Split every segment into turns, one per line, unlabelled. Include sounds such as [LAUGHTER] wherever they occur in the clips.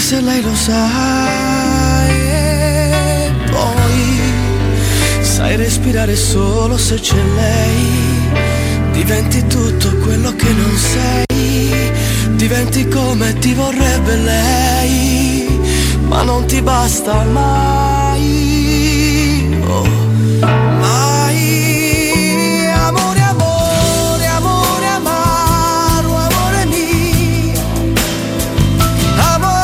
se lei lo sa e poi sai respirare solo se c'è lei diventi tutto quello che non sei diventi come ti vorrebbe lei ma non ti basta mai oh, mai amore amore amore amaro amore mio amore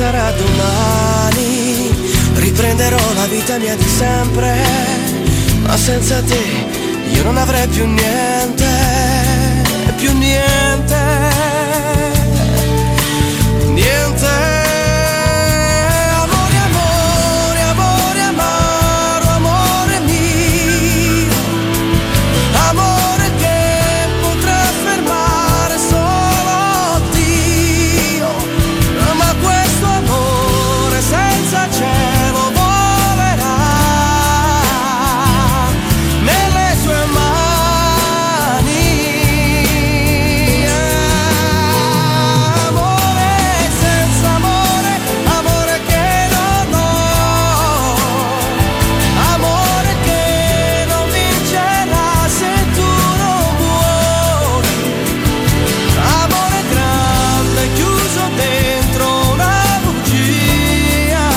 Ah, domani riprenderò la vita mia di sempre, ma senza te io non avrei più niente, più niente, niente. Amore, amore, amore amaro, amore mio, amore che potrà fermare solo Dio. Ma questo amore senza cielo volerà nelle sue mani. Amore senza amore, amore che non ho, amore che non vincerà se tu non vuoi. Amore grande chiuso dentro una bugia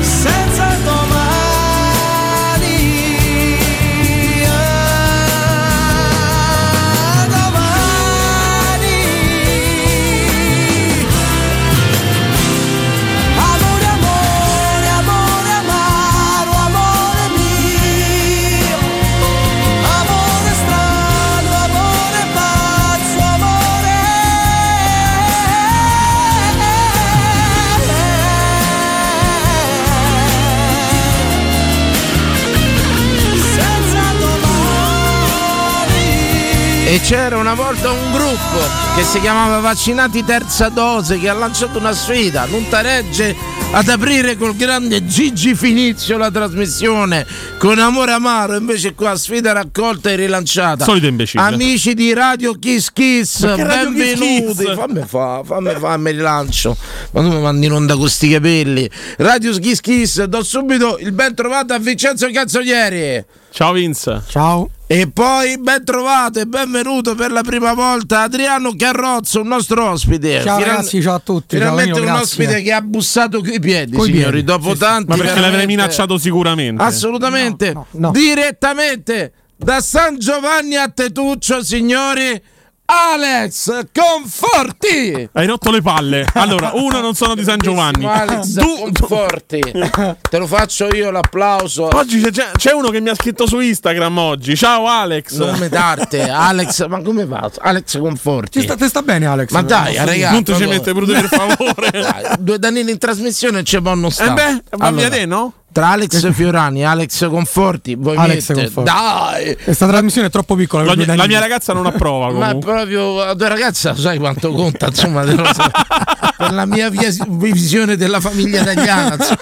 senza domani. Ah, Domani. Amore, amore, amore amaro, amore mio. Amore strano, amore pazzo, amore senza domani.
E c'era una volta un gruppo che si chiamava Vaccinati Terza Dose che ha lanciato una sfida, Luntaregge, ad aprire col grande Gigi Finizio la trasmissione con amore amaro. Invece qua sfida raccolta e rilanciata.
Solito imbecille.
Amici di Radio Kiss Kiss,
Ma che Radio Kiss
benvenuti.
Kiss?
Fammi fa, fammi fa, mi rilancio. Ma tu mi mandi in onda con sti capelli. Radio Kiss Kiss, do subito il ben trovato a Vincenzo Cazzonieri.
Ciao Vince.
Ciao.
E poi ben trovato e benvenuto per la prima volta Adriano Carrozzo, un nostro ospite.
Ciao
Finan-
ragazzi, ciao a tutti.
Finalmente
ciao,
un
Nino, grazie.
ospite che ha bussato coi piedi,
Coi
signori,
piedi,
dopo tanti
Ma perché l'avrei
veramente-
minacciato sicuramente.
Assolutamente.
No, no, no.
Direttamente da San Giovanni a Tetuccio, signori, Alex Conforti.
Hai rotto le palle. Allora, uno non
[LAUGHS]
sono di San Giovanni.
Alex
Du- [LAUGHS]
Conforti. Te lo faccio io l'applauso.
Oggi c'è- c'è, c'è uno che mi ha scritto su Instagram oggi. Ciao Alex. [LAUGHS]
Nome d'arte, Alex, ma come va? Alex Conforti.
Ti sta, ti sta bene, Alex?
Ma dai, ragazzi.
non ti ci
proprio-
mette pure per
[LAUGHS]
favore.
Dai, due danini in trasmissione c'è buono
E
Eh
sta.
beh, va
Allora,
via te, no?
Tra Alex Fiorani e Alex Conforti, voi
Alex
mette-
Conforti.
Dai!
Questa trasmissione è troppo piccola.
La,
per due
mia- la
danni.
mia ragazza non approva
Ma
comunque.
proprio la tua ragazza sai quanto conta, insomma, te
[LAUGHS]
lo so. per la mia vis- visione della famiglia italiana.
[LAUGHS]
insomma,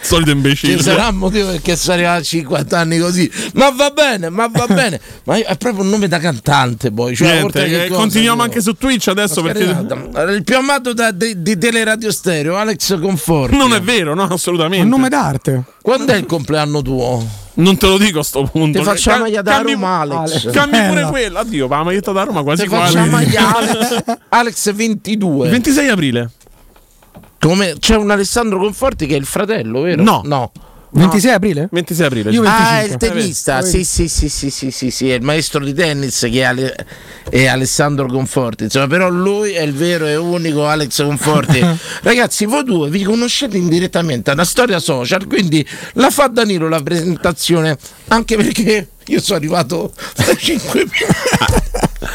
Solito
Ci
imbecille.
sarà un motivo perché sarà a 50 anni così. Ma va bene,
[LAUGHS]
ma va bene. Ma è proprio un nome da cantante poi. Cioè,
Niente,
oltre che
eh,
cosa,
continuiamo
io-
anche su Twitch adesso [LAUGHS] perché
Allora, Il più amato da- di, di Teleradio Stereo, Alex Conforti.
non è vero, no, assolutamente.
Un nome d'arte.
Quando è il compleanno tuo?
Non te lo dico a sto punto.
Ti faccio la maglia da
Cambi-
Roma, Alex.
Ale.
Cambi pure
Bella.
quella. Addio, va la maglietta da Roma quasi
Eh, Ti faccio
quasi.
la maglia Alex, [LAUGHS] Alex 22.
26 aprile.
Come- c'è un Alessandro Conforti che è il fratello, vero?
No.
no.
26 aprile?
26 aprile.
Io-
Ah, è il
25.
tennista. Sì, sì, sì, sì, sì, sì, sì, è il maestro di tennis che è, Ale- è Alessandro Conforti. Insomma, però lui è il vero e unico Alex Conforti. Ragazzi, voi due vi conoscete indirettamente, è una storia social, quindi la fa Danilo la presentazione, anche perché io sono arrivato da 5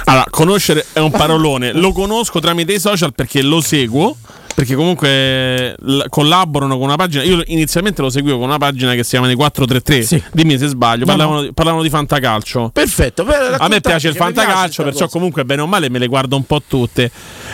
Allora, conoscere è un parolone. Lo conosco tramite i social perché lo seguo. Perché comunque eh, l- collaborano con una pagina. Io inizialmente lo seguivo con una pagina che si chiama i 433.
Sì.
Dimmi se sbaglio. Parlavano, di, parlavano di fantacalcio.
Perfetto,
A
però
me
raccontateci,
piace il
mi piace
fantacalcio,
sta
perciò
cosa.
comunque bene o male me le guardo un po' tutte.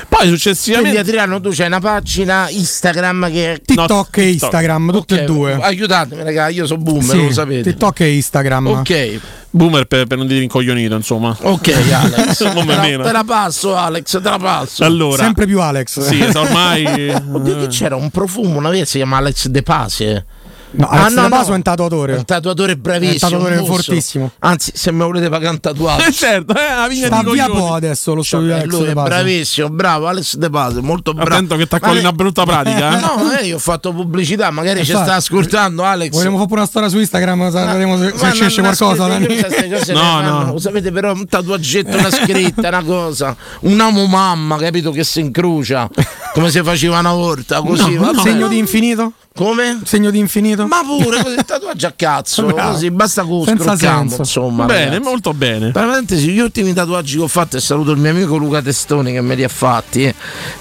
Poi
Quindi
successivamente.
Adriano tu c'hai una pagina Instagram che
No,
TikTok e
TikTok.
Instagram, tutte
Ok,
e due.
Aiutatemi, raga, io sono boomer,
Sì,
lo sapete.
TikTok e Instagram.
Ok,
Boomer per, per non dire incoglionito, insomma. [LAUGHS]
ok, Alex. te,
Come
la,
meno.
te la passo, Alex, te la passo.
Allora,
Sempre più Alex.
sì, es- ormai.
[LAUGHS] Oddio, che c'era un profumo, una via si chiama Alex De Pace.
No, Alex La Paso è un tatuatore.
Ah, È Un tatuatore bravissimo.
È un tatuatore
un mosso.
fortissimo.
Anzi, se me volete pagare un
Eh,
tatuaggio.
[LAUGHS] certo, eh, la vigna
Sta
di
via
coglioni.
po' adesso lo studio
Cioè,
Alex
lui
De
è
Paso.
bravissimo, bravo Alex De Pace, molto bravo.
Attento che
Ma
t'accolli
lei-
una brutta pratica. eh.
[LAUGHS] No, ma io ho fatto pubblicità, magari ci
Infatti.
sta ascoltando Alex.
Vogliamo fare pure una storia su Instagram, vedremo Esatto. se, se
Ma
ci esce
non-
qualcosa.
non-
Dani.
queste cose
No,
le fanno,
no.
lo Sapete però un tatuaggetto, una scritta, una cosa. Un amo mamma, capito, che si incrocia come se faceva una orta, così.
No,
vabbè.
segno di infinito?
Come?
Segno di infinito?
Ma pure, così, tatuaggio a cazzo,
[LAUGHS] Bravo.
così, basta con
Senza
scroccando,
senso.
insomma.
bene,
ragazzi.
molto bene.
Tra parentesi, gli ultimi tatuaggi che ho fatto e saluto il mio amico Luca Testoni che me li ha fatti. eh,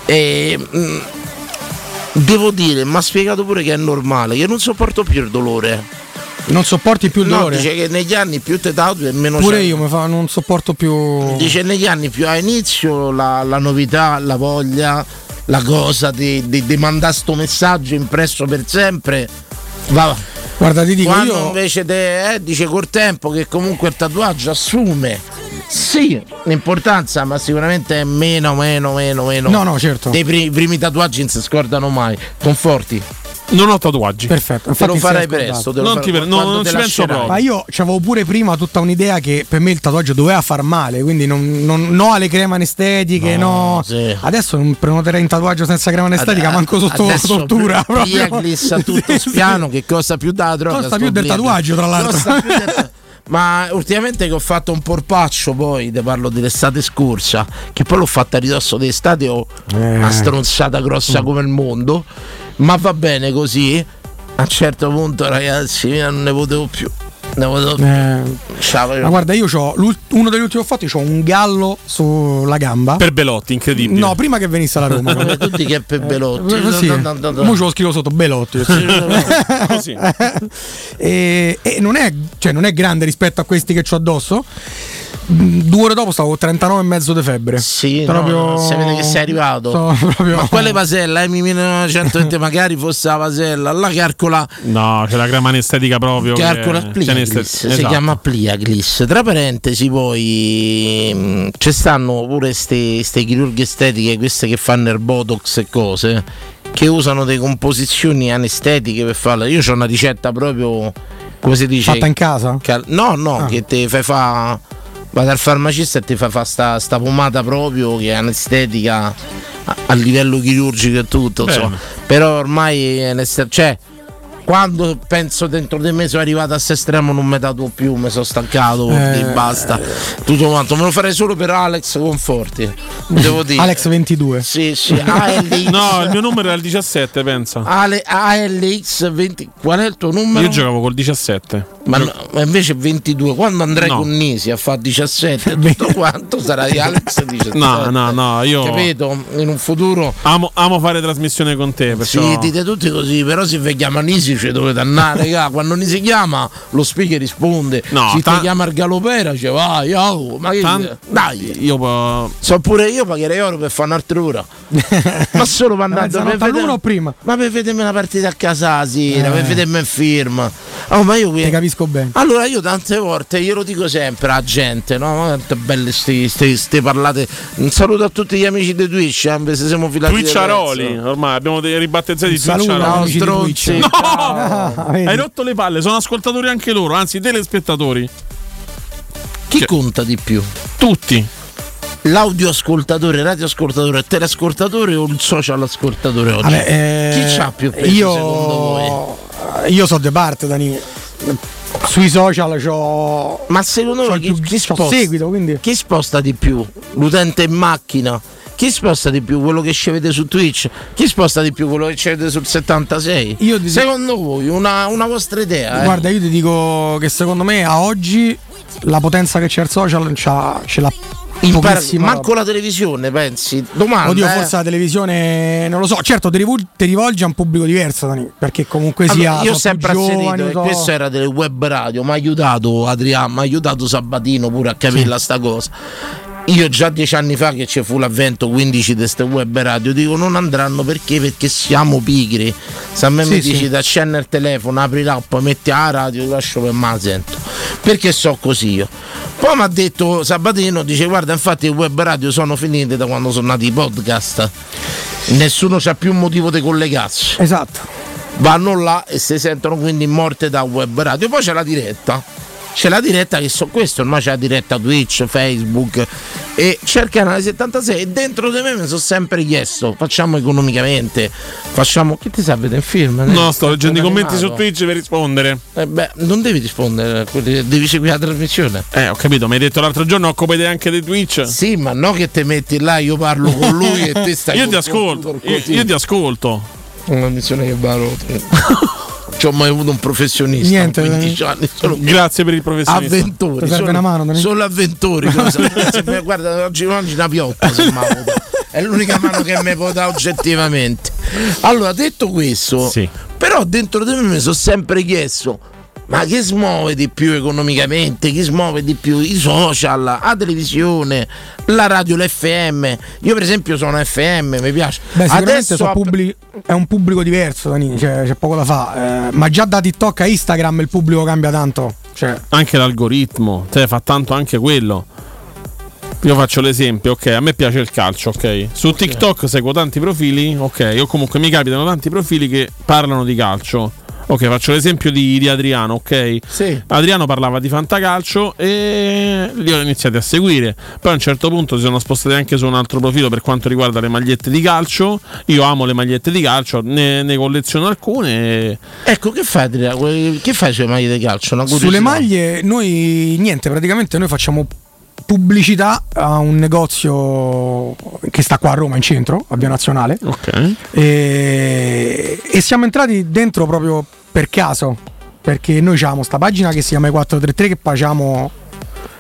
E, mm, devo dire, mi ha spiegato pure che è normale, che non sopporto più il dolore.
Non sopporti più il
No,
dolore?
dice che negli anni più te tatui e meno
Pure
c'è.
io mi fa, non sopporto più.
Dice negli anni più a inizio la, la novità, la voglia, la cosa di, di, di mandare sto messaggio impresso per sempre. Va.
Guarda, ti dico
Quando
io.
invece te, eh, dice col tempo che comunque il tatuaggio assume sì l'importanza, ma sicuramente è meno, meno, meno, meno.
No, no, certo.
Dei primi, i primi tatuaggi non si scordano mai. Conforti,
Non ho tatuaggi.
Perfetto.
te
infatti
lo
mi si è
farai
scordato.
presto. te lo
Non
farò-
ti pre- no,
quando
non
te
ci penso
lascerai.
proprio.
Ma io avevo pure prima tutta un'idea che per me il tatuaggio doveva far male, quindi non, non- no alle creme anestetiche, no.
No, sì.
Adesso non prenoterei un tatuaggio senza crema anestetica,
Ad-
manco sotto [LAUGHS]
adesso
tortura.
pure
proprio.
Pieglis a tutto
[LAUGHS] Sì, sì.
spiano che costa più da droga
Costa
sto
più del
blend.
tatuaggio, tra l'altro.
Costa più del- Ma ultimamente che ho fatto un porpaccio poi, te parlo dell'estate scorsa, che poi l'ho fatta a ridosso d'estate, ho
Eh.
una stronzata
Mm.
grossa come il mondo, ma va bene così. A un certo punto ragazzi io non ne potevo più. Ne potevo più.
Eh,
Ciao, io-
ma guarda, io ho uno degli ultimi che ho fatto, c'ho un gallo sulla gamba.
Per Belotti, incredibile.
No, prima che venisse alla [LAUGHS] Roma.
Come tutti che è per veloci.
Eh, sì. Mo ce lo scrivo sotto
[LAUGHS]
Belotti.
Eh,
Così.
[LAUGHS] e, e non, è, cioè, non è grande rispetto a questi che ho addosso. Mm, Due ore dopo stavo 39 e mezzo di febbre.
Sì, no, non si vede che sei arrivato.
Sono proprio-
Ma quale pasella? Eh, mi 1920 magari fosse la pasella. La calcola,
No, c'è la crema anestetica proprio. che-
calcola
c'è
Pliaglis,
aneste-
si
esatto.
chiama Pliaglis. Tra parentesi poi mh, ci stanno pure queste chirurghe estetiche, queste che fanno il botox e cose, che usano delle composizioni anestetiche per farla. Io ho una ricetta proprio, come si dice?
Fatta in casa?
Cal- no, no,
Ah.
che ti fai fa. Va dal farmacista e ti fa fa sta, sta pomata proprio che è anestetica a, a livello chirurgico e tutto.
Bene.
Insomma. Però ormai è aneste- cioè, quando penso dentro di me sono arrivato a questo estremo non mi dato più, mi sono stancato
Eh.
e basta. Tutto quanto, me lo farei solo per Alex Conforti. Devo dire.
Alex 22.
Sì, sì, ALX.
No, il mio numero era il 17, pensa.
Ale- ALX 20. Qual è il tuo numero?
Io giocavo col 17.
Ma, no, ma invece 22, quando andrai
No.
con Nisi a fare 17 e
[LAUGHS]
tutto quanto sarai Alex 17.
No, no, no, Ah, io
Capito? In un futuro
amo, amo fare trasmissione con te.
si
Perciò...
dite tutti così, però se vi chiama Nisi ci
[LAUGHS]
dovete andare, raga. Quando Nisi chiama lo speaker risponde.
No,
se
ta-
ti chiama Argalopera ci vai, oh, ma che
Tan-
dai.
Io po-
So pure io pagherei oro per fare
[LAUGHS]
un'altra ora. ma solo per andare per
Mezzanotte all'una
vedere-
o prima?
Ma per vedermi una partita a casa la sera, per vedermi in firma. Oh, ma io qui.
Ti capisco bene.
Allora io tante volte glielo dico sempre alla gente, no? Ma Quante belle ste, ste- ste parlate. Un saluto a tutti gli amici di Twitch, eh, se siamo filati. del
Twitcharoli,
pezzo.
ormai abbiamo dei ribattezzati
Saluto.
Twitcharoli.
Ciao
Amici di
stronzi.
Twitch.
ciao.
Ah, vedi?
[LAUGHS] Hai rotto le palle, sono ascoltatori anche loro, anzi telespettatori.
Chi conta di più?
Tutti.
L'audioascoltatore, radioascoltatore, teleascoltatore o il social ascoltatore oggi?
Vabbè, eh,
Ah, Chi c'ha più peso secondo voi?
Io, io so de parte, Dani. Sui social c'ho.
Ma secondo
c'ho
voi
il
chi,
più-
chi
c'ho
sposta?
seguito, quindi.
Chi sposta di più? L'utente in macchina? Chi sposta di più? Quello che scegliete su Twitch? Chi sposta di più? Quello che scegliete sul 76?
Io ti-
Secondo voi, una, una vostra idea? eh?
Guarda, io ti dico che secondo me a oggi la potenza che c'è al social c'ha- ce l'ha
Impara-
pochissima.
manco la televisione, pensi? Domanda.
Oddio,
eh.
forse la televisione non lo so. Certo, ti, rivol- ti rivolge a un pubblico diverso, Dani, perché comunque
Allora,
sia.
io ho
sono più
sempre
giovani,
asserito che
so-
questo era del web radio, mi ha aiutato Adriano, mi ha aiutato Sabatino pure a capirla sta cosa. Io già dieci anni fa che ci fu l'avvento 15 di queste web radio, dico non andranno perché? Perché siamo pigri. Se a me
Sì,
mi
sì.
dici da accenna il telefono, apri l'app, metti a radio, ti lascio per me la sento. Perché so così io. Poi mi ha detto Sabatino, dice guarda infatti le web radio sono finite da quando sono nati i podcast. Nessuno c'ha più motivo di collegarsi
Esatto.
vanno là e si sentono quindi morte da web radio. Poi c'è la diretta. c'è la diretta che so questo, ormai c'è la diretta Twitch, Facebook e cerca Canale 76 e dentro di me mi sono sempre chiesto, facciamo economicamente, facciamo... Che ti sa vedere il film?
No, Eh, sto leggendo i commenti su
Animato.
Twitch per rispondere.
Eh beh, non devi rispondere, a quelli- devi seguire la trasmissione.
Eh, ho capito, mi hai detto l'altro giorno occupate anche di Twitch.
Sì, ma no che te metti là, io parlo con lui
[LAUGHS]
e te stai...
Io
col
ti ascolto,
computer
io,
così.
io ti ascolto.
Una missione che va rotta. Ci ho mai avuto un professionista
Niente,
a 15 anni, solo
Grazie per il professionista.
Ti
avventori.
serve
Solo,
una mano, Dani?
solo
[LAUGHS]
avventori. cosa- se mi- Guarda, oggi, oggi una piotta se mi ha avuto. È l'unica mano che mi può dare oggettivamente. Allora, detto questo,
Sì.
però dentro di me mi sono sempre chiesto. Ma chi smuove di più economicamente? Chi smuove di più? I social, la televisione, la radio, l'FM. Io per esempio sono FM, mi piace.
Beh, sicuramente
Adesso
so
ho-
pubblic- è un pubblico diverso, Danini, cioè, c'è poco da fare. ma già da TikTok a Instagram il pubblico cambia tanto. Cioè,
Anche l'algoritmo, te fa tanto anche quello. Io faccio l'esempio, ok, a me piace il calcio, ok. Su TikTok seguo tanti profili, ok, o comunque mi capitano tanti profili che parlano di calcio. Ok, faccio l'esempio di, di Adriano, ok?
Sì.
Adriano parlava di fantacalcio e li ho iniziati a seguire. Poi a un certo punto si sono spostati anche su un altro profilo per quanto riguarda le magliette di calcio. Io amo le magliette di calcio, ne, ne colleziono alcune. e-
Ecco, che fai? Adriano? Che fai sulle maglie di calcio? Una
sulle
curiosità.
maglie noi niente, praticamente noi facciamo pubblicità a un negozio che sta qua a Roma in centro, a Via Nazionale.
Ok.
E, e siamo entrati dentro proprio per caso, perché noi abbiamo sta pagina che si chiama i 433 che facciamo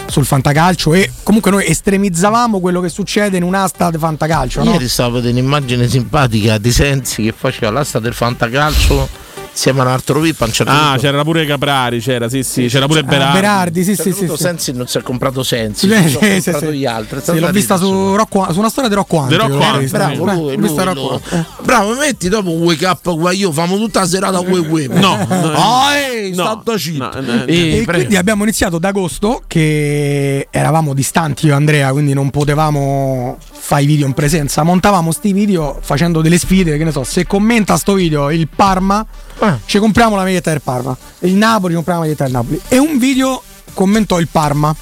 sul fantacalcio e comunque noi estremizzavamo quello che succede in un'asta di fantacalcio, Cioè, no?
Ieri stavo vedendo un'immagine simpatica di Sensi che faceva l'asta del fantacalcio insieme a un altro VIP. A un certo
Ah,
punto,
c'era pure Caprari, c'era, sì, sì, c'era pure
Ah,
Berardi.
Berardi, sì,
a un certo
sì, sì,
punto
sì.
Sensi non si è comprato Sensi,
Sì,
si
sì,
è
sì,
comprato
sì.
gli altri. è
Sì,
stata
l'ho
una
vista su,
ridicolo.
Rocco, su una storia di Rocco Andri.
Rocco
eh,
Andri,
sì,
Bravo,
eh,
lui, lui,
questa era
lui.
Rocco.
bravo, metti dopo Wake Up Guaio, famo tutta la serata Wake Wake.
No, no,
ah, ehi,
no,
stato zitto.
no, no, no.
Eh,
E
prego.
quindi abbiamo iniziato da agosto che eravamo distanti io e Andrea, quindi non potevamo fare i video in presenza. Montavamo sti video facendo delle sfide, che ne so, se commenta sto video il Parma,
Ah.
ci compriamo la maglietta del Parma. Il Napoli compriamo la maglietta del Napoli. E un video commentò il Parma.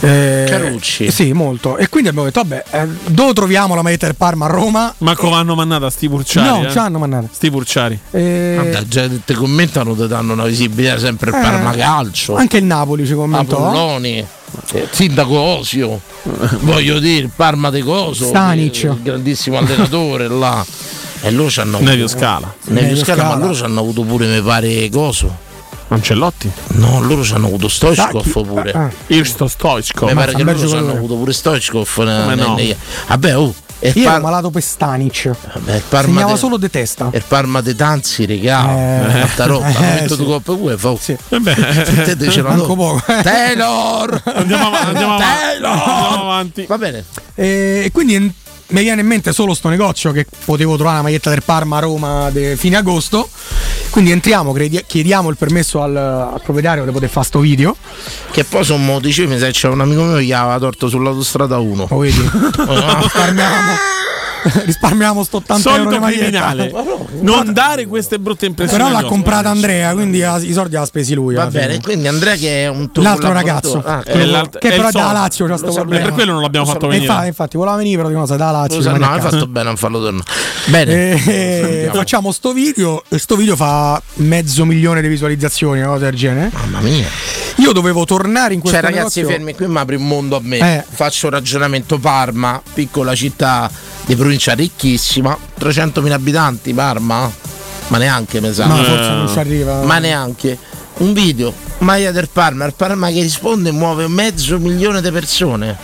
Eh,
Carucci.
Sì, molto. E quindi abbiamo detto, vabbè, eh, dove troviamo la maglietta del Parma a Roma?
Manco vanno mannata sti purciari.
no,
eh.
ci hanno mandato.
Sti purciari.
Eh,
Mannaggia, ti commentano, ti danno una visibilità sempre il Parma Calcio.
anche il Napoli ci commentò.
Apolloni, eh,
[LAUGHS]
Sindaco Osio, voglio dire, il Parma De Coso,
Stanic.
eh, il grandissimo allenatore là. E loro ci hanno
Nevio Scala.
Nevio Scala, ma
Scala.
loro ci hanno avuto pure, mi pare, Coso.
Ancellotti.
No, loro ci hanno avuto
Sacchi.
Stoichkov pure.
Ah, ah.
Io sto stoico.
mi pare
un
che
bel
loro ci hanno
giocatore.
avuto pure Stoichkov.
Come
ne- ne-
no?
ne- Vabbè, oh, e il
Io ero
Par-
malato per Stanic.
vabbè, il Parma
Segnava
de-
solo di testa.
e il Parma di Tanzi, regà,
Eh.
fatta roba, ha
[LAUGHS] Eh,
vinto
sì.
due coppe UEFA. oh.
Sì.
Eh Vabbè.
Te te ce l'hanno.
Manco poco.
[LAUGHS] Taylor!
Andiamo, av- andiamo av- andiamo
Taylor!
avanti.
Va bene.
E e quindi en- mi viene in mente solo sto negozio che potevo trovare la maglietta del Parma a Roma de- fine agosto. Quindi entriamo, credi- chiediamo il permesso al, al proprietario di poter fare sto video.
Che poi sono mo- dicevi, sai, c'è un amico mio che gli aveva torto [LAUGHS] sull'autostrada 1.
Lo Oh,
[LAUGHS]
vedi? risparmiamo. [LAUGHS] risparmiamo sto 80 euro
Solito
di maglietta. [LAUGHS]
criminale. Non dare queste brutte impressioni.
Però l'ha
agli ospiti.
comprata Andrea, quindi ha- i soldi li ha spesi lui.
Va
alla fine.
bene, quindi Andrea che è un tuo
L'altro
collaboratore-
ragazzo,
Ah,
quello-
quello-
l'altro-
che
è il
però da
soldo.
Lazio c'è sto
E per
problema.
quello non l'abbiamo fatto
E infa-
venire.
infatti, voleva venire, però dico, no, sei da Lazio.
lo sa-
sei
no,
una
hai
cazzo.
fatto bene a farlo tornare. Bene.
Eh, facciamo sto video e sto video fa mezzo milione di visualizzazioni, una cosa del genere.
Mamma mia.
Io dovevo tornare in questo
Cioè, ragazzi,
negozio-
fermi qui, mi apri un mondo a me.
Eh.
Faccio un ragionamento Parma, piccola città di provincia ricchissima, 300.000 abitanti Parma? Ma neanche, mi sa.
No,
Eh.
forse non ci arriva.
ma neanche un video Maia del Parma il Parma che risponde muove mezzo milione di persone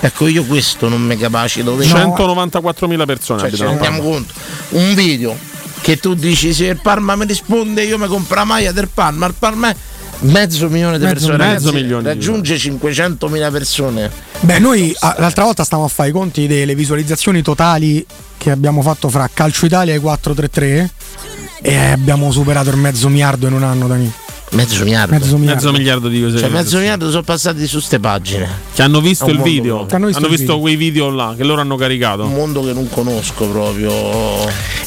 ecco io questo non mi capacito di-
194.000 persone
cioè, ci
abitano a
rendiamo conto un video che tu dici se il Parma mi risponde io mi compro la Maia del Parma il Parma è mezzo milione di
Mezzo
persone
milione. Mezzo
ragazzi,
milione di
raggiunge 500.000 persone
Beh, noi ah, l'altra volta stavamo a fare i conti delle visualizzazioni totali che abbiamo fatto fra Calcio Italia e 433 e abbiamo superato il mezzo miliardo in un anno, Dani.
mezzo miliardo
Mezzo
Parma.
miliardo.
Mezzo miliardo di cose
cioè mezzo miliardo sono passati su ste pagine
che hanno visto
È un
il
mondo
video,
proprio.
hanno
Hanno visto
visto,
il video.
quei video là che loro hanno
un
caricato.
mondo che non conosco proprio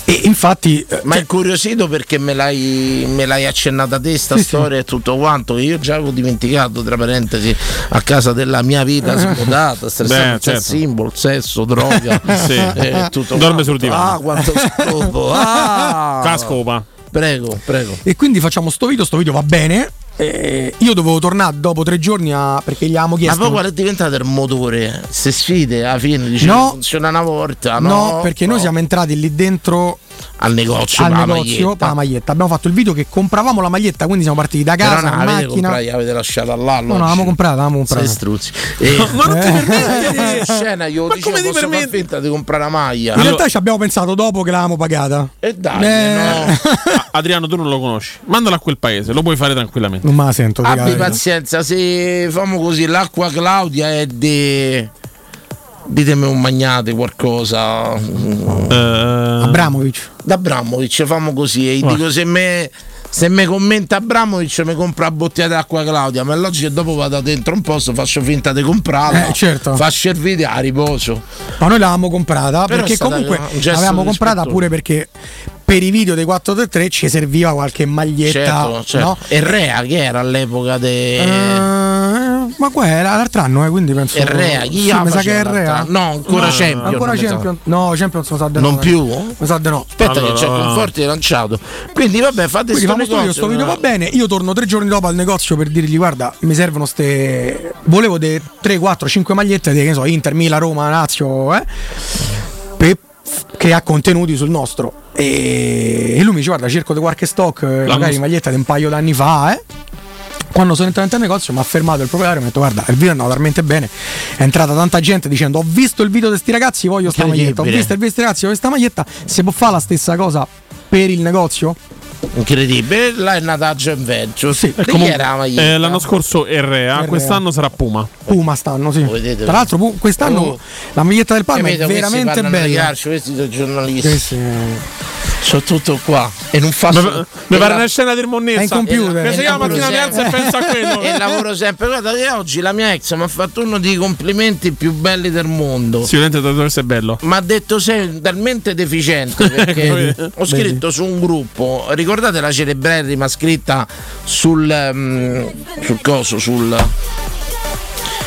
Esatto. E infatti, eh,
Ma incuriosito perché me l'hai, me l'hai accennata a te sta
Sì, sì.
storia e tutto quanto che io già avevo dimenticato tra parentesi a casa della mia
[LAUGHS]
vita smodata, stressata,
Beh,
c'è
certo.
simbolo, sesso, droga,
Sì.
eh,
Esatto. [LAUGHS]
tutto
Dorme
quanto.
sul divano.
Ah, quanto scopo! Ah!
Qua scopa.
Prego, prego.
E quindi facciamo sto video, sto video va bene. Eh, io dovevo tornare dopo tre giorni a, perché gli avevamo
Ma
chiesto.
poi qual è diventato il motore? Se sfide alla fine dice
No.
funziona una volta, no?
no, perché noi
No.
siamo entrati lì dentro
al negozio,
al
con la
negozio per
maglietta.
la maglietta. Abbiamo fatto il video che compravamo la maglietta, quindi siamo partiti da
Però
casa,
non
in
l'avete
macchina.
comprata, l'avete lasciata là.
No, no, l'avevamo comprata, l'avevamo comprata.
[LAUGHS]
Sei struzzi. Eh,
Ma non ti permetti
in [LAUGHS] scena io
Ma
dicevo
come ti
posso far
permetti?
finta di comprare la maglia.
In realtà ci abbiamo pensato dopo che l'avevamo pagata.
E dai,
Eh.
no.
Ah, Adriano, tu non lo conosci. Mandalo a quel paese, lo puoi fare tranquillamente.
Non me la sento. dica la
Abbi
verità.
pazienza, se famo così, l'acqua Claudia è di. Ditemi un magnate qualcosa.
Eh,
Abramovic.
Da Abramovic, famo così. E gli
Ah.
dico se me. Se mi commenta Abramovic mi compra la bottiglia d'acqua Claudia, ma è logico che dopo vado dentro un posto, faccio finta di comprarla,
Eh, certo.
faccio il video a riposo.
Ma noi l'avevamo comprata
Però è
perché
stato
comunque
un gesto
l'avevamo comprata
rispettoso.
pure perché per i video dei 433 ci serviva qualche maglietta.
Certo, certo.
no?
E Rea che era all'epoca de...
Eh, ma qua era l'altro anno, eh, quindi penso.
E Rea, chi
Sì,
la
mi sa
faceva
che è Rea.
l'altro? No, ancora Champion,
Ancora
non mi sa.
Champion. No, Champions lo sa di
Non
no,
più?
Mi sa di no.
Aspetta
Allora-
che c'è Conforti lanciato. Quindi vabbè, fate
Quindi
sto
famo studio,
negozio,
sto video va bene. Io torno tre giorni dopo al negozio per dirgli: guarda, mi servono ste. Volevo de 3, 4, 5 magliette di che ne so, Inter, Mila, Roma, Lazio, eh. Per creare contenuti sul nostro. E, e lui mi dice: guarda, cerco di qualche stock, eh, magari
mos-
maglietta di un paio d'anni fa, eh. Quando sono entrato nel negozio mi ha fermato il proprietario e mi ha detto guarda il video è andato talmente bene, è entrata tanta gente dicendo ho visto il video di sti ragazzi, voglio sta maglietta, ho
Incredibile.
visto il video di sti ragazzi, voglio sta maglietta, si può fare la stessa cosa per il negozio?
Incredibile. Là è nata Joint Venture.
Sì,
Di chi
comunque,
era la maglietta?
eh, l'anno scorso è Rea,
Rea.
quest'anno sarà Puma.
Puma stanno, sì.
Lo vedete?
Tra l'altro pu- quest'anno
Oh.
la maglietta del Parma
Capito?
è
Questi
veramente
parlano di
bella.
calcio, questi sono giornalisti.
Questi-
Sono tutto qua. E non
Mi
faccio.
mi pare una scena del monnezza.
È in computer.
Che
È
se
in
io la mattina mi
computer.
alzo e penso a quello.
[LAUGHS] e lavoro sempre. Guarda che oggi la mia ex mi ha fatto uno dei complimenti più belli del mondo.
Sicuramente il tatuatore è bello.
Mi ha detto sei talmente deficiente
[LAUGHS] Vedi?
perché ho scritto su un gruppo, ricordate la celeberrima scritta sul mm, sul coso, sul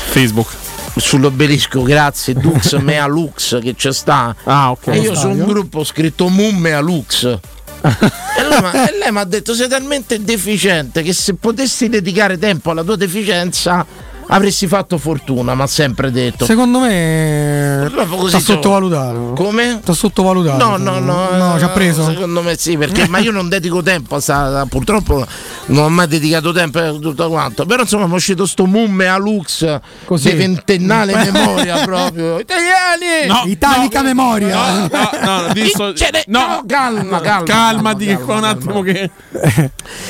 Facebook.
sull'obelisco, grazie
[LAUGHS]
Dux Mea Lux che c'è sta.
Ah, ok.
E io su un
stadio?
gruppo ho scritto Mum
[LAUGHS]
Mea Lux. e lei m'ha- e lei mi ha detto sei talmente deficiente che se potessi dedicare tempo alla tua deficienza avresti fatto fortuna, mi ha sempre detto.
Secondo me
Allora, così
sta
so-
sottovalutato.
Come?
Sta sottovalutato.
No, no, no, eh,
No, ci ha preso.
Secondo me sì, perché ma io non dedico tempo a sta, purtroppo non ho mai dedicato tempo a tutto quanto. Però insomma mi è uscito sto mumme a lux
Così.
di
[LAUGHS]
ventennale memoria proprio. Italiani!
No,
Italica memoria.
No, no,
[LAUGHS]
no, disso-
Ce ne- no,
no,
calma, calma.
calmati che
calma,
qua un
calma.
attimo che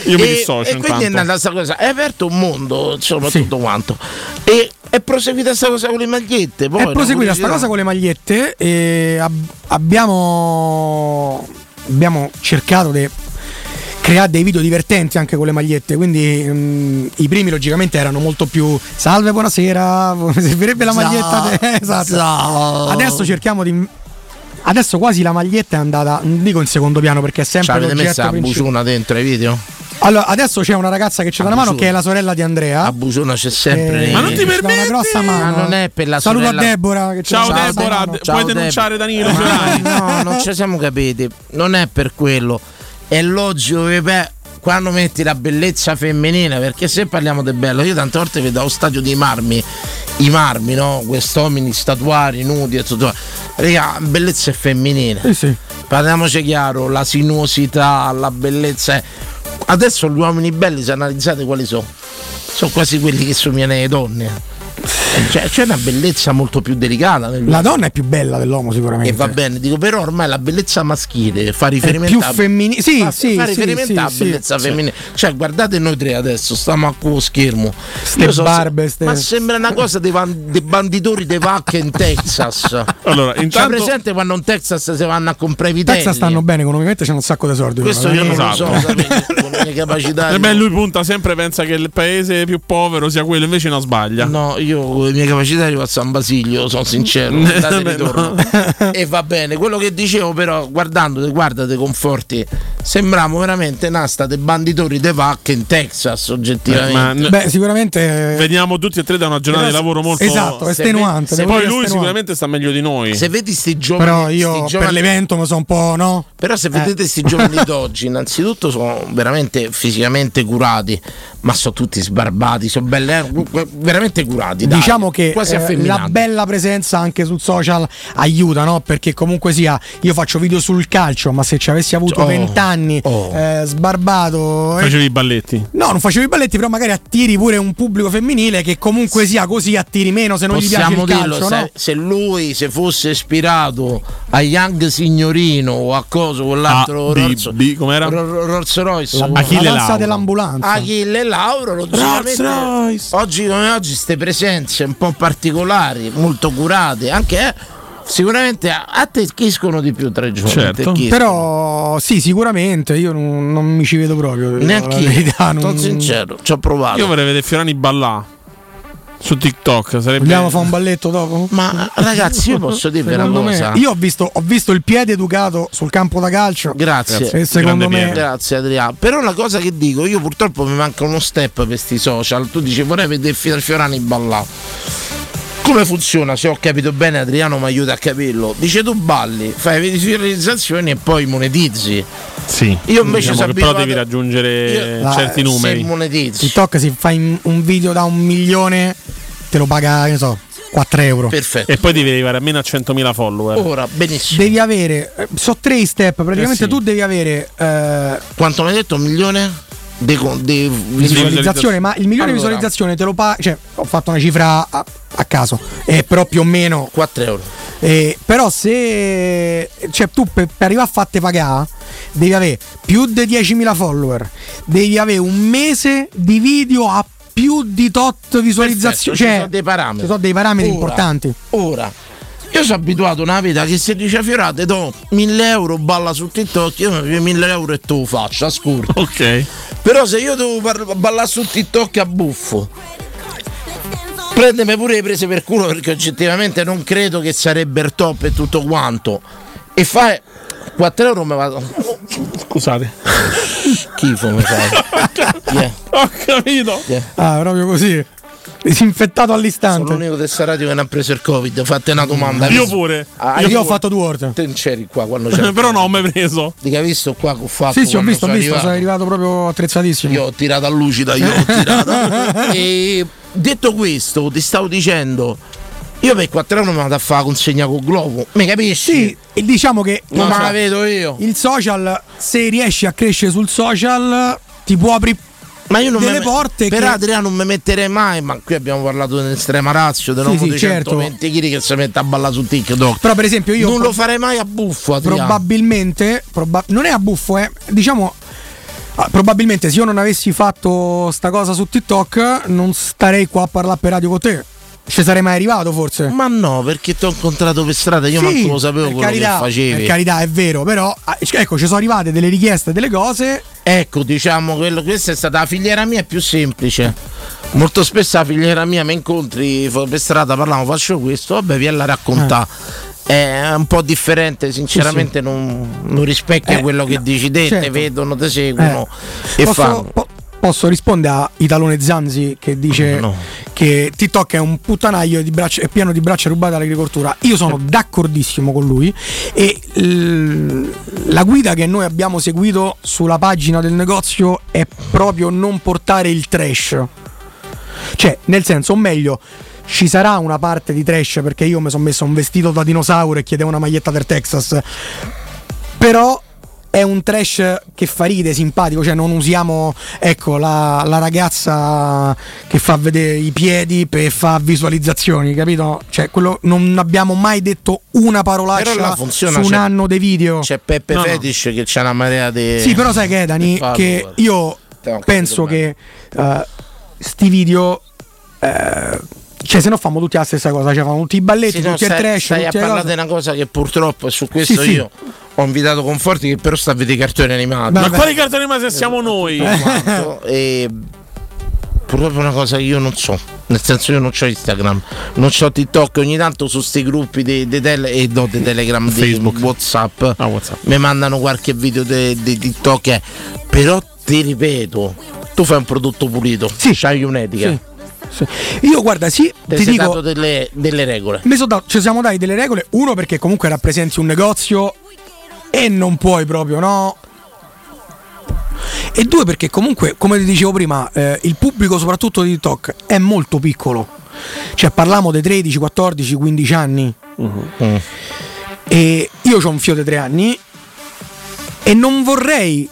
io mi dissocio
e quindi è
intanto.
nata questa cosa, è aperto un mondo, insomma,
Sì.
tutto quanto. E è proseguita questa cosa con le magliette. Poi,
è proseguita sta
curiosità.
cosa con le magliette e ab- abbiamo, abbiamo cercato di creare dei video divertenti anche con le magliette quindi mm, i primi logicamente erano molto più salve buonasera [LAUGHS] mi servirebbe la maglietta Eh, [LAUGHS] esatto.
Ciao.
adesso cerchiamo di adesso quasi la maglietta è andata non dico in secondo piano perché è
Ci
sempre
avete messo
l'oggetto
la
principale
buciona dentro i video?
allora adesso c'è una ragazza che ci dà una mano
Abusura.
che è la sorella di Andrea
La buciona c'è sempre.
Eh,
Ma non ti
ci dà
permetti?
una grossa mano.
Eh Ma non è per la
saluto
sorella-
a Debora che ci
Ciao
dà una grossa
Deborah,
mano.
d- puoi denunciare Danilo
Eh,
Fiorani.
No, non ci siamo capiti. Non è per quello. È logico che beh, quando metti la bellezza femminile, perché se parliamo del bello, io tante volte vedo allo stadio dei marmi, i marmi, no? Quest'omini statuari, nudi e tutto. Raga, bellezza è femminile.
Eh,
Sì, sì.
Parliamoci chiaro, la sinuosità, la bellezza. è- Adesso gli uomini belli, se analizzate quali sono, sono quasi quelli che somigliano alle donne. Cioè, c'è una bellezza molto più delicata negli
La donna è più bella dell'uomo sicuramente.
e va bene, dico, però ormai la bellezza maschile fa
È
riferimento
più
a-
femminile. Sì,
fa,
sì,
fa
sì,
riferimento
sì,
alla
sì.
bellezza femminile. Cioè, guardate noi tre adesso, stiamo a culo schermo.
Ste
Io so-
barbe, ste-
Ma sembra una cosa dei, van- dei banditori dei vacche in Texas.
Allora,
C'è
intanto
presente quando in Texas si vanno a comprare i
In
vitelli?
Texas stanno bene economicamente, c'hanno un sacco di soldi.
Questo
però,
io non
eh.
Esatto.
lo so, sapete, con le capacità.
Eh
io-
beh, lui punta sempre, pensa che il paese più povero sia quello, invece no, sbaglia.
No, io con le mie capacità arrivo a San Basilio,
[LAUGHS]
sono sincero,
Eh,
andate e ritorno. [LAUGHS] e va bene. Quello che dicevo però, guardando, guarda dei conforti, sembramo veramente nasta dei banditori de vacche in Texas, oggettivamente. Eh,
ma n-
Beh, sicuramente.
Veniamo tutti e tre da una giornata di
Però-
lavoro molto
Eh. Esatto,
se-
estenuante.
se-
devo
Poi
dire
lui
estenuante.
sicuramente sta meglio di noi.
se vedi sti giovani,
Però
sti
io per
giovani-
l'evento mi sono un po', no? Eh.
Però se vedete questi
[LAUGHS]
giovani d'oggi, innanzitutto sono veramente fisicamente curati, ma sono tutti sbarbati, sono belle, eh, veramente curati. dai.
diciamo che
quasi
eh,
affemminati.
la bella presenza anche sul social aiuta, no? Perché comunque sia, io faccio video sul calcio, ma se ci avessi avuto
Oh,
20 anni,
oh.
eh, sbarbato. eh,
Facevi i balletti.
No, non facevo i balletti, però magari attiri pure un pubblico femminile che comunque sia così attiri meno se non
Possiamo
gli piace il
dirlo,
calcio,
se,
no?
se lui si fosse ispirato a Young Signorino o a coso con l'altro
Ah, B-
Rolls-
B- com'era?
Ro- Rolls Royce,
La,
Achille
la danza
Lauro.
dell'ambulanza.
Achille Lauro, diciamo logicamente
Rolls Royce.
oggi come oggi queste presenze un po' particolari, molto curate, anche eh, sicuramente attecchiscono di più tra i giovani.
Certo.
attecchiscono.
Però sì, sicuramente io non, non mi ci vedo proprio. devo dire la
Neanche io,
verità, non-
sono sincero, ci ho provato.
Io vorrei vedere Fiorani ballà su TikTok. Sarebbe
Vogliamo fare un balletto dopo?
Ma ragazzi, io posso dirvi una
Secondo me,
cosa.
io ho visto, ho visto il piede educato sul campo da calcio.
Grazie.
E secondo
Grande
me,
piede.
Grazie Adriano. Però la cosa che dico, io purtroppo mi manca uno step per questi social. Tu dici vorrei vedere Fi- Fiorani ballare. Come funziona? Se ho capito bene Adriano mi aiuta a capirlo. Dice tu balli, fai le visualizzazioni e poi monetizzi.
Sì.
Io invece
Diciamo
sono
che però
abituato-
devi raggiungere Ah,
Io-
Eh, certi
Se
numeri.
monetizzi.
TikTok si fa in- un video da un milione, te lo paga, che ne so, 4 euro.
Perfetto.
E poi devi arrivare almeno a 100.000 follower.
Ora, benissimo.
Devi avere, eh, so tre i step, praticamente
Eh sì.
tu devi avere eh,
Quanto mi hai detto? Un milione? De, de,
visualizzazione, ma il migliore
Allora.
visualizzazione te lo paga, cioè ho fatto una cifra a, a caso, eh, però più o meno
4 euro.
Eh, però se cioè, tu per, per arrivare a fatte pagare devi avere più di 10.000 follower, devi avere un mese di video a più di tot
Perfetto,
visualizzazioni.
ci
Cioè,
sono dei parametri.
ci sono dei parametri
Ora,
importanti.
Ora, io sono abituato a una vita che se dice a Fiorate do 1000 euro balla su TikTok, io mi 1000 euro e te lo faccio, ascolta.
Ok.
Però se io devo par- ballare su TikTok a buffo, prendemi pure le prese per culo perché oggettivamente non credo che sarebbe il top e tutto quanto. E fai 4 euro mi vado.
Scusate.
[LAUGHS] Schifo mi fai. Yeah,
Eh. [LAUGHS] Ho capito.
yeah.
Ah, proprio così. Disinfettato
Eh. Sono
all'istante.
l'unico tesserato che non ha preso il Covid, fate una domanda.
Io pure.
Ah,
Io,
io
ho fatto due volte.
te non c'eri qua
[LAUGHS]
quando c'era.
Però non ho mai preso.
Dica, hai visto qua che ho fatto?
Sì, sì, ho
quando
visto, ho visto, sono
arrivato?
arrivato proprio attrezzatissimo.
Io ho tirato a lucida, io
[LAUGHS]
ho tirato. e detto questo, ti stavo dicendo, io per 4 euro mi vado a fare la consegna col globo, mi capisci?
Sì, e diciamo che
non
non so,
la vedo io.
il social, se riesci a crescere sul social, ti può aprire
Ma io non
delle
mi
porte
per
che-
Adriano non mi metterei mai, ma qui abbiamo parlato dell'estrema razio, dell'uomo
sì,
di
certo.
120 kg che si mette a ballare su TikTok.
Però per esempio io
non
pro-
lo farei mai a buffo, Adriano.
probabilmente, proba- non è a buffo, eh, diciamo ah, probabilmente se io non avessi fatto sta cosa su TikTok non starei qua a parlare per radio con te. Ci sarei mai arrivato forse.
ma no, perché ti ho incontrato per strada, io
Sì,
manco lo sapevo
per
quello
carità,
che facevi.
Per carità, è vero, però ah, ecco, ci sono arrivate delle richieste, delle cose.
Ecco, diciamo, quello, questa è stata la filiera mia più semplice. Molto spesso la filiera mia mi incontri fa- per strada, parliamo, faccio questo, vabbè, vieni a raccontare.
Eh.
È un po' differente, sinceramente non, non rispecchia
Eh,
quello che
no,
dici te, te
certo. Eh.
vedono, te seguono e
posso,
fanno.
po- posso rispondere a Italone Zanzi che dice
No.
che TikTok è un puttanaio di braccia- è pieno di braccia rubate all'agricoltura. Io sono d'accordissimo con lui e l- la guida che noi abbiamo seguito sulla pagina del negozio è proprio non portare il trash. Cioè, nel senso, o meglio, ci sarà una parte di trash perché io mi sono messo un vestito da dinosauro e chiedevo una maglietta per Texas. Però è un trash che fa ride, simpatico, cioè non usiamo ecco, la, la ragazza che fa vedere i piedi per fare visualizzazioni, capito? Cioè, quello non abbiamo mai detto una
Però là
parolaccia
funziona, cioè,
su un
c'è-
anno dei video.
C'è Peppe
No, no.
Fetish che c'ha una marea di.
Sì, però sai che è Dani,
Fabio,
che
guarda.
io
Stiamo
penso
capendo
che eh, sti video... eh, cioè, se no fanno tutti la stessa cosa, cioè fanno tutti i balletti,
Sì, no,
tutti
stai,
il trash,
stai a
tutti le
parlare di
cose.
una cosa che purtroppo, e su questo
Sì, sì.
io ho invitato Conforti, che però sta a vedere i cartoni animati.
Ma
Vabbè. Eh, [LAUGHS]
quali cartoni rimasti siamo noi?
quanto, e purtroppo è una cosa che io non so, Nel senso io non ho Instagram, non ho TikTok, ogni tanto su sti gruppi di, di tele- e no, di Telegram, di
Facebook.
Whatsapp,
Ah, WhatsApp.
mi mandano qualche video di TikTok, eh. però ti ripeto, tu fai un prodotto pulito,
Sì.
c'hai un'etica,
Sì. Sì. Io guarda, sì,
ti
ti
sei
dico,
dato delle, delle regole.
mi so da- ci siamo dati delle regole. Uno, perché comunque rappresenti un negozio e non puoi proprio, no? E due, perché comunque, come ti dicevo prima, eh, il pubblico, soprattutto di TikTok, è molto piccolo. Cioè, parliamo dei 13, 14, 15 anni.
Mm.
E io ho un figlio di 3 anni e non vorrei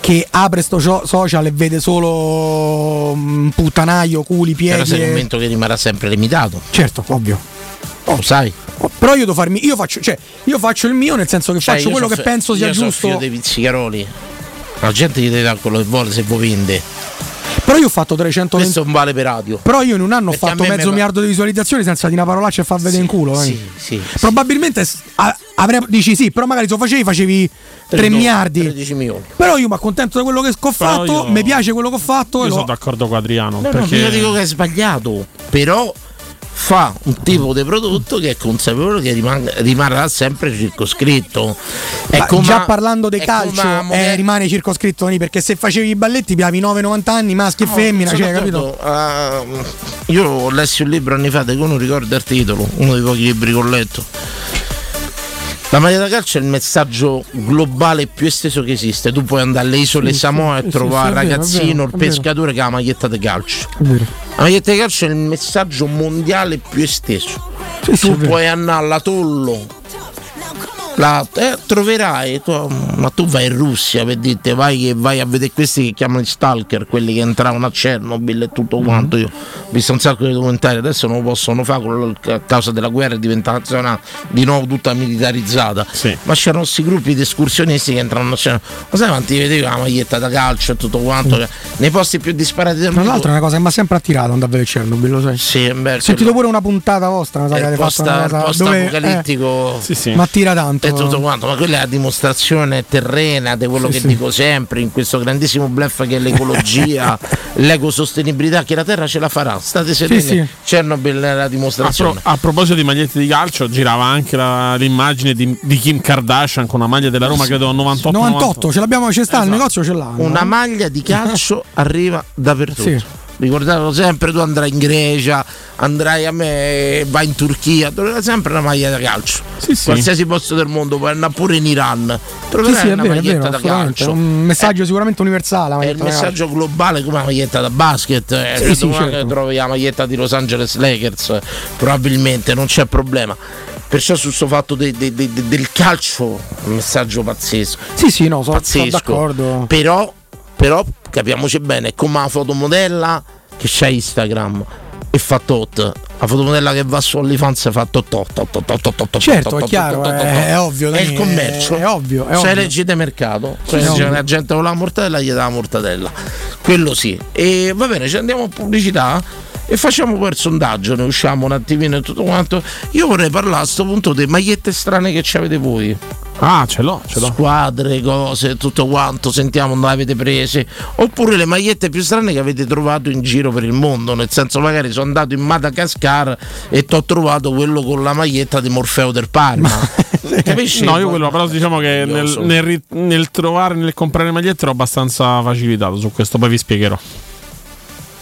che apre sto so- social e vede solo mm, puttanaio, culi,
Però
piedi.
sei
e-
convinto che rimarrà sempre limitato,
Certo, ovvio.
lo sai.
Però io devo farmi. Io faccio, cioè, io faccio il mio, nel senso che
Cioè,
faccio
io
quello
so
che
fi-
penso sia
io so figlio
giusto.
dei pizzicaroli. La gente gli deve dare quello che vuole se vuoi vende.
Però io ho fatto 320.
Questo non vale per radio.
Però io in un anno ho
Perché a
fatto
me
mezzo
me-
miliardo di visualizzazioni senza di una parolaccia e far vedere in culo. eh.
Sì, sì.
Probabilmente s- a- avrei- dici sì, però magari se lo facevi facevi 3 miliardi.
13 milioni.
Però io mi accontento di quello che ho fatto,
io-
mi piace quello che ho fatto. e
Io
lo-
sono d'accordo con Adriano.
No,
perché
no, io dico che è sbagliato, però fa un tipo di prodotto che è consapevole che rimanga- rimarrà sempre circoscritto. È
Ma
come-
già parlando di
è
calcio
come-
eh, rimane circoscritto lì perché se facevi i balletti piavi 9-90 anni, maschi e
No,
femmina,
sono
cioè, capito?
d'accordo. Ah, io ho lessi un libro anni fa di cui non ricordo il titolo, uno dei pochi libri che ho letto. La maglia da calcio è il messaggio globale più esteso che esiste. Tu puoi andare alle isole Samoa e
sì, sì, è vero,
trovare il
è
ragazzino,
vero,
il
è vero.
pescatore che ha la maglietta di calcio. La maglietta di calcio è il messaggio mondiale più esteso.
sì, è
tu
vero.
puoi andare all'atollo, la, eh, troverai, tu- ma tu vai in Russia per dirti, vai, che vai a vedere questi che chiamano i stalker, quelli che entravano a Chernobyl e tutto
Mm-hmm.
quanto. Io ho visto un sacco di documentari, adesso non lo possono fare con la- a causa della guerra, è diventata una zona di nuovo tutta militarizzata.
Sì.
Ma c'erano questi gruppi di escursionisti che entravano a Chernobyl. Ma sai quanti vedevi con la maglietta da calcio e tutto quanto? Cioè, nei posti più disparati
Mm.
del
Tra
mondo.
l'altro è una cosa che mi ha sempre attirato andare a vedere Chernobyl, lo sai.
Sì, beh,
Ho sentito
quello-
pure una puntata vostra, una
è
saga
il
di fatto
posta-
una
il
cosa
Eh, post
dove,
apocalittico.
Sì, sì.
eh, ma attira tanto.
e tutto quanto, ma quella è la dimostrazione terrena di quello che dico sempre in questo grandissimo bluff che è
[LAUGHS]
l'ecologia, l'ecosostenibilità, che la Terra ce la farà. State sereni,
sì.
Chernobyl è la
A, pro-
dimostrazione.
a proposito di magliette di calcio, girava anche la- l'immagine di, di Kim Kardashian con una maglia della Roma, credo 98.
98, eh, ce l'abbiamo, ce sta, il negozio ce l'ha.
Esatto. Una maglia
[LAUGHS]
di calcio arriva dappertutto.
Sì.
Ricordatelo sempre, tu andrai in Grecia, andrai a me, vai in Turchia, troverai sempre una maglia da calcio.
Sì, sì.
Qualsiasi posto del mondo, puoi andare pure in Iran,
Sì,
troverai
sì, è
una
vero, è
maglietta
vero,
da
assolutamente.
calcio. Eh.
Un messaggio sicuramente universale. la
È il
maglietta da calcio.
messaggio globale come la maglietta da basket, eh,
Sì,
credo
sì,
anche
certo.
trovi la maglietta di Los Angeles Lakers, eh, probabilmente non c'è problema. Perciò su questo fatto de- de- de- de- del calcio è un messaggio pazzesco.
Sì, sì, no, sono sono
pazzesco.
d'accordo.
Però, però capiamoci bene, è come la fotomodella che c'è Instagram e fa tot. La fotomodella che va su OnlyFans fa tot tot tot tot tot tot tot,
Certo,
tot,
è
tot,
chiaro,
tot, tot,
è-
tot.
è ovvio,
È
Dani,
il commercio.
è- è ovvio, è
C'è
ovvio.
leggi di mercato. Cioè,
è
se
ovvio.
la gente vuole la mortadella, gli dà la mortadella. Quello sì. E va bene, ci andiamo a pubblicità e facciamo poi il sondaggio, ne usciamo un attimino e tutto quanto. Io vorrei parlare a sto punto delle magliette strane che ci avete voi
Ah, ce l'ho, ce l'ho.
squadre, cose, tutto quanto, sentiamo non le avete prese, oppure le magliette più strane che avete trovato in giro per il mondo, nel senso magari sono andato in Madagascar e ti ho trovato quello con la maglietta di Morfeo del Parma. Capisci?
No, io quello, però diciamo che nel,
Curioso.
nel ri- nel trovare, nel comprare magliette ero abbastanza facilitato su questo, poi vi spiegherò.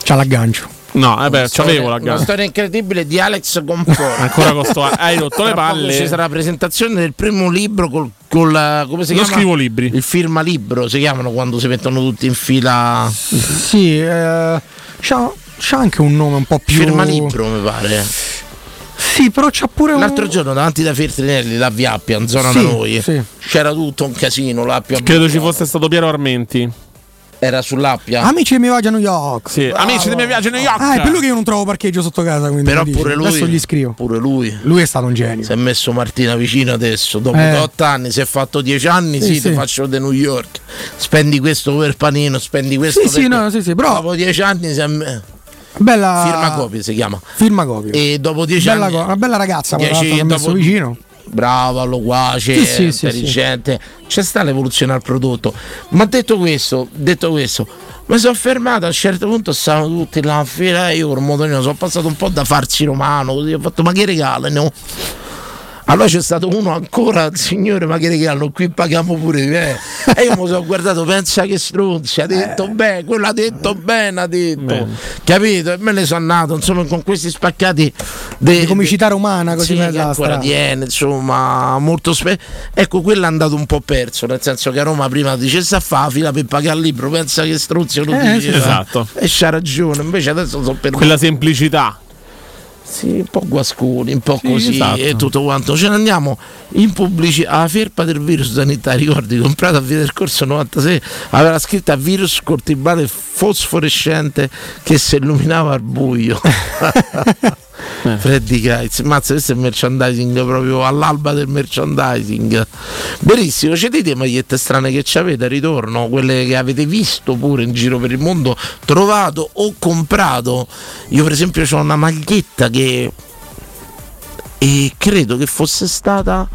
C'ha l'aggancio.
No, eh beh, c'avevo la
Una
gara.
storia incredibile di Alex Conforti.
[LAUGHS] Ancora con sto. Hai rotto le
Tra poco Ci
palle.
sarà la presentazione del primo libro col, col eh, come si
Non
chiama?
scrivo libri.
Il firma libro si chiamano quando si mettono tutti in fila.
Sì, eh, c'ha, c'ha anche un nome un po' più.
Firma libro mi pare.
Sì, però c'ha pure un.
L'altro giorno davanti da Feltrinelli, la via Appia, in zona
Sì,
da noi,
sì.
c'era tutto un casino, l'Appia
Credo ci fosse stato Piero Armenti.
era sull'Appia.
Amici mi vogliono New York.
Sì. Amici di mia viaggio a New York.
Ah, è per lui che io non trovo parcheggio sotto casa. Quindi
Però
mi dici.
pure lui,
Adesso gli scrivo.
pure lui
Lui è stato un genio.
si è messo Martina vicino adesso, dopo
Eh.
8 anni, si è fatto 10 anni,
Sì,
sì,
sì.
ti faccio di New York, spendi questo per panino, spendi questo
Sì,
per...
sì, no, sì, sì, però-
Dopo 10 anni si è... me-
Bella.
Firma copia si chiama.
Firma copia.
E dopo 10
Bella
anni...
co- una bella ragazza, poi, tra
Dieci-
l'altro, l'ho messo
dopo-
vicino.
brava, loquace,
Sì, sì, sì,
intelligente. C'è sta l'evoluzione al prodotto. Ma detto questo, detto questo, mi sono fermato a un certo punto, stavano tutti là in fila, io col motorino sono passato un po' da farsi romano, così ho fatto ma che regalano? Allora c'è stato uno ancora, signore, ma che regalano? Qui paghiamo pure di me. E io mi sono guardato, pensa che stronzi, ha
Eh.
detto bene, quello ha detto bene, ha detto. Capito? E me ne sono andato, insomma, con questi spaccati de-
Di comicità romana così
sì,
per
che
la
ancora
strada.
tiene, insomma, molto spesso. Ecco, quello è andato un po' perso, nel senso che a Roma prima dice sta fa la fila per pagare il libro, pensa che struzio lo
Eh,
diceva.
esatto.
E c'ha ragione, invece adesso sono per
Quella semplicità.
sì, un po' guasconi, un po' così
esatto.
e tutto quanto. Ce ne andiamo in pubblicità alla ferpa del virus sanitario, ricordi, comprata a via del corso 96, aveva scritta virus cortibale fosforescente che si illuminava al
[LAUGHS]
buio.
Eh.
Freddy Kites, mazza questo è merchandising proprio all'alba del merchandising. Benissimo, c'è dite magliette strane che ci avete a ritorno, quelle che avete visto pure in giro per il mondo, trovato o comprato. Io per esempio ho una maglietta che e credo che fosse stata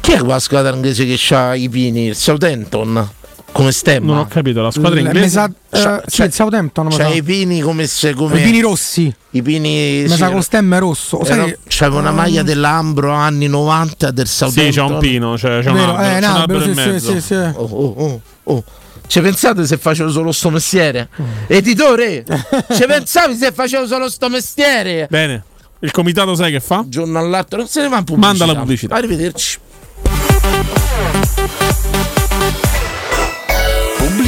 chi è quella squadra inglese che ha i pini? Il Southampton come
Non
stemma?
ho capito, la squadra
Mi
inglese.
sa, eh,
C'ha-
sì,
c'ha-
il Southampton. mi
C'ha
sa.
i pini come se come
I pini rossi.
i pini
Mi
sì,
sa con lo stemma rosso. Sai
era-
che-
c'aveva una
Mm.
maglia dell'Ambro anni 90 del
Sì,
Southampton.
c'è un pino, c'è, c'è un
vero,
albero,
eh,
c'è un
no,
albero in
sì, sì,
mezzo.
sì, sì.
Oh, oh, oh, oh. Ci pensate se facevo solo sto mestiere?
Mm. [LAUGHS]
Editore, ci pensavi se facevo solo sto mestiere?
Bene. Il comitato sai che fa?
giorno all'altro non se ne va in pubblicità.
Manda la pubblicità.
Arrivederci.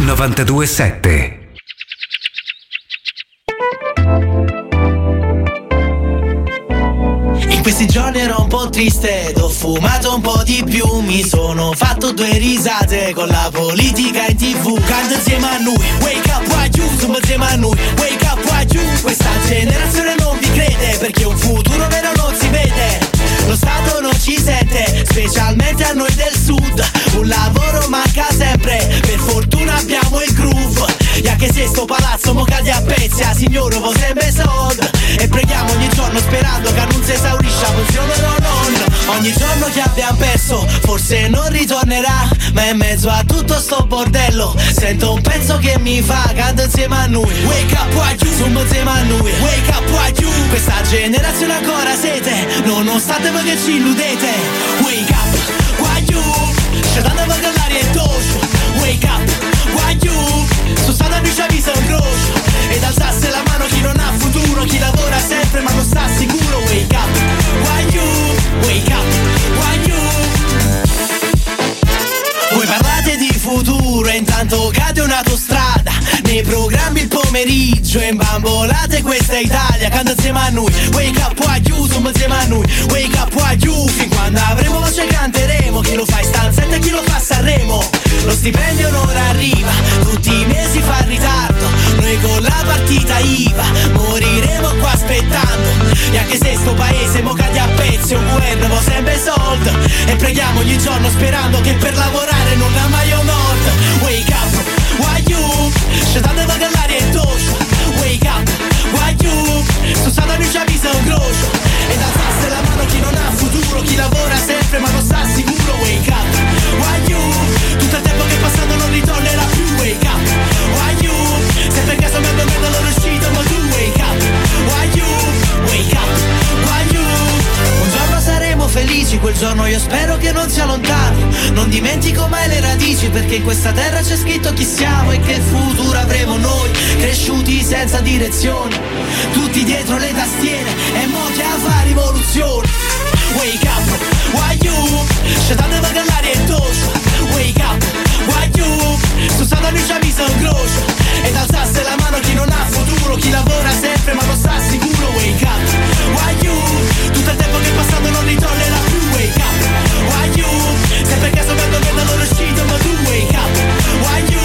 927.
In questi giorni ero un po' triste ed ho fumato un po' di più Mi sono fatto due risate con la politica in tv Canto insieme a noi, wake up why you Zumba insieme a noi, wake up why you Questa generazione non vi crede perché un futuro vero non si vede Lo Stato non ci sente, specialmente a noi del sud Un lavoro manca sempre, per fortuna abbiamo il groove E anche se sto palazzo mo cade a pezzi, a signore voi sempre soldi E preghiamo ogni giorno sperando che non si esaurisce la funzione no non Ogni giorno che abbiamo perso forse non ritornerà Ma in mezzo a tutto sto bordello sento un pezzo che mi fa Canto insieme a noi Wake up why you Zoom insieme a noi Wake up why you Questa generazione ancora siete Nonostante voi che ci illudete Wake up why you C'è tanta voi che l'aria è toscia Wake up why you Su strada mi ci avvisa un crocio Ed alzasse la mano chi non ha futuro Chi lavora sempre ma non sta sicuro Wake up why you Wake up why you voi parlate di futuro e intanto cade un'autostrada Nei programmi il pomeriggio e imbambolate questa Italia Canta insieme a noi, wake up why you, somma insieme a noi Wake up why you, fin quando avremo voce canteremo Chi lo fa in stanzetta e chi lo fa a Sanremo Lo stipendio non arriva, tutti i mesi fa ritardo Noi con la partita IVA moriremo qua aspettando E anche se sto paese mo cade a pezzi Un governo può sempre soldi E preghiamo ogni giorno sperando che per lavorare non ha mai un nord Wake up, why you? Scetate da callare e toscio Wake up, why you? Su Santa Lucia visa un grosso E da tasse la mano chi non ha futuro Chi lavora sempre ma non sta sicuro Wake up, why you? Tutto il tempo che è passato non ritornerà più Wake up, why you? Se per caso mi hanno messo loro uscito ma tu wake up, why you? Wake up, why you? Un giorno saremo felici, quel giorno io spero che non sia lontano. Non dimentico mai le radici, perché in questa terra c'è scritto chi siamo e che futuro avremo noi, cresciuti senza direzione. Tutti dietro le tastiere e mo che a fa rivoluzione. Wake up, why you? Scetate da callare e toscio. Wake up, why you? Su Santa Lucia mi son grosso. Ed alzasse la mano chi non ha futuro, chi lavora sempre ma non sta sicuro. Wake up, why you? Tutto il tempo che è passato non ritornerà più. Wake up, why you? Se per caso vedo che non loro uscito ma tu wake up, why you?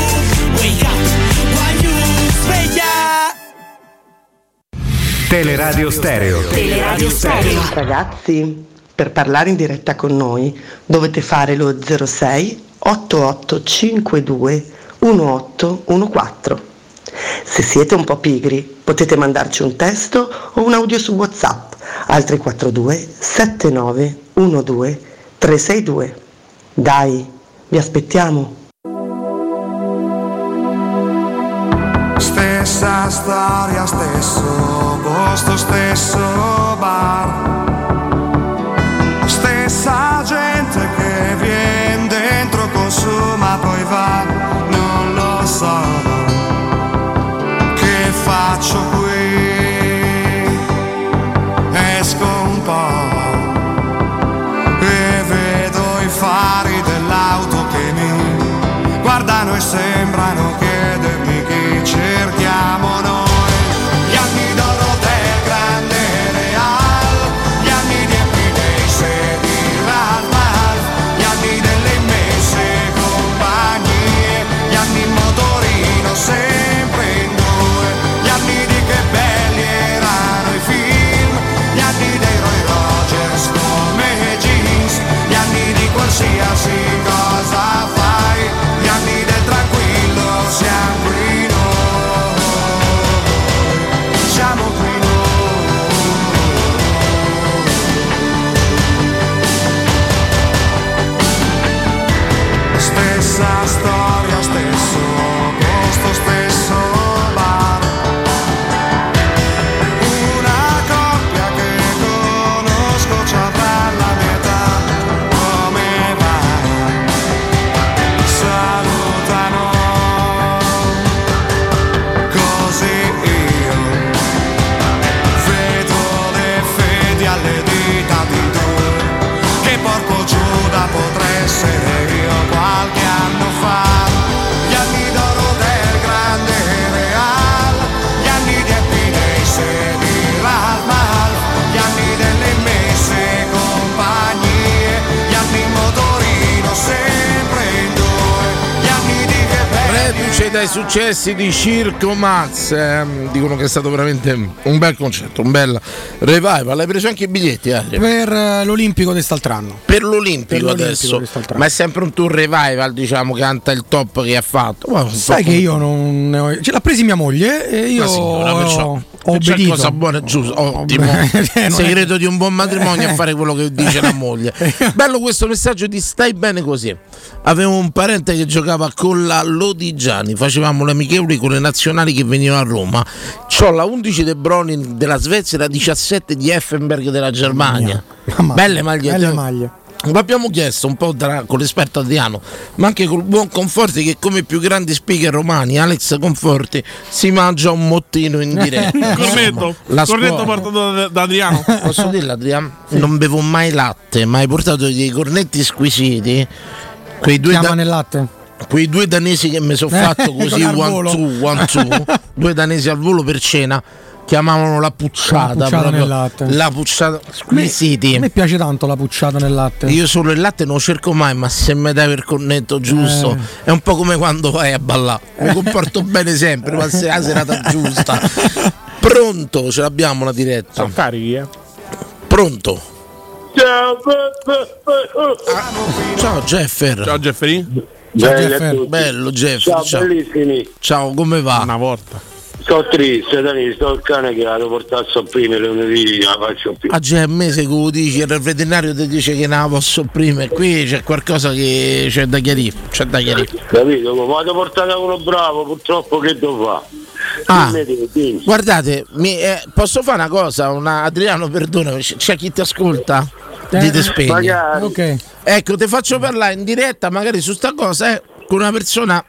Wake up, why you? Sveglia!
Teleradio Stereo.
Teleradio Stereo. Ragazzi, per parlare in diretta con noi dovete fare lo 06 8852 1814. Se siete un po' pigri, potete mandarci un testo o un audio su WhatsApp al 342 7912 362. Dai, vi aspettiamo.
Stessa storia, stesso posto, stesso bar. Stessa gente che viene dentro, consuma, poi va. Non lo so che faccio qui. Esco un po' e vedo i fari dell'auto che mi guardano e sembrano chiedermi chi cerchiamo noi. Gli anni d'oro del grande Real, gli anni di Epidese di Radmal, gli anni delle immense compagnie, gli anni in motorino sempre in due, gli anni di che belli erano i film, gli anni dei Roy Rogers come jeans, gli anni di qualsiasi cosa fai, gli anni del tranquillo siamo qui noi, siamo qui noi. Stessa storia, stesso posto, stesso bar. Una coppia che conosco ci avrà la mia età, come va? Salutano così io vedo le fedi alle dita di due, che porco Giuda potrei essere io qualche anno fa. Gli anni d'oro del grande Real, gli anni di Epinese di Radmal, gli anni delle immense compagnie, gli anni in motorino sempre in due, gli anni di che
Reduce dai successi di Circo Max, ehm, dicono che è stato veramente un bel concerto, un bel revival. Hai preso anche i biglietti, Adrian?
Per eh, l'Olimpico di quest'altro
Per l'Olimpico
Per l'Olimpico
adesso,
quest'altro
ma è sempre un tour revival, diciamo, canta il top che ha fatto. Ma un
Sai
top-
che io non ne ho... Ce l'ha presi mia moglie e Eh, io
Ma signora, perciò-
ho
perciò è
obbedito.
cosa buona e
[LAUGHS]
giusta, ottimo.
Beh,
Il
non è-
segreto di un buon matrimonio è
Eh.
fare quello che dice
[LAUGHS]
la moglie. Bello questo messaggio di stai bene così. Avevo un parente che giocava con la Lodigiani, facevamo le amichevoli con le nazionali che venivano a Roma. C'ho la 11 De Bronin della Svezia e la 17 di Effenberg della Germania. Belle magliette.
Belle maglie.
Ma abbiamo chiesto un po' tra- con l'esperto Adriano, ma anche col buon Conforti che come i più grandi speaker romani, Alex Conforti, si mangia un mottino in [LAUGHS]
[LAUGHS]
diretta.
Cornetto,
La
cornetto
scuola-
portato da, da
[LAUGHS]
Adriano.
Posso dirla, Adriano? Non bevo mai latte, ma hai portato dei cornetti squisiti. Quei due, da- quei due danesi che mi sono
Eh, [LAUGHS]
fatto così,
al
one
volo.
two, one
[LAUGHS]
two, due danesi al volo per cena, chiamavano la pucciata.
La pucciata
proprio,
nel latte.
La pucciata,
A
squisiti.
me piace tanto la pucciata nel latte.
Io solo il latte non lo cerco mai, ma se mi dai per cornetto giusto,
Eh.
è un po' come quando vai a ballare. Mi comporto
[LAUGHS]
bene sempre, ma se è la serata giusta. Pronto, ce l'abbiamo la diretta.
Sono carichi, eh?
Pronto?
Ciao,
Ciao Jeffer. Ciao
Jeffrey.
Ciao, Jeffer.
Bello Jeffer.
Ciao, bellissimi.
Ciao, come va?
Una volta.
Sto triste, Dani, sto il cane che la devo portare a sopprimere lunedì, non la faccio più.
Ah, già, a me se lo dici, il veterinario ti dice che non la posso opprimere, qui c'è qualcosa che c'è da chiarire, c'è da chiarire.
Capito? Vado portato uno bravo, purtroppo che devo fare?
Ah,
Dimmi te, dimmi.
guardate, mi- eh, posso fare una cosa, una- Adriano, perdonami, c- c'è chi ti ascolta? Di te spegni.
Eh, Magari.
Ecco, ti faccio parlare in diretta, magari su sta cosa, eh, con una persona.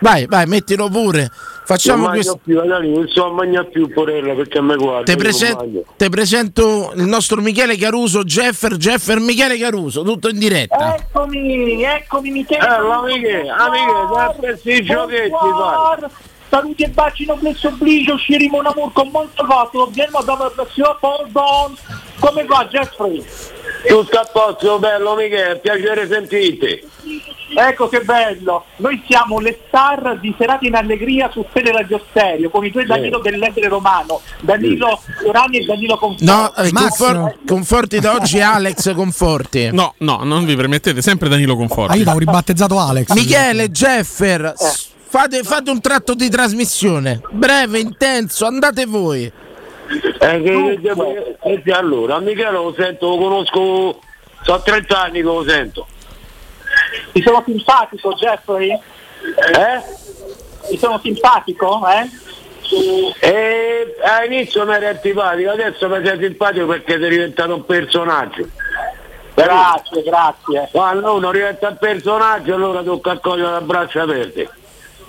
Vai, vai, mettilo pure. Facciamo
non mangio
questo.
più, Dani, non so mangiare più porella perché a me guarda.
Te
io non
presen-
mangio.
te presento il nostro Michele Caruso, Jeffer, Jeffer Michele Caruso, tutto in diretta.
Eh. Eccomi, eccomi Michele. Eh, amiche, amiche, sempre i giochetti, vai.
Saluti e baci, noblesse obligio, ci rimane amor con molto fatto, abbiamo da versione pardon. Come va Jeffrey?
Tutto a posto, bello Michele, piacere sentirti.
Ecco che bello, noi siamo le star di Serate in Allegria su Fede Radio Stereo con i due Danilo dell'Ebre Romano, Danilo Urani e Danilo Conforti.
No, eh, confor- conforti da oggi Alex Conforti.
No, no, non vi permettete, sempre Danilo Conforti.
Ah, io l'avevo ribattezzato Alex. Eh.
Michele,
Eh.
Jeffer, s- fate, fate un tratto di trasmissione. Breve, intenso, andate voi.
Eh, che- che- che- che- allora, a Michele lo sento, lo conosco, sono 30 anni che lo sento.
Ti sono simpatico Jeffrey? Eh? Ti sono simpatico? Eh?
E all'inizio Eh, mi era antipatico, adesso mi sei simpatico perché sei diventato un personaggio.
Grazie, grazie.
Quando uno diventa un personaggio allora tocca accogliere la braccia aperte.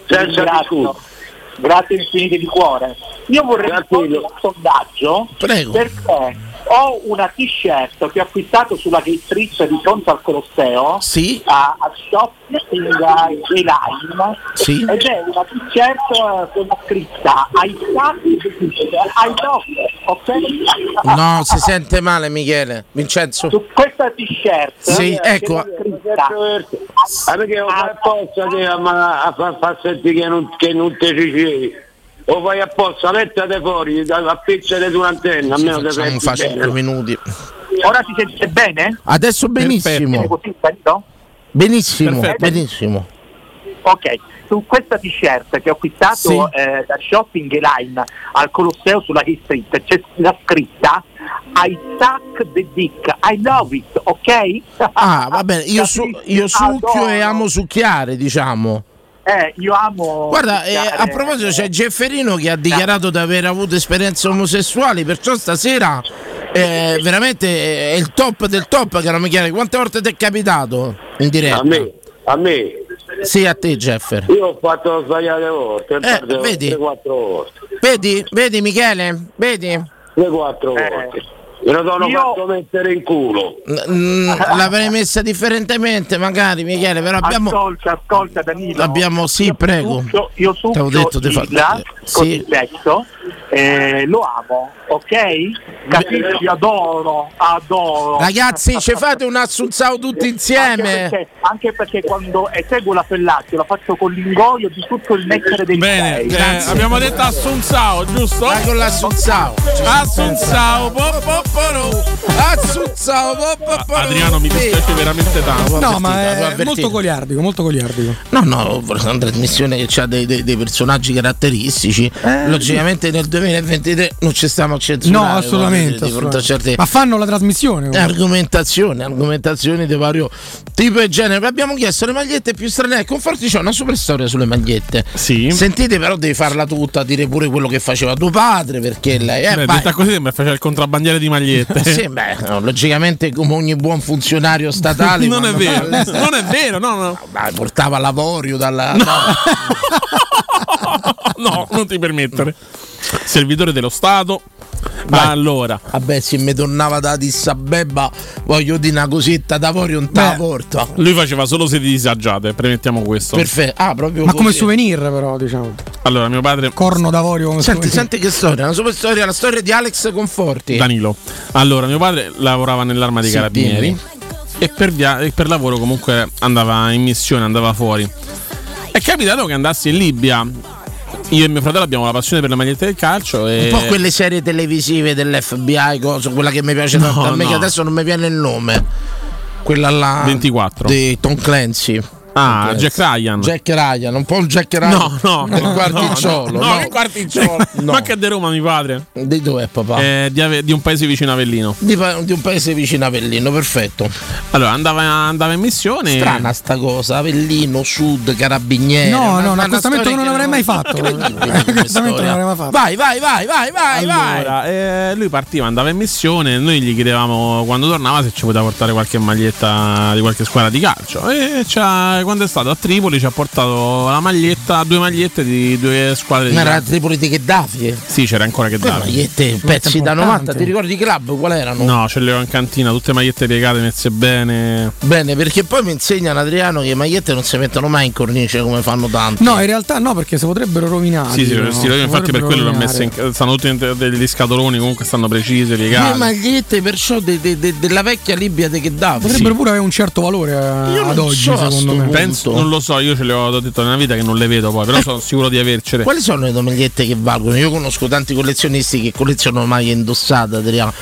Senza
Ringrazio.
discutere.
Grazie infinite di cuore. Io vorrei rispondere un sondaggio
Prego.
perché ho una t-shirt che ho acquistato sulla Gatrice di fronte al Colosseo
sì.
a, a Shopping J-Line
Sì.
ed è una t-shirt eh, con scritta ai sacchi ai doctor, ok?
No, si sente male Michele. Vincenzo.
Questa t-shirt eh,
Sì, ecco.
Ah, perché lo fai apposta te, a, ma- a far far sentire che non, che non te ci cevi. Lo fai apposta, mettate fuori, da- appiccate su un'antenna, almeno te
Facciamo fa 5 minuti.
Ora si sente bene?
Adesso benissimo. Benissimo,
Perfetto.
benissimo.
Ok, su questa t-shirt che ho acquistato
Sì.
eh, da Shopping e Line al Colosseo sulla Gay Street c'è la scritta I suck the dick, I love it, ok?
Ah, va bene, io, su- io succhio e amo succhiare, diciamo.
Eh, io amo...
Guarda, eh,
succhiare.
a proposito c'è Gefferino che ha dichiarato di aver avuto esperienze omosessuali, perciò stasera eh, veramente eh, è il top del top, caro Michele. Quante volte ti è capitato in diretta?
A me, a me.
Sì, a te Jeffer.
Io ho fatto sbagliate volte, tante volte,
vedi?
quattro volte,
Vedi, vedi Michele, vedi?
le quattro
Eh.
volte. Me lo sono
Io-
fatto mettere in culo.
Mm, l'avrei messa differentemente magari Michele, però [LAUGHS] abbiamo...
Ascolta, ascolta Danilo.
Abbiamo, sì, prego.
Io, io succhio
T'avevo detto di far-
Isla con
Sì.
il sesso, eh, lo amo, ok? Capisci? Adoro, adoro.
Ragazzi, ci fate un assunzao tutti
Anche
insieme.
perché, anche perché quando eseguo la fellaccia la faccio con l'ingoio di tutto il nettare dei
Bene, eh, abbiamo detto Assunzao, giusto? Vai
con l'Assunzao.
Assunzao,
Assunzao,
Adriano mi dispiace veramente tanto.
No, ma è
avvertito.
molto goliardico, molto goliardico.
No, no, è una trasmissione che ha dei, dei- dei personaggi caratteristici. Logicamente nel 2023 non ci stiamo a censurare.
Eh. no, assolutamente.
voglio dire, Di fronte a
assolutamente.
certe
Ma fanno la trasmissione.
Eh, argomentazioni, argomentazioni di vario tipo e genere. Abbiamo chiesto le magliette più strane. Eh, Conforti c'è una super storia sulle magliette.
Sì.
Sentite, però devi farla tutta, dire pure quello che faceva tuo padre, perché lei eh,
Beh,
vai.
detta così sembra faceva il contrabbandiere di magliette.
[LAUGHS] Sì, beh, no, logicamente come ogni buon funzionario
[LAUGHS]
statale
non è
quando
vero,
va all'estero-
non è vero, no, no.
Dai, portava l'avorio dalla...
No, non ti permettere. Servitore dello Stato. Ma allora.
Vabbè, se mi tornava da Dissabebba, voglio dire una cosetta d'avorio non te la porto.
Lui faceva solo sedi disagiate, premettiamo questo.
Perfetto. Ah, proprio
Ma come
così.
souvenir, però, diciamo.
Allora, mio padre.
Corno d'avorio come
Senti,
souvenir.
senti che storia, una super storia, la storia di Alex Conforti.
Danilo. Allora, mio padre lavorava nell'arma dei
Sì,
carabinieri
dimmi.
e per, via- e per lavoro comunque andava in missione, andava fuori. È capitato che andassi in Libia. Io e mio fratello abbiamo la passione per le magliette del calcio. E...
Un po' quelle serie televisive dell'FBI, coso, quella che mi piace
No,
tanto. A me
no.
che adesso non mi viene il nome. Quella là
24.
di Tom Clancy.
Ah,
Tom Clancy.
Jack Ryan.
Jack Ryan, un po' il Jack Ryan.
No, no,
il
no,
Ah, quarticciolo.
no, no, il quarticciolo. Ma che è di Roma, mio padre?
Di dov'è, papà?
Eh, di, Ave- di un paese vicino a Avellino.
Di, pa- di un paese vicino a Avellino, perfetto.
Allora, andava, andava in missione.
Strana sta cosa, Avellino, Sud, Carabinieri.
No, no, un
una
accostamento
storia
che non avrei mai
[LAUGHS]
fatto. [LAUGHS]
incredibile come storia. Vai, vai, vai, vai, vai, vai.
Allora, eh, lui partiva, andava in missione. Noi gli chiedevamo quando tornava se ci poteva portare qualche maglietta di qualche squadra di calcio. E ci ha- quando è stato a Tripoli ci ha portato la maglietta, due magliette di due squadre di
Ma era
calcio.
Tripoli di Gheddafi.
Sì, c'era ancora che
Quelle
dava.
magliette, pezzi da 90, ti ricordi i club qual erano?
No, ce le ho in cantina, tutte magliette piegate, messe bene.
Bene, perché poi mi insegnano Adriano che le magliette non si mettono mai in cornice come fanno tanti.
No, in realtà no, perché si potrebbero
Ah,
rovinare.
Sì, sì,
no?
sì, io infatti per
Potrebbero
quello l'ho
rovinare.
messa in stanno tutti in- degli scatoloni, comunque stanno precise,
le
piegate.
magliette perciò de- de- de- della vecchia Libia di Gheddafi.
Potrebbero pure avere un certo valore eh,
non
ad oggi,
so a sto
secondo me.
Penso, non lo so, io ce le ho ho detto nella vita che non le vedo poi, però sono sicuro di avercele.
Quali sono le magliette che valgono? Io conosco tanti collezionisti che collezionano maglie indossate, Adriano.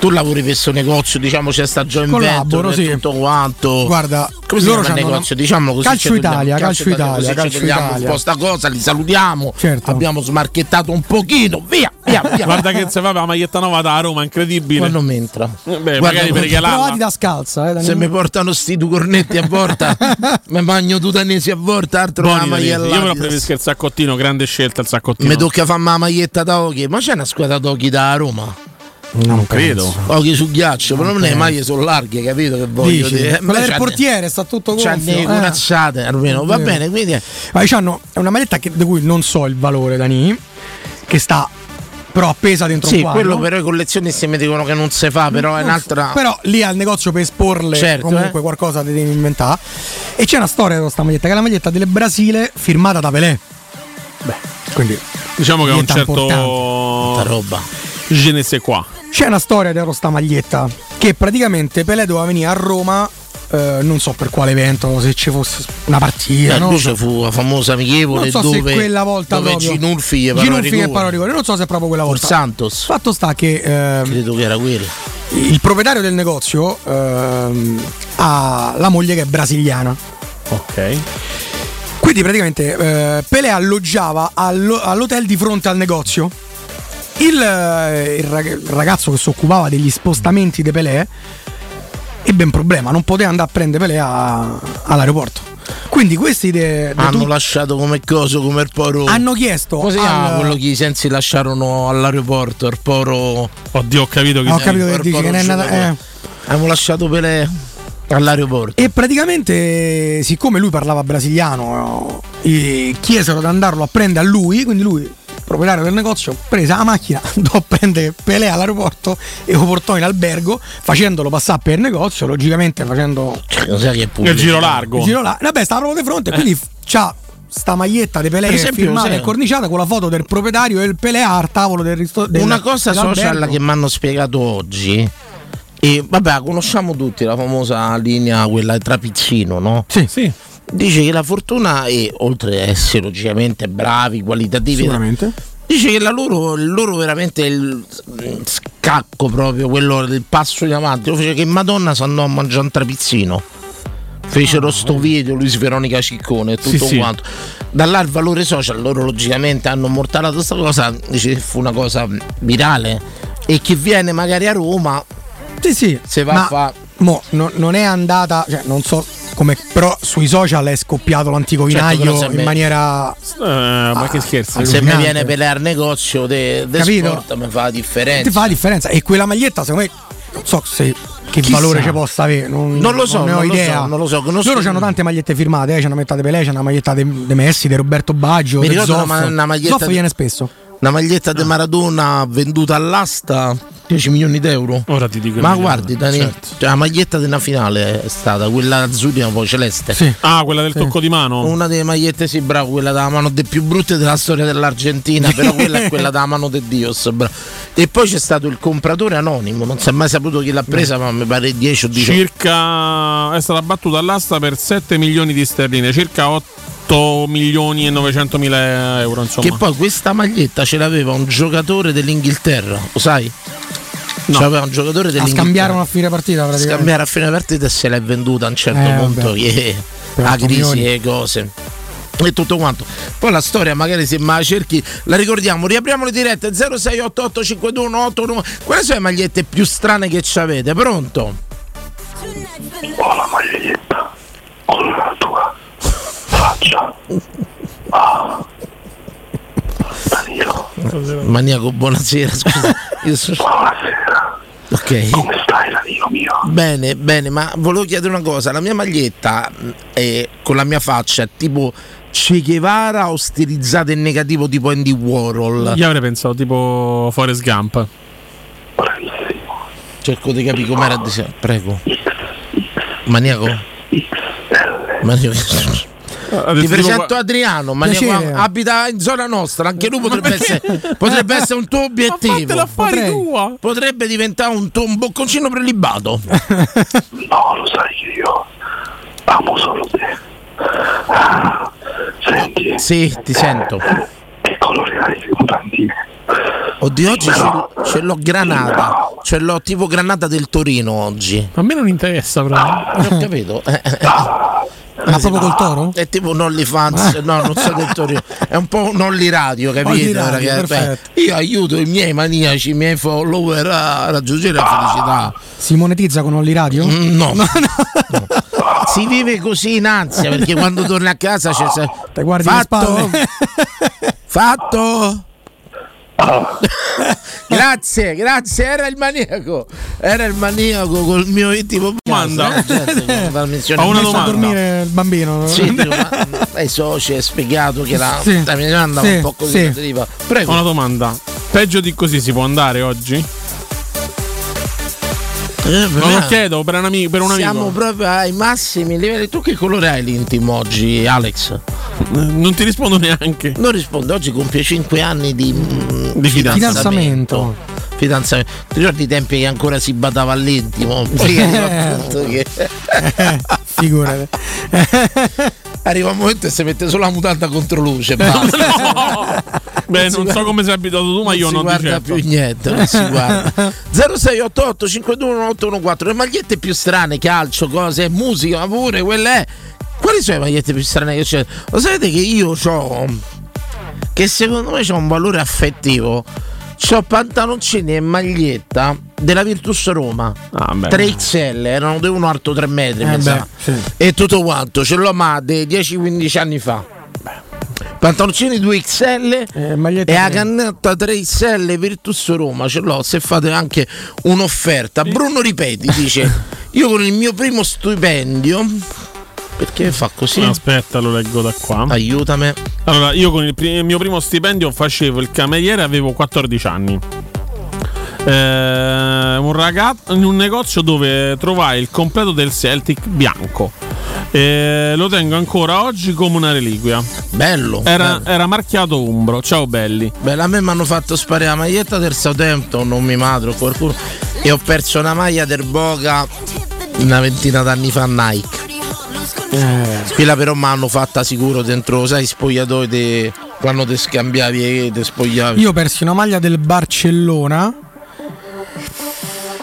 Tu lavori per questo negozio, diciamo c'è sta joint
Collaboro,
venture e
sì.
tutto quanto.
Guarda,
come si
loro
chiama il
c'hanno
negozio?
una-
Diciamo così.
Calcio
ci togliamo-
Italia, Calcio Italia,
così ci
Calcio
togliamo
Italia. Certo.
un po' sta cosa, li salutiamo. Abbiamo smarchettato un pochino, via, via, via.
Guarda che se va la maglietta nuova da Roma, incredibile. Eh,
Ma non mi entra.
Beh,
Guarda,
magari per
Provati
regalarla.
da scalza, eh,
Se mi portano sti due cornetti
[LAUGHS]
a volta, mi bagno due danesi a volta, altro
Buoni
una
da dire.
maglia
Io me l'ho
all'Adidas.
preso il saccottino, grande scelta il saccottino.
Mi tocca farmi la maglietta da Oki, ma c'è una squadra da Oki da Roma?
non credo.
Ochi su ghiaccio, però non le
penso.
maglie sono larghe, capito che voglio
Dici?
dire?
Quella
Ma
del
c'hanno-
portiere sta tutto
c'hanno
gonfio,
le
eh.
corazzate, Cioè, almeno, va
Sì.
bene, quindi è-
Ma diciamo, è una maglietta che- di cui non so il valore, Dani, che sta però appesa dentro
Sì,
un quadro.
quello però i collezionisti mi dicono che non si fa, però è
Non so,
un'altra...
Però lì al negozio per esporle
Certo,
comunque
eh.
qualcosa ti devi inventare. E c'è una storia di questa maglietta, che è la maglietta del Brasile firmata da Pelé. Beh, quindi
Diciamo che ha un
Maglietta
certo.
roba.
Je ne sais quoi.
C'è una storia dietro sta maglietta che praticamente Pelé doveva venire a Roma, eh, non so per quale evento, se ci fosse una partita,
Eh,
no?
lui ci fu la famosa
non
amichevole
so se
dove,
quella volta
dove
proprio
Ginulfi gli parò
Ginulfi
rigore.
che parò rigore, non so se è proprio quella
Col
volta.
Santos.
Fatto sta che ehm,
Credo che era quello.
il proprietario del negozio ehm, ha la moglie che è brasiliana.
Ok.
Quindi praticamente eh, Pelé alloggiava allo- all'hotel di fronte al negozio. Il, eh, il rag- il ragazzo che si occupava degli spostamenti di Pelé ebbe un problema, non poteva andare a prendere Pelé a- all'aeroporto. Quindi questi de- de
Hanno
tu-
lasciato come coso, come il poro...
hanno chiesto...
Così
al-
quello che i sensi lasciarono all'aeroporto, il poro...
Oddio, ho capito che
Ah, ho capito che
Porco
dici che ne è
Rosso,
nata... eh.
Abbiamo lasciato Pelé all'aeroporto.
E praticamente, siccome lui parlava brasiliano, eh, chiesero di andarlo a prendere a lui, quindi lui, il proprietario del negozio, prese la macchina, [LAUGHS] andò a prendere Pelé all'aeroporto e lo portò in albergo, facendolo passare per il negozio, logicamente facendo
Lo sai che è
Nel giro largo.
il giro là. Vabbè, stava proprio di fronte, quindi c'ha sta maglietta di Pelé
Eh. Per
che è
esempio,
firmata
sai-
e corniciata con la foto del proprietario e il Pelé al tavolo del ristorante.
Una cosa social che mi hanno spiegato oggi. E vabbè, la conosciamo tutti la famosa linea, quella Trapizzino, no?
Sì.
sì.
Dice che la fortuna è, oltre a essere logicamente bravi, qualitativi,
Sicuramente.
dice che la loro, il loro veramente il mm, scacco proprio, quello del passo in avanti, lo fece che Madonna si andò a mangiare un trapizzino. Fecero
Ah.
sto video Luis Veronica Ciccone e
Sì,
tutto
sì.
quanto. Da là il valore social, loro logicamente hanno mortalato questa cosa, dice che fu una cosa virale. E chi viene magari a Roma
Sì, sì.
se va
Ma
a certo, fare.
Mo, no- non è andata, cioè non so come, però sui social è scoppiato l'antico
Certo,
vinaio
però se me-
in maniera. Ah,
Eh, ma che scherzi.
Se mi
allucinante.
viene per al negozio de, de
Capito?
sport mi fa la differenza.
Ti fa la differenza. E quella maglietta, secondo me, non so se, che
Chissà.
valore ci possa avere. Non,
Non lo so,
ne ho
non lo
idea.
so, non lo so, conosco-
Loro hanno tante magliette firmate, eh. c'è una maglietta di Pelé, c'è una maglietta di di Messi, di Roberto Baggio.
Mi
di
ricordo
Zoff.
una- una maglietta
Zoff
di-
viene spesso.
Una maglietta
Ah.
di Maradona venduta all'asta 10 milioni d'euro.
Ora ti dico.
Ma
Emiliano.
guardi, Dani,
Certo.
cioè, la maglietta della finale è stata quella azzurra, poi celeste.
Sì.
Ah, quella del tocco di mano.
Una delle magliette, sì, bravo, quella della mano de più brutte della storia dell'Argentina, però quella
[LAUGHS]
è quella della mano de Dios. bravo. E poi c'è stato il compratore anonimo, non si è mai saputo chi l'ha presa, ma mi pare 10 o 18.
Circa è stata battuta all'asta per 7 milioni di sterline, circa 8 8 milioni e 900 mila euro. Insomma.
Che poi questa maglietta ce l'aveva un giocatore dell'Inghilterra, lo sai?
No.
C'aveva un giocatore
A
dell'Inghilterra.
scambiarono a fine partita praticamente.
Scambiare a fine partita e se l'è venduta a un certo
Eh,
punto
vabbè.
che
Per
ha
otto
crisi
milioni.
e cose e tutto quanto poi la storia magari se mai cerchi la ricordiamo riapriamo le dirette 0688521819 quali sono le magliette più strane che ci avete pronto
Ho la maglietta con la tua faccia. Ah. Danilo.
maniaco buonasera scusa Io so-
Buonasera.
ok
Come stai, Danilo mio?
Bene, bene, ma volevo chiedere una cosa, la mia maglietta mh, è con la mia faccia è tipo Che Guevara o stilizzata in negativo tipo Andy Warhol?
Io avrei pensato tipo Forrest Gump.
Cerco di capire com'era il disegno. Prego. Maniaco. Maniaco. Ti presento Adriano, maniaco,
Piacere.
abita in zona nostra, anche lui
[LAUGHS]
potrebbe essere, potrebbe essere un tuo obiettivo.
fatela affari
potrebbe,
tua.
potrebbe diventare un tuo un bocconcino prelibato.
No, lo sai che io amo solo te. Ah, Senti.
Sì, ti sento.
Che colore hai le mutandine?
Oddio, oggi
No.
ce, ce l'ho granata, ce l'ho tipo granata del Torino oggi. Ah,
A me non interessa, però.
Non ho capito. Ma Ah, proprio col toro? Ah. È tipo un OnlyFans, no, non so del Torino, è un po' un Only Radio, capito?
Only Radio,
ragazzi?
perfetto.
Beh, io aiuto i miei maniaci, i miei follower a raggiungere la felicità.
Si monetizza con Only Radio?
Mm,
[LAUGHS]
no. Si vive così in ansia perché quando torni a casa c'è se-
Te guardi le
Fatto?
spalle.
Fatto?
Ah.
grazie, grazie, era il maniaco. Era il maniaco col mio intimo
Domanda.
Ho
certo, Ho una
Messo a
domanda.
dormire il bambino.
Sì, dico, ma adesso ci hai spiegato che la,
Sì.
la mia domanda
Sì,
un po' così
sì.
deriva. Prego.
Ho una domanda. Peggio di così si può andare oggi? non
me-
lo chiedo per un ami- per un amico.
Eh, Siamo proprio ai massimi livelli. Tu che colore hai l'intimo oggi, Alex?
Eh, Non ti rispondo neanche.
Non rispondo. Oggi compie 5 anni di, mm,
Di
fidanzamento.
Fidanzamento. Ti ricordi i tempi che ancora si badava all'intimo?
Eh,
Poi arriva tutto che-
Figurati.
arriva un momento e si mette solo la mutanda contro luce.
[LAUGHS] Beh, non, so come sei abituato tu, ma io
si
non
guarda
di certo.
più niente,
[LAUGHS]
non si guarda. 0688 521 le magliette più strane, calcio, cose, musica, pure, quella è. Quali sono le magliette più strane che c'è? Lo sapete che io ho che secondo me c'è un valore affettivo. C'ho pantaloncini e maglietta della Virtus Roma.
beh.
Eh, 3XL, erano di uno alto 3 metri,
Eh,
mi
beh,
sa. E tutto quanto, ce l'ho ma dei 10-15 anni fa. Pantaloncini 2XL
Eh,
e la cannetta 3XL Virtus Roma, ce l'ho se fate anche un'offerta. Bruno Ripeti
[LAUGHS]
dice, io con il mio primo stipendio, perché fa così?
Aspetta, lo leggo da qua.
Aiutami.
Allora, io con il, pri- il mio primo stipendio facevo il cameriere, avevo 14 anni. Eh, un ragazzo in un negozio dove trovai il completo del Celtic bianco. Eh, lo tengo ancora oggi come una reliquia.
Bello.
Era, era marchiato Umbro. Ciao belli.
Beh, a me mi hanno fatto sparire la maglietta del Southampton, non mi madro qualcuno. E ho perso una maglia del Boga una ventina d'anni fa Nike.
Eh.
Quella però mi hanno fatta sicuro dentro, sai, spogliatoi de- quando te scambiavi e te spogliavi.
Io persi una maglia del Barcellona,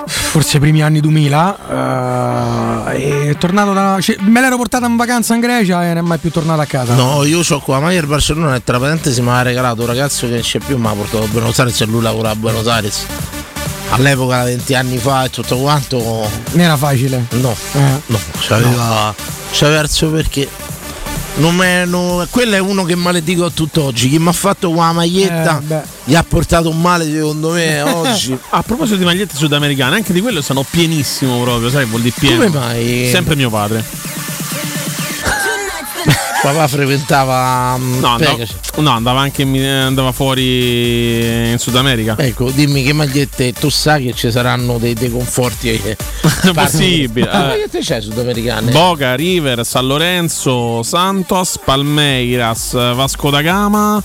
forse i primi anni 2000, eh, e tornato da, cioè, me l'ero portata in vacanza in Grecia e non è mai più tornata a casa.
No, io ho qua la maglia del Barcellona e tra parentesi me l'ha regalato un ragazzo che non c'è più, ma ha portato a Buenos Aires e lui lavora a Buenos Aires. All'epoca, 20 anni fa e tutto quanto,
Non era facile.
No, no, c'aveva, c'aveva il suo perché. Non me- non- quello è uno che maledico a tutt'oggi. Chi mi ha fatto qua la maglietta
Eh, beh.
gli ha portato un male,
[LAUGHS]
secondo me, Eh, oggi.
A proposito di magliette sudamericane, anche di quello sono pienissimo proprio, sai, vuol dire pieno.
Come mai?
Sempre mio padre.
Papà frequentava. mm,
No, andava,
Pegasus.
no, andava anche in- eh, andava fuori in Sud America.
Ecco, dimmi che magliette tu sai che ci saranno dei, dei
[LAUGHS]
conforti. eh,
Non è
parti-
possibile,
Ma Che
eh.
magliette c'è sudamericane?
Boca, River, San Lorenzo, Santos, Palmeiras, Vasco da Gama,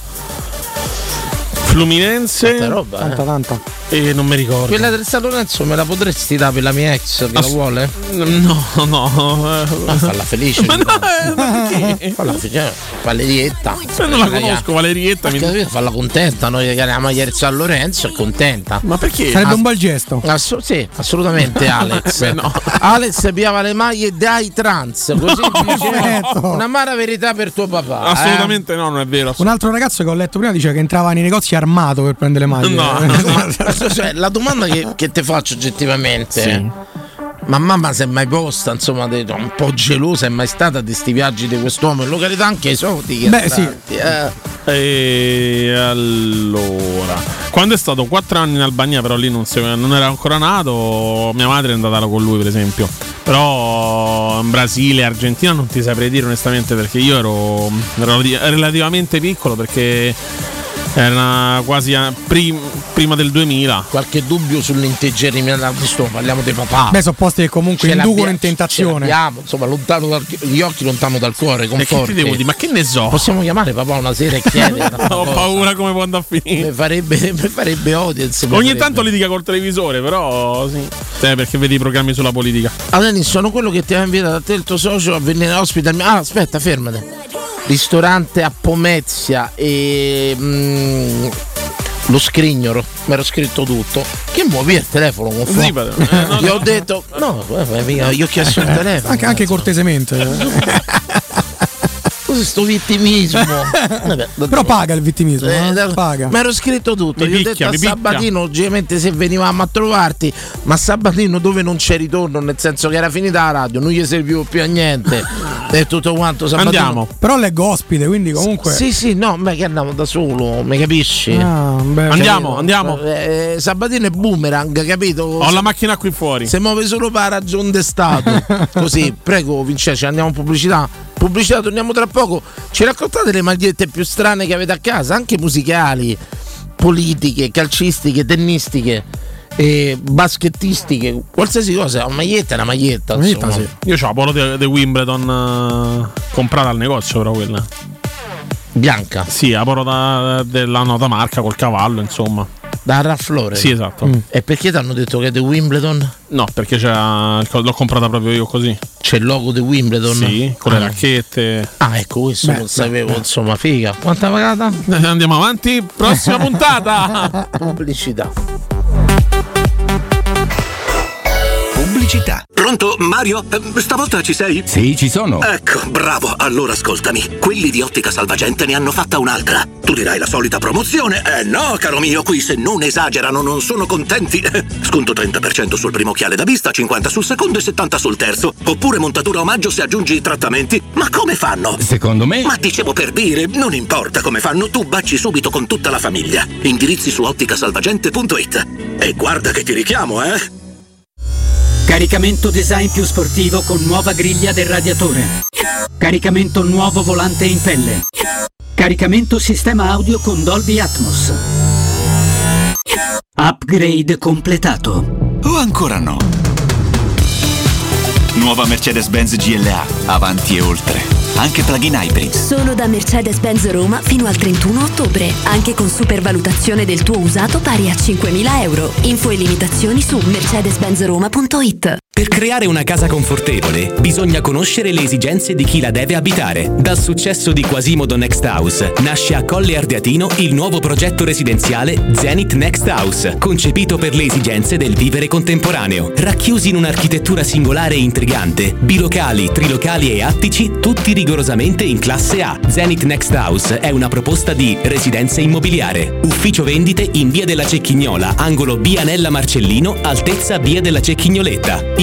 Fluminense.
Tanta roba, Tanta, eh.
tanta.
E non mi ricordo.
Quella del San Lorenzo me la potresti dare per la mia ex che la
Ass-
vuole?
No, no.
Ma falla felice.
Ma no,
intanto.
eh, ma perché
Fa la figa, Valerietta. Cioè,
Se non la conosco, Valerietta
mi falla contenta, noi che la maglia del San Lorenzo è contenta.
Ma perché?
Sarebbe un bel gesto.
sì,
[LAUGHS]
assolutamente Alex.
Beh, no.
Alex piava le maglie dai trans,
[LAUGHS]
così
No,
diceva,
certo.
una mara verità per tuo papà. eh.
Assolutamente no, non è vero.
Un altro ragazzo che ho letto prima dice che entrava nei negozi armato per prendere le maglie. [LAUGHS]
[LAUGHS] Cioè, la domanda che, che ti faccio oggettivamente ma mamma si è mai posta insomma de- un po' gelosa è mai stata di sti viaggi di quest'uomo in località anche esotiche
Beh,
sì
E allora, quando è stato 4 anni in Albania, però lì non, si- non era ancora nato, mia madre è andata con lui, per esempio. Però in Brasile, Argentina non ti saprei dire onestamente perché io ero relati- relativamente piccolo perché era quasi a- prim- prima del 2000.
Qualche dubbio sull'integgerimento di sto, parliamo dei papà.
Ah. Beh, sono posti che comunque
Ce
inducono
l'abbia-
in
ce
tentazione.
l'abbiamo, insomma, lontano dal- gli occhi lontano dal cuore.
che ti
Conforti.
devo dire? Ma che ne so?
Possiamo chiamare papà una sera e
[LAUGHS]
chiedere.
Ho paura come può andare a finire.
Mi farebbe, [LAUGHS] mi farebbe audience. mi
Ogni
farebbe-
tanto litiga col televisore, però sì. Eh, perché vedi i programmi sulla politica.
Aleni, sono quello che ti ha invitato a te e il tuo socio a venire ospite. al mio- Ah, aspetta, fermate. Ristorante a Pomezia e mm, lo scrignolo. Mi ero scritto tutto. Che muovi il telefono con
Sì,
fuoco?
però, eh, no,
Gli
no.
ho detto. No, eh, mica, gli ho chiesto il
Eh,
telefono.
Anche, anche
[LAUGHS]
cortesemente.
Cos'è sto vittimismo? Vabbè,
Però paga il vittimismo.
Eh,
eh,
da-
paga.
[LAUGHS] Mi ero scritto tutto.
Mi
Gli ho
picchia, mi
detto a
picchia.
Sabatino, ovviamente, se venivamo a trovarti, ma Sabatino dove non c'è ritorno, nel senso che era finita la radio, non gli serviva più
[LAUGHS]
a niente. e tutto quanto. Sabatino.
Però leggo ospite, quindi comunque.
Sì, sì, no, ma che andiamo da solo, mi capisci?
Ah, beh.
Andiamo, andiamo.
cioè, Eh, Sabatino è boomerang, capito?
Ho la macchina qui fuori.
Se muove solo per la
[LAUGHS]
ragion d'estato. Così, prego Vincenzo, andiamo in pubblicità. Pubblicità, torniamo tra poco. Ci raccontate le magliette più strane che avete a casa, anche musicali, politiche, calcistiche, tennistiche, eh, baschettistiche, qualsiasi cosa. Una maglietta è una maglietta.
Io
insomma.
ho la polo de, de Wimbledon eh, comprata al negozio, però quella.
Bianca?
Sì, la polo da- della nota marca col cavallo, insomma.
Da Ralph Lauren? Mm.
Sì, esatto.
E perché ti hanno detto che è The Wimbledon?
No, perché c'era, il co- l'ho comprata proprio io così.
C'è il logo di Wimbledon?
Sì, con
Ah.
le racchette.
Ah, ecco, questo
Beh,
non
beh,
sapevo,
beh.
insomma, figa. Quanta pagata?
[LAUGHS] Andiamo avanti,
[LAUGHS]
prossima puntata.
Pubblicità.
Pubblicità.
Pronto, Mario? Eh, Stavolta ci sei?
Sì, ci sono.
Ecco, bravo. Allora ascoltami. Quelli di Ottica Salvagente ne hanno fatta un'altra. Tu dirai la solita promozione? Eh no, caro mio, qui se non esagerano non sono contenti. [LAUGHS] Sconto 30% sul primo occhiale da vista, 50 sul secondo e 70 sul terzo. Oppure montatura omaggio se aggiungi i trattamenti. Ma come fanno?
Secondo me.
Ma dicevo per dire, non importa come fanno, tu baci subito con tutta la famiglia. Indirizzi su otticasalvagente.it. E guarda che ti richiamo, eh!
Caricamento design più sportivo con nuova griglia del radiatore. Caricamento nuovo volante in pelle. Caricamento sistema audio con Dolby Atmos. Upgrade completato.
O ancora no? Nuova Mercedes-Benz GLA, avanti e oltre. Anche plug-in hybrid.
Solo da Mercedes-Benz Roma fino al 31 ottobre, anche con supervalutazione del tuo usato pari a 5.000 euro. Info e limitazioni su mercedes-benzroma.it.
Per creare una casa confortevole bisogna conoscere le esigenze di chi la deve abitare. Dal successo di Quasimodo Next House nasce a Colle Ardeatino il nuovo progetto residenziale Zenith Next House, concepito per le esigenze del vivere contemporaneo. Racchiusi in un'architettura singolare e intrigante, bilocali, trilocali e attici, tutti rigorosamente in classe A. Zenith Next House è una proposta di residenza immobiliare. Ufficio vendite in via della Cecchignola, angolo Bianella Marcellino, altezza via della Cecchignoletta.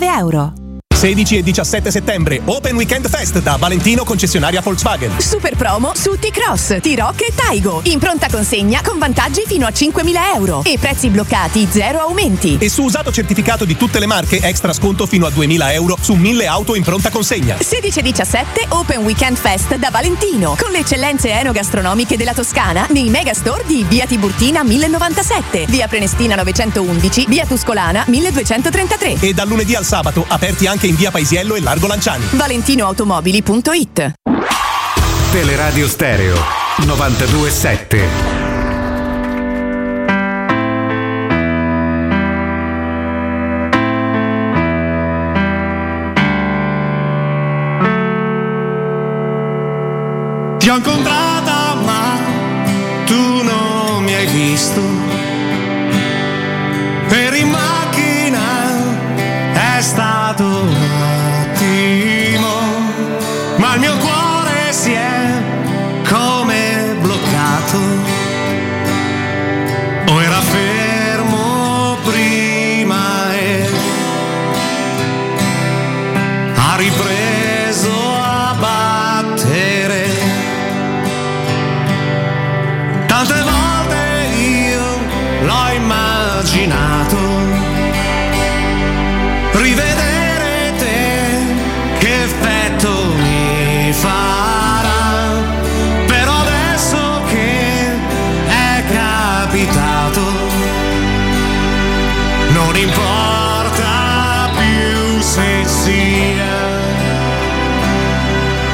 euro.
16 e 17 settembre, Open Weekend Fest da Valentino concessionaria Volkswagen.
Super promo su T-Cross, T-Rock e Taigo. In pronta consegna con vantaggi fino a 5.000 euro e prezzi bloccati, zero aumenti.
E su usato certificato di tutte le marche, extra sconto fino a 2.000 euro su 1.000 auto in pronta consegna.
16 e 17 Open Weekend Fest da Valentino con le eccellenze enogastronomiche della Toscana nei megastore di Via Tiburtina 1097, Via Prenestina 911, Via Tuscolana 1233.
E dal lunedì al sabato, aperti anche in via Paisiello e Largo Lanciani.
ValentinoAutomobili.it
Teleradio Stereo 927.
Ti ho incontrata ma tu non mi hai visto. Per in macchina è stato un attimo, ma il mio cuore si è come bloccato. O era fermo prima e ha ripreso a battere. Tante volte io l'ho immaginato rivedere te, che effetto mi farà. Però adesso che è capitato, non importa più se sia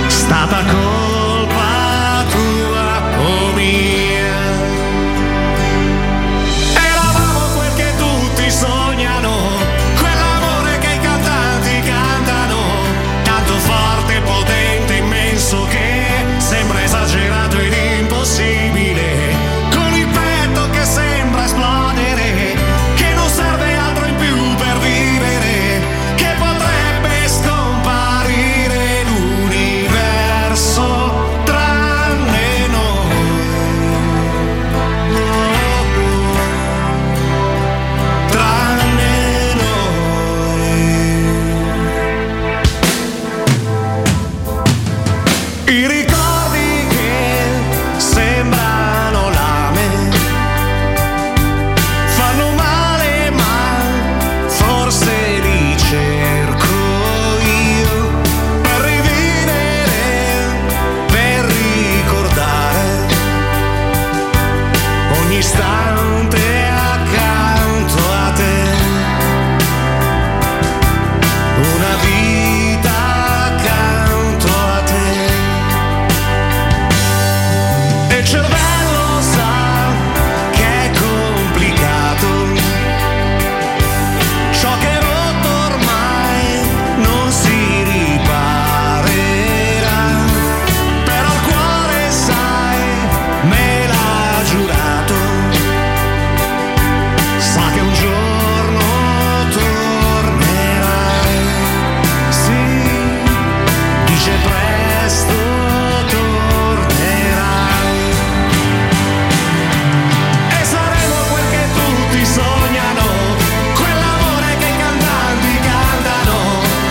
stata colpa tua o mia. Eravamo quel che tutti sognano, quell'amore che i cantanti cantano, tanto forte, potente, immenso che sembra esagerato ed impossibile. Con il petto che sembra esplodere, che non serve altro in più per vivere, che potrebbe scomparire l'universo tranne noi tranne noi. I ricordi che sembrano lame fanno male ma forse li cerco io per rivivere, per ricordare ogni istante accanto a te. Una vita accanto a te. E il cervello sa che è complicato. Ciò che è rotto ormai non si riparerà. Però il cuore sai, me l'ha giurato. Sa che un giorno tornerai. Sì, dice presto tornerai. E saremo quel che tutti sognano, quell'amore che i cantanti cantano,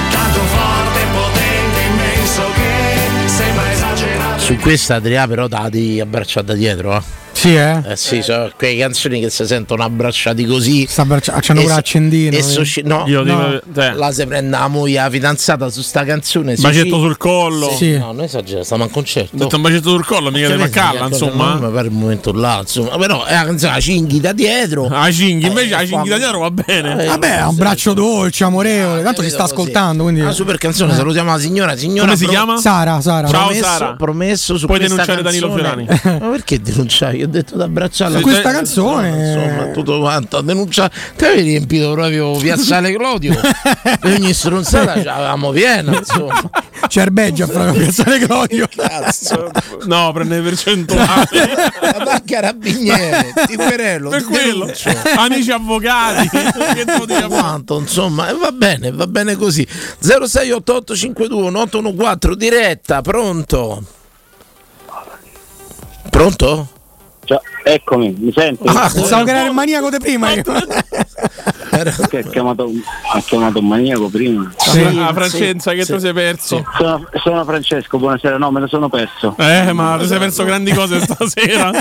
tanto forte, potente, immenso che sembra esagerato.
Su questa Adrià però dati abbracciata dietro, eh.
Sì, eh?
Eh sì, so, quelle canzoni che si sentono abbracciati così.
Abbraccia- C'hanno
E
pure
so-
l'accendino.
e
vedi?
so sci- no,
Io dico-
no.
cioè
là si prende la moglie, la fidanzata su sta canzone. si
Bacetto
uccide.
sul collo.
Sì.
Sì.
No, non esagera, stiamo a un concerto.
Ho detto un bacetto sul collo, mica
Cioè,
deve
pensa che
calla,
a quello
insomma.
non Mi pare il momento là, insomma. Però è una canzone, la cinghi da dietro. Eh,
La cinghi,
invece la cinghi da dietro
va bene.
Eh, Vabbè, un braccio dolce,
Ah,
amorevole. Tanto ci sta ascoltando. Quindi... Eh.
Una Ah, super canzone, salutiamo la signora. signora pro-
Sara, Sara.
promesso, Promesso su
Puoi
questa
denunciare Danilo
canzone. [LAUGHS] Ma perché denunciare? Io ho detto da abbracciarla.
Su questa canzone.
Insomma, tutto quanto. a Denunciare. Te avevi riempito proprio Piazzale
[LAUGHS]
Clodio. e ogni stronzata c'avevamo piena, insomma.
Cerbeggia fra Piazzale Clodio.
Cazzo.
No, prende percentuale.
Ma
[LAUGHS]
carabiniere, Tipperello.
Per
ti
quello.
Cioè,
denuncio.
Amici
[LAUGHS]
avvocati.
Quanto, insomma, e va bene, va bene così. 0688521814 diretta, pronto? Pronto?
eccomi, mi senti?
Ah, pensavo che era il maniaco di prima. io.
Perché ha chiamato, ha chiamato un maniaco prima?
Ah, Francesca, che tu sei perso.
Sono, sono Francesco, buonasera, no, me ne sono perso.
Eh, ma ti sei perso grandi cose stasera.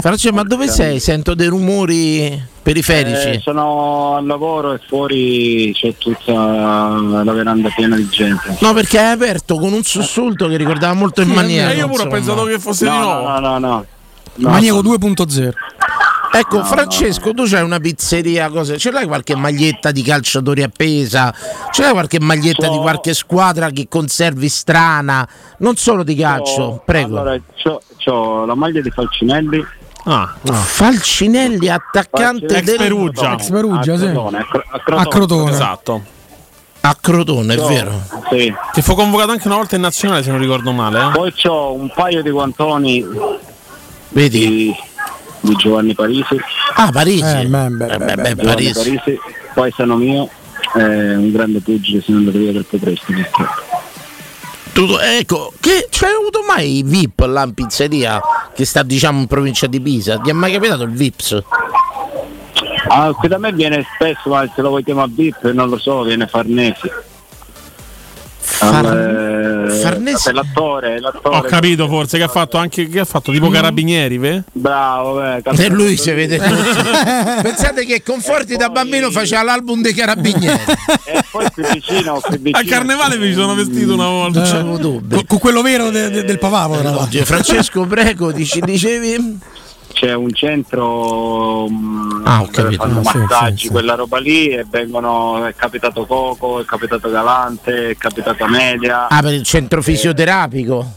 Francesco, ma dove sei? Sento dei rumori periferici.
Eh, sono al lavoro e fuori c'è tutta la veranda piena di gente.
No, perché hai aperto con un sussulto che ricordava molto il
eh,
maniaco. insomma.
No, No, no, no, no. No,
Maniaco 2.0.
Ecco,
No,
Francesco, tu c'hai una pizzeria, cosa? ce l'hai qualche maglietta di calciatori appesa? Ce l'hai qualche maglietta di qualche squadra che conservi strana? Non solo di calcio, prego.
Allora, c'ho, c'ho la maglia di Falcinelli.
Ah,
Falcinelli, attaccante
Falcinelli.
del
Ex Perugia. Ex Perugia, A sì. Crotone, a Cro- a Crotone. A Crotone.
Esatto.
A Crotone,
è vero. Che fu convocato anche una volta in nazionale, se non ricordo male. eh.
Poi c'ho un paio di guantoni
Vedi?
Di, di Giovanni Parisi.
Ah, Parisi.
Eh,
Eh, beh,
Giovanni
Parisi.
Parisi. Poi sono mio, eh, un grande pugile, se non lo via troppo presto.
Tu- ecco, che c'hai avuto mai VIP là in pizzeria che sta diciamo in provincia di Pisa? Ti è mai capitato il Vips?
Ah, qui da me viene spesso, ma se lo vuoi chiamare Bip, non lo so, viene Farnesi. Al, eh,
Farnesi?
per l'attore, l'attore.
Ho capito forse che ha fatto anche che ha fatto tipo carabinieri, ve?
Bravo, beh,
Mm. E lui si
[LAUGHS]
vede [LAUGHS] Pensate che Conforti da bambino faceva l'album dei carabinieri.
Eh,
A carnevale mi ci sono vestito una volta. Cioè,
Con, con quello vero de- de- del Pavavo. tra l'altro.
[LAUGHS]
Eh, Francesco, prego, dici, dicevi?
C'è un centro mm,
Ah, ho
dove
capito.
fanno
Ah, sì,
massaggi,
sì, sì.
quella roba lì e vengono è capitato Coco, è capitato Galante, è capitato Amelia.
Ah, per il centro fisioterapico.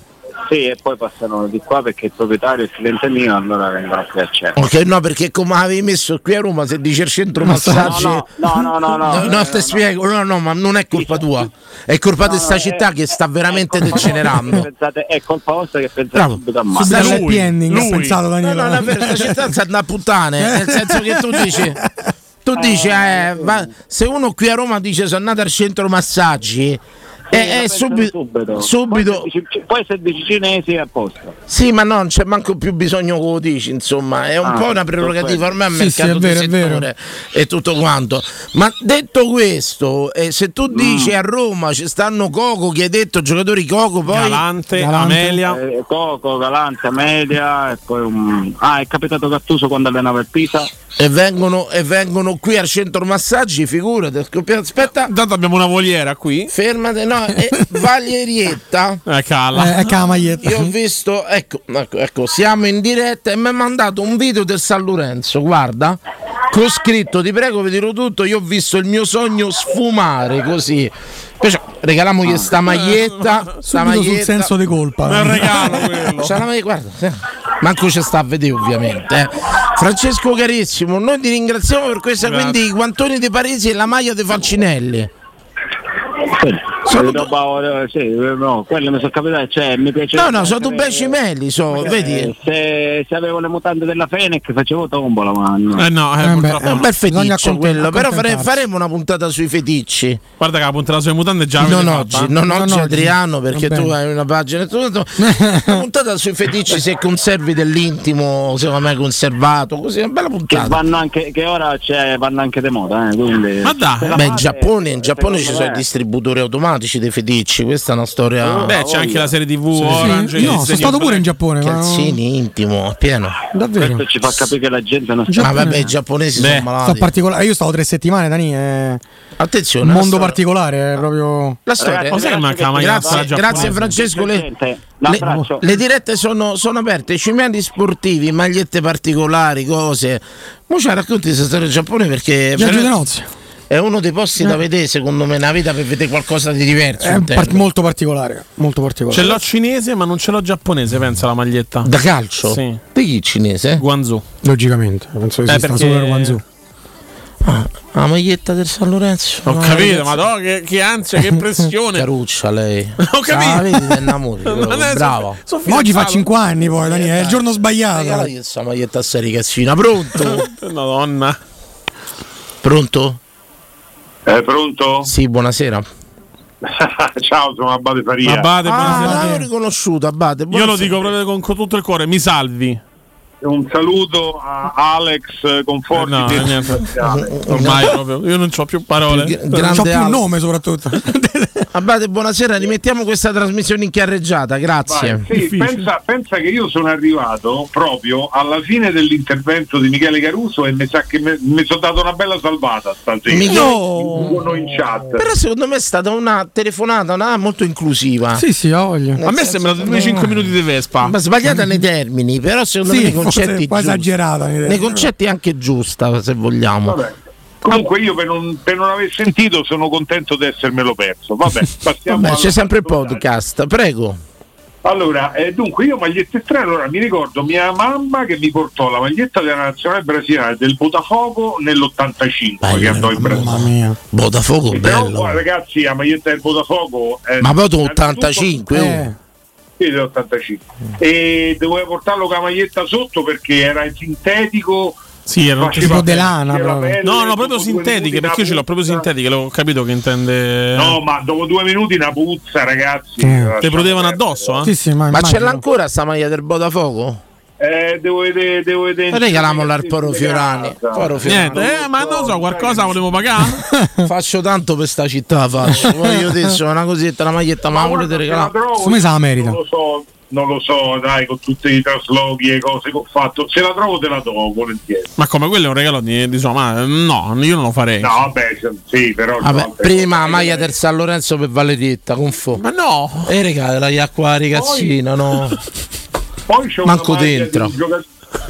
Sì, e poi passano di qua perché il proprietario è cliente mio, allora vengono qui a cercare.
Ok, no, perché come avevi messo qui a Roma, se dice il centro massaggi.
No, no, no, no, no, no,
no, ti spiego, no, no, ma non è colpa tua. È colpa di sta città
eh,
che sta veramente
ecco. [LAUGHS]
degenerando.
Pensate, è colpa vostra che pensate
Bravo.
subito a
Sta-
male.
Happy ending, ha pensato Daniele.
No, no, no, per questa [LAUGHS] città sta da puttane, eh, nel senso che tu dici
[LAUGHS]
tu dici
Ah.
eh, va- se uno qui a Roma dice sono andato al centro massaggi eh, eh, subito, subito.
Poi se dici cinesi è apposta.
Sì, ma no, non c'è manco più bisogno che lo dici, insomma, è un
Ah,
po' una
perfetto.
prerogativa, ormai è un
Sì, sì,
mercato
è vero,
di
è vero.
settore e tutto quanto. Ma detto questo, eh, se tu dici
Mm.
a Roma ci stanno Coco, che hai detto giocatori Coco, poi
Eh, Coco, Galante, Amelia, e poi un... Ah, è capitato Cattuso quando allenava il Pisa.
E vengono, e vengono qui al centro massaggi, figurati. scoppia- Aspetta.
Intanto abbiamo una voliera qui.
Fermate,
[LAUGHS]
no, eh, Valerietta.
Eh, cala.
Eh, cala, maglietta.
Io ho visto, ecco, ecco, ecco, siamo in diretta e mi ha mandato un video del San Lorenzo, guarda. Con scritto, ti prego, vi dirò tutto, io ho visto il mio sogno sfumare così. Perciò regalamogli
Ah.
[LAUGHS]
sta maglietta, sta
Subito sul
maglietta.
senso di colpa.
C'ha Cioè, la maglia- guarda, sì. manco ci sta a vedere ovviamente. eh. Francesco Carissimo, noi ti ringraziamo per questa,
Grazie.
quindi i guantoni di Parisi e la maglia di Falcinelli.
Sono roba, eh, sì, eh, no, quelle mi sono capitate, cioè mi piace.
No, no, sono due bei cimelli, so, vedi?
Se, se avevo le mutande della Fenech Eh, facevo tombola, ma no.
Eh no, eh, Eh, beh, purtroppo
È un
no. Bisogna
bel feticcio
acconten-
quello, però fare-
accontentarsi.
faremo una puntata sui feticci.
Guarda che la punta della sua mutande già
non
avete eh.
oggi,
fatta.
non oggi Adriano perché
Va
tu
bene.
hai una pagina tu, tu- una puntata sui fetici se conservi dell'intimo secondo me conservato così è una bella
Che,
puntata
vanno anche, che ora c'è, vanno anche di moda, eh, quindi.
Beh, in Giappone, in Giappone ci sono i distributori problematici dei feticci, questa è una storia.
Oh,
Oh,
Beh, c'è anche la serie TV
Sì, sì.
Orange.
No, sono stato pure in
Giappone.
Calzini intimo, è pieno.
Davvero?
Questo ci fa capire che la gente non
Ma vabbè, i giapponesi
Beh,
sono malati.
sto particolare. Io stavo tre settimane, Dani. È...
Attenzione,
Un
la
mondo
storia-
particolare, è proprio.
La storia grazie, grazie Francesco. Le, le-
L'abbraccio.
le dirette sono, sono aperte, cimenti sportivi, magliette particolari, cose. Mo ci racconti questa storia del Giappone perché.
Viaggio
veramente-
di nozze.
È uno dei posti
Eh.
da vedere, secondo me, nella vita per vedere qualcosa di diverso.
È un par-
intendo.
molto particolare. Molto particolare.
Ce l'ho cinese, ma non ce l'ho giapponese, pensa la maglietta.
Da calcio?
Sì.
Di chi cinese?
Guangzhou.
Logicamente, penso che
Eh,
esista
perché-
solo il Guangzhou.
Ah, La maglietta del San Lorenzo.
Ho
No,
capito,
ragazzi.
ma no, che, che ansia,
[LAUGHS]
che pressione.
Caruccia lei.
[LAUGHS] Ho capito.
Ah, vedi che innamori,
[LAUGHS]
proprio, bravo.
Ma oggi fa 5 anni poi, Dani. È il giorno sbagliato.
Regalagli questa maglietta a serie
[LAUGHS]
cazzina. Pronto?
Madonna.
Pronto?
È Eh, pronto? [LAUGHS]
Sì, buonasera.
Ciao, sono Abate Faria.
ah, l'ho riconosciuto, Abate.
Io lo
buonasera.
dico proprio con, con tutto il cuore, mi salvi.
Un saluto a Alex Conforti.
No,
del- [LAUGHS]
niente. Ormai proprio, io non ho più parole.
Più gr- grande
ho
Alex.
soprattutto.
[LAUGHS] Abate, buonasera, rimettiamo questa trasmissione in chiarreggiata, grazie.
Vai, sì, pensa, pensa che io sono arrivato proprio alla fine dell'intervento di Michele Caruso e mi sa che me- mi sono dato una bella salvata stasera.
Michele-
Sono in chat.
Però secondo me è stata una telefonata una molto inclusiva.
Sì, sì, ho voglia.
Nel senso che non-
minuti di Vespa.
Ma sbagliata nei termini, però secondo
Mm. Sì,
me nei
forse
concetti
un po'
giusti.
esagerata nei
Nei
termini,
concetti anche giusta, se vogliamo.
Vabbè. Comunque io per non, per non aver sentito sono contento di essermelo perso. Vabbè, passiamo
Vabbè,
alla-
c'è sempre il podcast, prego.
Allora, eh, dunque io magliette strane, allora mi ricordo mia mamma che mi portò la maglietta della nazionale brasiliana del Botafogo nell'85 che andò in Brasile.
mia.
Botafogo
Però
bello.
guarda, ragazzi la maglietta del Botafogo è Eh.
Ma poi tu 85, oh.
Sì, dell'85. E dovevo portarlo con la maglietta sotto perché era in sintetico.
Sì, era
faceva- faceva pelle,
No, no, proprio
dopo due minuti
sintetiche, perché io ce l'ho
una
proprio sintetiche, l'ho capito che intende.
puzza. No, ma dopo due minuti una puzza, ragazzi.
Te prudevano addosso, eh?
ma ce l'ha ancora sta maglia del Botafogo?
Eh, devo vedere, devo vedere.
Regalamola al Poro Fiorani. Poro Fiorani.
Niente, eh, ma non so, qualcosa volevo pagare.
[LAUGHS]
[LAUGHS]
faccio tanto per sta città, faccio. Voglio dire, sono una cosetta, una maglietta, Ah, ma, la volete regalare?
Come se la merita?
Non lo so, non lo so, dai, con tutti i traslochi e cose che ho fatto. Se la trovo te la do, volentieri.
Ma come quello è un regalo di, di sua madre? No, io non lo
Eh,
farei.
No, vabbè, se- sì, però.
Vabbè,
no,
prima la maglia del San Lorenzo per Valeretta, confo. Ma
no!
E regala gli acqua ragazzina, no?
Poi c'è
Manco
una maglia
dentro.
di gioca-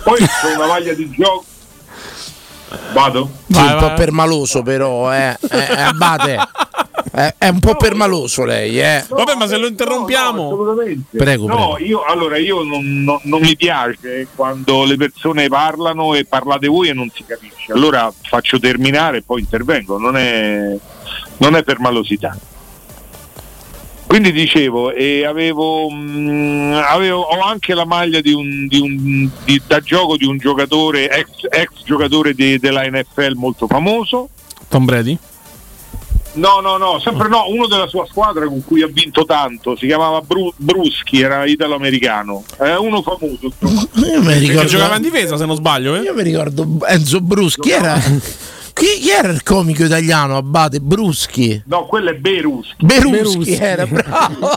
Poi c'è una maglia di gioco. Vado?
Sì, un po' permaloso però, eh. Eh, eh, abate. Eh, È un po' permaloso lei, eh.
Vabbè, ma se lo interrompiamo.
assolutamente.
Prego,
no,
prego.
io allora io non, non- non mi piace quando le persone parlano e parlate voi e non si capisce. Allora faccio terminare e poi intervengo, non è, non è per malosità. Quindi dicevo, e avevo, mh, avevo- ho anche la maglia di un, di un- di- da gioco di un giocatore, ex, ex giocatore de- della NFL molto famoso.
Tom Brady?
No, no, no, sempre no, uno della sua squadra con cui ha vinto tanto, si chiamava Bru- Bruschi, era italo-americano, è uno famoso. insomma.
Io mi
Perché
ricordo-
giocava in difesa, se non sbaglio, eh?
Io mi ricordo Enzo Bruschi, era... [LAUGHS] Chi, chi era il comico italiano, abate? Bruschi?
No, quello è Beruschi.
Beruschi, eh, era [LAUGHS] bravo.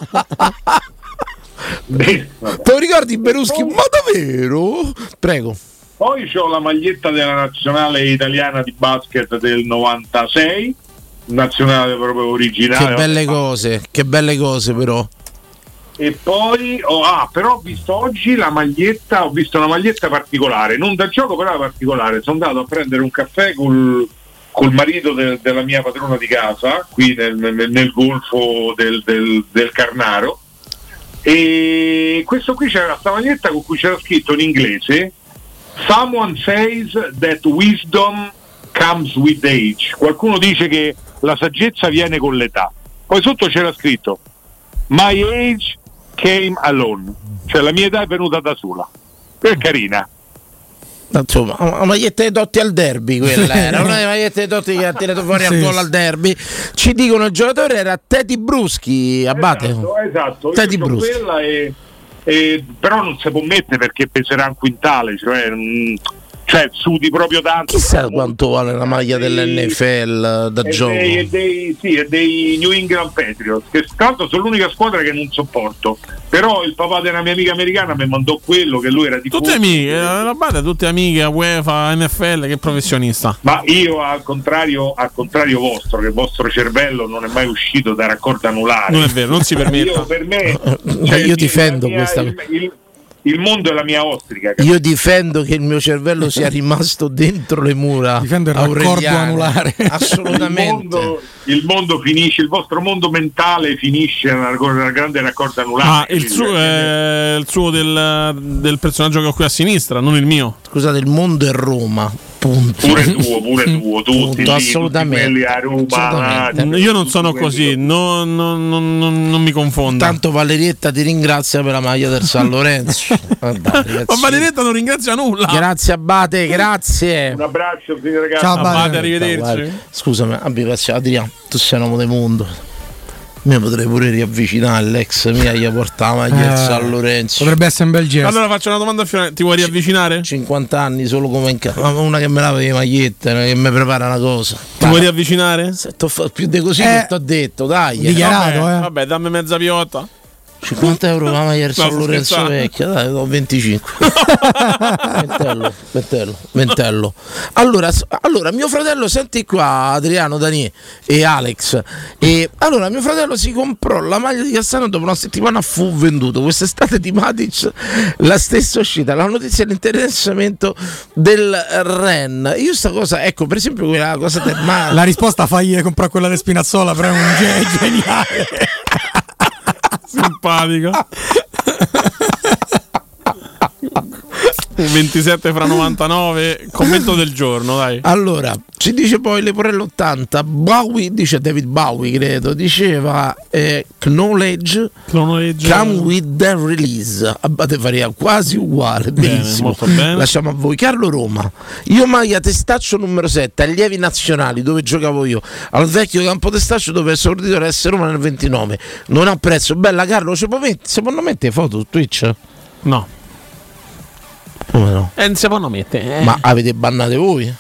Be-
Te lo ricordi Beruschi? Ma davvero? Prego.
Poi ho la maglietta della nazionale italiana di basket del 96, nazionale proprio originale.
Che belle cose, che belle cose però.
E poi, oh, ah, però ho visto oggi la maglietta, ho visto una maglietta particolare, non da gioco però particolare, sono andato a prendere un caffè col, col marito del- della mia padrona di casa, qui nel, nel- nel golfo del, del- del Carnaro, e questo qui c'era questa maglietta con cui c'era scritto in inglese Someone says that wisdom comes with age. Qualcuno dice che la saggezza viene con l'età. Poi sotto c'era scritto My age came alone, cioè la mia età è venuta da sola. Che carina.
Insomma, una maglietta dei Dotti al derby [LAUGHS] quella era,
[LAUGHS]
una delle magliette dei Dotti che ha tirato fuori al
Sì,
gol
sì.
al derby. Ci dicono il giocatore era Teddy Bruschi, Abate.
Esatto, esatto.
Teddy
Io c'ho
Bruce.
quella e- e- però non si può mettere perché peserà un quintale, cioè, mm, cioè sudi proprio tanto.
Chissà quanto vale la maglia dell'NFL da
e
gioco.
dei,
[LAUGHS]
e dei- sì, e dei New England Patriots che tra l'altro sono l'unica squadra che non sopporto però il papà della mia amica americana mi mandò quello che lui era di
Tutte amiche, eh, la banda, tutte amiche, UEFA, NFL, che professionista.
ma io al contrario, al contrario vostro che il vostro cervello non è mai uscito da raccordo anulare
Non è vero, non si permetta.
Io per me
Eh, Io difendo
la mia-
questa-
il, il- il mondo è la mia ostrica capito?
Io difendo che il mio cervello sia rimasto dentro le mura. Difendo
il raccordo anulare.
[LAUGHS] Assolutamente.
il mondo finisce il vostro mondo mentale finisce nella, nella grande raccordo anulare
Ah, il suo, eh, il suo del, del personaggio che ho qui a sinistra, non il mio.
Scusate, il mondo è Roma. Punto.
Pure tuo, pure tuo, eh, tutti lì, tutti
assolutamente,
quelli a Roma.
assolutamente.
Io non sono così, non, non- non- non- non mi confondo.
Tanto Valerietta ti ringrazia per la maglia del San
[LAUGHS]
Lorenzo. Ma [LAUGHS] dai,
Ma
ragazzi.
Benedetta non ringrazia nulla.
Grazie Abate, grazie.
Un abbraccio, signori ragazzi.
Ciao, Abate. Scusami, abbi pazienza, Adriano, tu sei un uomo del mondo. Mi potrei pure riavvicinare l'ex mia, gli porta la maglia del
Eh,
San Lorenzo.
Potrebbe essere un bel gesto.
Allora faccio una domanda a Fiorello, ti vuoi riavvicinare?
50 anni solo come in casa. Una che me lava le magliette, una che mi prepara una cosa.
Ti vuoi riavvicinare?
più di così che ti ho detto, dai. eh.
vabbè, Vabbè, dammi mezza piotta.
50 euro la maglia del
[LAUGHS] No,
San
sto
Lorenzo
scherzando.
vecchia, dai, do
[LAUGHS]
25. ventello, ventello, ventello. Allora, s- allora, mio fratello, senti qua Adriano, Dani e Alex. E, allora, mio fratello si comprò la maglia di Cassano dopo una settimana fu venduto. Quest'estate di Matic la stessa uscita, la notizia dell'interessamento del Ren. Io sta cosa, ecco, per esempio quella
[LAUGHS]
cosa del mare.
La risposta fagli comprare quella di Spinazzola, però è un ge- geniale.
Simpatico. 27 fra 99, commento del giorno, dai.
Allora, ci dice poi Leporello 80, Bowie, dice David Bowie credo, diceva eh, Knowledge, Come With The Release, Abbate Faria, quasi uguale, benissimo,
molto bene.
lasciamo a voi. Carlo Roma, io maglia testaccio numero 7, allievi nazionali, dove giocavo io, al vecchio campo testaccio dove è esordito l'S Roma nel 29, non ha prezzo, bella Carlo, ci può met- se può mettere foto su Twitch?
No.
Come no?
E non si possono mettere. eh.
Ma avete bannate voi?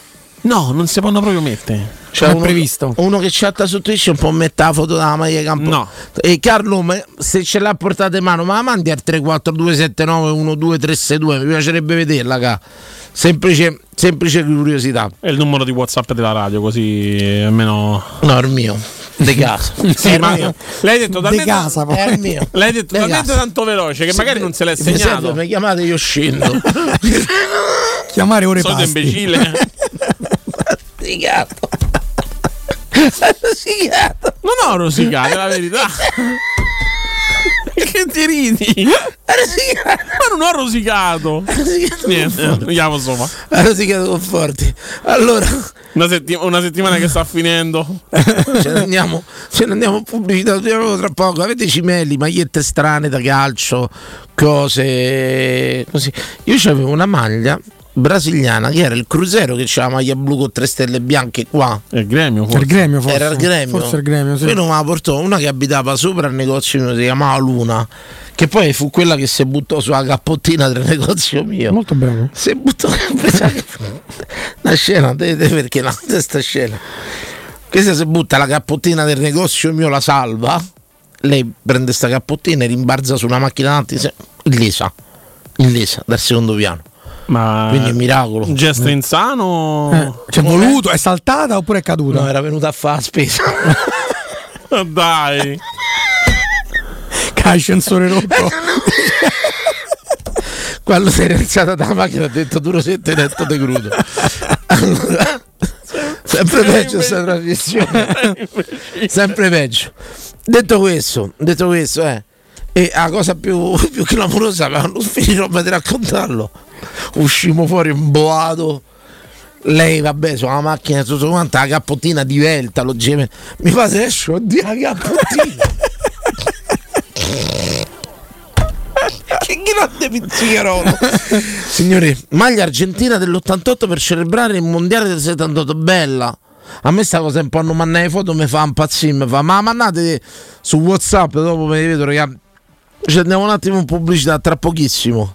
No, non si possono proprio mettere.
C'è Cioè, uno, uno che chatta su Twitch un po' mette la foto della maglia campo.
No.
E Carlo, ma- se ce l'ha portata in mano, ma la mandi al 342791232, mi piacerebbe vederla, ca. Semplice, semplice curiosità.
È il numero di WhatsApp della radio, così almeno.
No, è il mio. De casa.
[LAUGHS] Sì,
È
ma
mio.
lei ha detto
De
talmente,
casa, poi. È il
[LAUGHS]
mio.
Lei ha detto
De
talmente
casa.
tanto veloce che
Se
magari
mi-
non se l'è
mi serve,
segnato.
Mi chiamate,
[LAUGHS]
io scendo.
Chiamare ore
Solito
pasti.
[LAUGHS]
imbecille.
Di gatto. Rosicato.
Non ho rosicato, è la verità. che ti ridi? Ma non ho rosicato. Niente, andiamo insomma.
Ha rosicato con forti. Allora,
Una, setti- una settimana che sta finendo.
[LAUGHS] ce ne andiamo, ce ne andiamo in pubblicità torniamo tra poco. Avete cimelli, magliette strane da calcio, cose così. Io avevo una maglia brasiliana che era il Crusero che c'era la maglia blu con tre stelle bianche qua.
È il gremio
forse. Il Gremio, forse.
Era il gremio.
Forse il Gremio, sì.
Poi non me la portò una che abitava sopra il negozio mio, si chiamava Luna. Che poi fu quella che si buttò sulla cappottina del [LAUGHS] negozio mio.
Molto bene.
Si buttò una scena, vedete perché [LAUGHS] no? Questa scena. Questa se butta la cappottina del negozio mio, la salva. Lei prende sta cappottina e rimbarza su una macchina davanti, se- illesa, illesa dal secondo piano.
Ma
Quindi è un miracolo. Mm.
Un gesto insano.
Eh, C'è voluto, è saltata oppure è caduta?
No, era venuta a fare la spesa. Eh.
Dai.
Che
Eh,
ascensore rotto.
[LAUGHS] Quando si era alzata dalla macchina ha detto duro sette detto te [LAUGHS] crudo. Allora, sempre peggio sta [LAUGHS] trasmissione. Sempre peggio. Detto questo, detto questo, eh. E la cosa più, più clamorosa, ma non finirò mai di raccontarlo. Uscimo fuori imboato. Lei, vabbè, sulla macchina e tutto quanto, la cappottina divelta, lo geme. Mi fa adesso, oddio, la cappottina. [LAUGHS] che grande pizzicarolo signori maglia argentina dell'88 per celebrare il mondiale del 78 bella a me sta cosa un po' non manna le foto mi fa impazzire mi fa ma mandate su whatsapp dopo me ne vedo raga ci andiamo un attimo in pubblicità tra pochissimo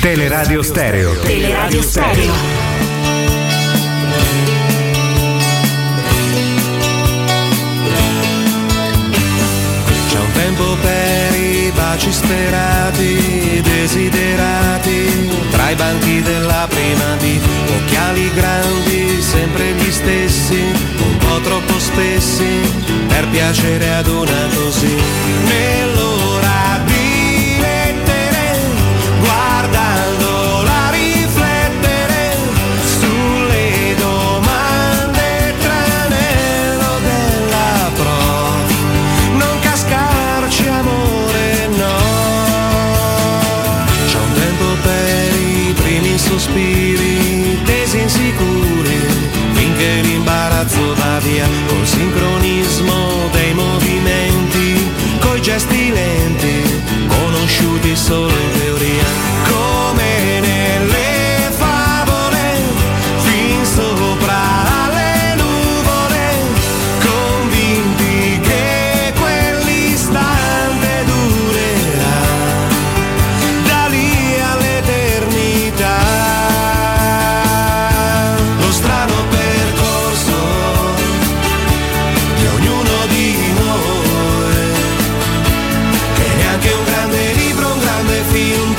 Teleradio Stereo.
Teleradio Stereo.
C'è un tempo per i baci sperati, desiderati, tra i banchi della prima D, occhiali grandi, sempre gli stessi, un po' troppo spessi, per piacere ad una così. Nell'ora di lettere, guardandola riflettere, sulle domande tranello della prova. Non cascarci amore, no C'è un tempo per i primi sospiri Tesi insicuri Finché l'imbarazzo va via Col sincronismo dei movimenti Coi gesti lenti Conosciuti solo in teoria Come nelle favole Fin sopra le nuvole convinti che quell'istante durerà da lì all'eternità. Lo strano percorso di ognuno di noi, che neanche un grande libro, un grande film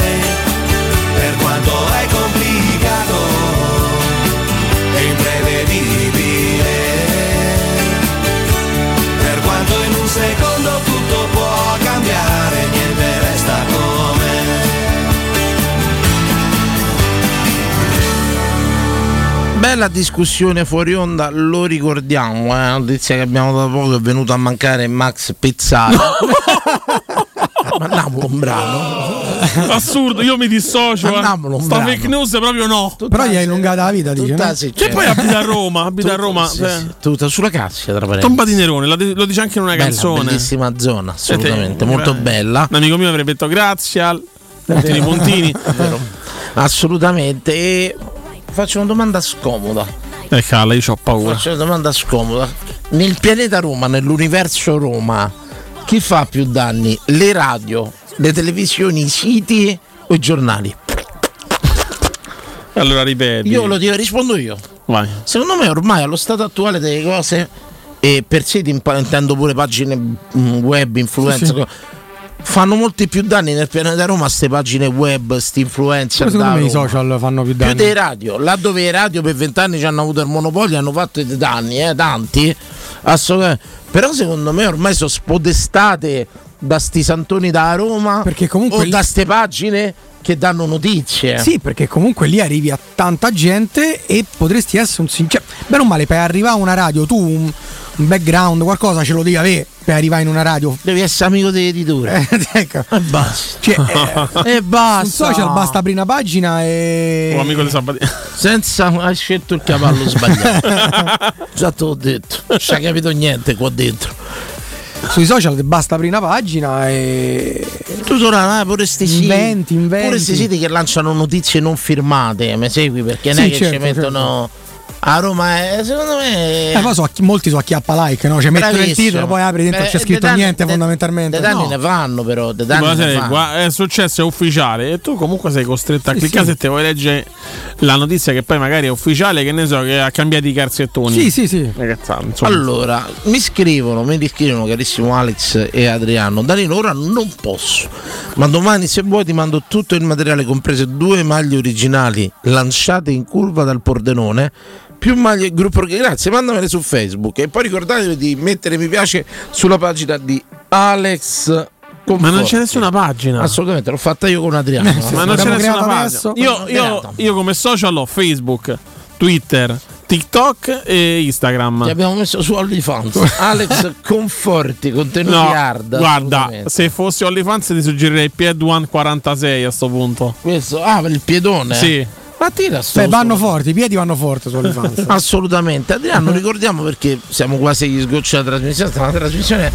e
bella discussione fuori onda, lo ricordiamo, è una notizia che abbiamo da poco, è venuto a mancare Max [LAUGHS] Pezzali. Mandiamolo un brano.
[LAUGHS] Assurdo, io mi dissocio. eh.
Mandiamolo un
Sta
brano.
fake news proprio no.
Però gli hai allungata la vita, dice.
tutta
no?
sì,
Che poi abita a Roma, abita a
Tutta-
Roma.
sì,
cioè,
sì, tutta sulla Cassia, tra parentesi.
Tomba di Nerone, la de- lo dice anche in una
Bella,
canzone.
bellissima zona, assolutamente,
Eh,
molto
beh,
bella.
Un amico mio avrebbe detto Grazia, puntini
[LAUGHS]
puntini.
Assolutamente. E faccio una domanda scomoda.
E cala, Eh, io ho paura.
Faccio una domanda scomoda. Nel pianeta Roma, nell'universo Roma, chi fa più danni? Le radio, le televisioni, i siti o i giornali?
Allora ripeti.
Io lo dico, rispondo io.
Vai.
Secondo me ormai allo stato attuale delle cose, e per siti impa- intendo pure pagine mm, web, influencer,
Sì, sì.
co- fanno molti più danni nel pianeta Roma queste pagine web, sti influencer.
Però secondo
da
me i
Roma.
social fanno più
più
danni.
dei radio, laddove i radio per vent'anni ci hanno avuto il monopolio, hanno fatto dei danni, eh, tanti, assolutamente. Però secondo me ormai sono spodestate da sti santoni da Roma o da ste pagine che danno notizie.
Sì, perché comunque lì arrivi a tanta gente e potresti essere un sincero. Bene o male, per arrivare a una radio, tu un, un background, qualcosa ce lo devi avere per arrivare in una radio.
Devi essere amico dell'editore.
[LAUGHS] ecco.
E basta.
e
basta.
Su social basta aprire una pagina e.
Un amico di Sabatini.
Eh,
[LAUGHS]
Senza hai scelto il cavallo sbagliato. [LAUGHS] Già te l'ho detto, non ci hai capito niente qua dentro.
Sui social basta aprire una pagina e.
Tu sono eh, pure sti siti.
Inventi, inventi.
Pure questi siti che lanciano notizie non firmate, eh, mi segui perché non
Sì,
è che ci
certo,
mettono a Roma, è- secondo me...
Eh, poi so, chi- molti so acchiappa like, no? Cioè, mettono il
Bravissimo.
titolo, poi apri dentro,
Beh, eh,
c'è
dei
scritto
danni-
niente
dei-
fondamentalmente.
dei danni
No.
ne vanno però, dei
Tipo,
danni
la
ne
serie,
vanno.
gua- è successo, è ufficiale e tu comunque sei costretto a
Sì,
cliccare
sì.
se te vuoi leggere la notizia che poi magari è ufficiale, che ne so, che ha cambiato i Eh, calzettoni.
Sì, sì,
sì.
Allora, mi scrivono, mi riscrivono carissimo Alex e Adriano. Danilo, ora non posso, ma domani se vuoi ti mando tutto il materiale, comprese due maglie originali lanciate in curva dal Pordenone. Più maglie gruppo grazie, mandamele su Facebook e poi ricordatevi di mettere mi piace sulla pagina di Alex.
Ma non c'è
Conforti.
nessuna pagina.
Assolutamente, l'ho fatta io con Adriano.
Ma non c'è nessuna pagina. Io,
Abbiamo
io, io come social ho Facebook, Twitter, TikTok e Instagram.
Ti abbiamo messo
[LAUGHS]
su OnlyFans Alex Conforti, contenuti
No,
hard.
guarda,
assolutamente.
se fossi OnlyFans ti suggerirei Pied 146 a sto punto.
Questo, ah, per il piedone?
Sì.
Ma tira sto
Beh, vanno forti, i piedi vanno forti sulle fans.
[LAUGHS] Assolutamente,
[LAUGHS]
Adriano, ricordiamo perché siamo quasi agli sgocci della trasmissione. È una trasmissione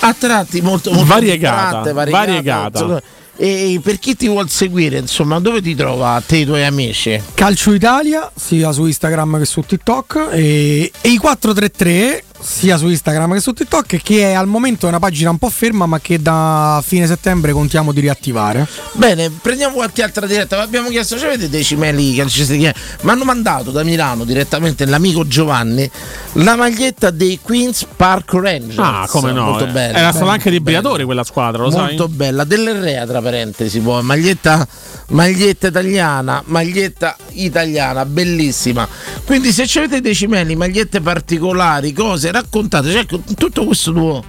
a tratti molto, molto
Variegata,
vibrante,
variegata.
insomma. E per chi ti vuol seguire, insomma, dove ti trova te e i tuoi amici?
Calcio Italia, sia su Instagram che su TikTok, e, e i 433, sia su Instagram che su TikTok, che è al momento è una pagina un po' ferma, ma che da fine settembre contiamo di riattivare.
Bene, prendiamo qualche altra diretta. Abbiamo chiesto, cioè avete dei cimeli calcistici? Mi hanno mandato da Milano direttamente l'amico Giovanni la maglietta dei Queens Park Rangers.
Ah, come no?
Molto
eh.
bella.
Era stata
Bella.
anche di Briatore quella squadra, lo sai?
Molto bella, dell'Errea tra parentesi, poi maglietta, maglietta italiana, maglietta italiana, bellissima. Quindi se ci avete dei cimeli, magliette particolari, cose, raccontateci, ecco, tutto questo tuo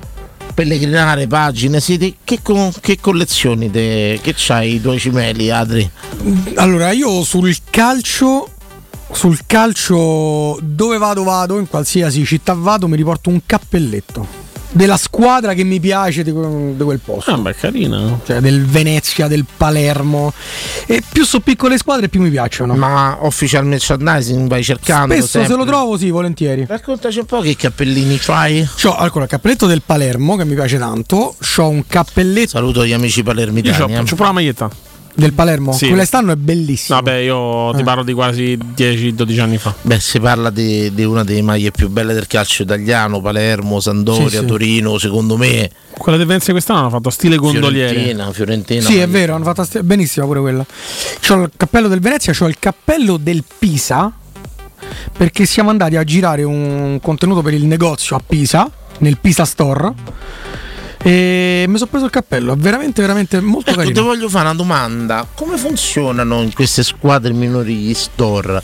pellegrinare, pagine, siti, che, co- che collezioni te- che c'hai i tuoi cimeli, Adri?
Allora, io sul calcio. Sul calcio dove vado vado, in qualsiasi città vado, mi riporto un cappelletto della squadra che mi piace di que- di quel posto.
Ah, beh, carina.
cioè del Venezia, del Palermo. E più sono piccole squadre, più mi piacciono.
Ma official merchandising vai cercando?
Spesso se lo
sempre?
trovo, sì, volentieri.
Raccontaci un po' che cappellini c'hai.
C'ho allora il cappelletto del Palermo che mi piace tanto. C'ho un cappelletto.
Saluto gli amici
Io
palermitani.
c'ho,
eh.
c'ho pure la maglietta.
Del Palermo?
Sì.
Quella stanno è bellissima.
Vabbè, io ti parlo di quasi 10-12 anni fa.
Beh, si parla di, di una delle maglie più belle del calcio italiano, Palermo, Sandoria,
Sì, sì.
Torino, secondo me.
Quella di Venezia quest'anno l'hanno fatto stile gondoliere.
Fiorentina, Fiorentina.
sì, è vero, hanno fatto sti- benissimo pure quella. C'ho il cappello del Venezia, c'ho il cappello del Pisa. Perché siamo andati a girare un contenuto per il negozio a Pisa, nel Pisa Store. E mi sono preso il cappello, è veramente, veramente molto
Ecco, ti
carino.
voglio fare una domanda. Come funzionano in queste squadre minori gli store?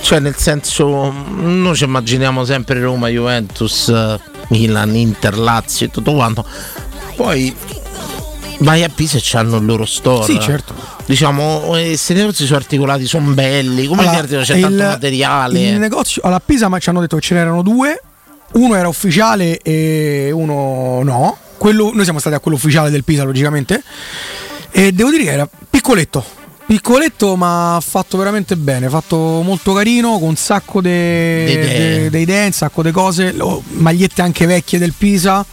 Cioè, nel senso, noi ci immaginiamo sempre Roma, Juventus, Milan, Inter, Lazio e tutto quanto. Poi Vai a Pisa e hanno il loro store.
Sì, certo.
Diciamo, eh, questi negozi sono articolati, sono belli. Come
Allora,
dire, c'è
il-
tanto materiale.
Il negozio alla Pisa ma ci hanno detto che ce n'erano due, uno era ufficiale e uno no. Quello- noi siamo stati a quello ufficiale del Pisa, logicamente. E devo dire che era piccoletto, piccoletto ma fatto veramente bene, fatto molto carino, con un sacco de-
idee.
de- de idee, un sacco di cose, lo- magliette anche vecchie del Pisa.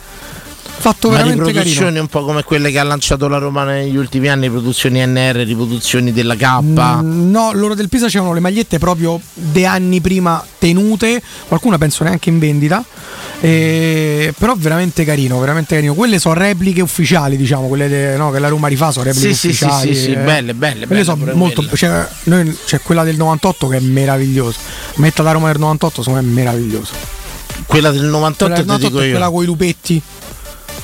Fatto
Ma
veramente
riproduzioni
carino.
un po' come quelle che ha lanciato la Roma negli ultimi anni, riproduzioni NR, riproduzioni della K.
Mm, No, loro del Pisa c'erano le magliette proprio de anni prima tenute, qualcuna penso neanche in vendita. eh, però veramente carino, veramente carino. Quelle sono repliche ufficiali, diciamo, quelle de- no, che la Roma rifà sono repliche
Sì, sì, sì,
ufficiali.
sì, sì,
eh.
belle, belle,
Quelle
belle
sono
pure
molto
quelle.
cioè, noi- c'è quella del 98 che è meravigliosa. Metta la Roma del 98, secondo me è meravigliosa.
Quella del 98
Quella del
ti dico
98 è
io.
quella con i lupetti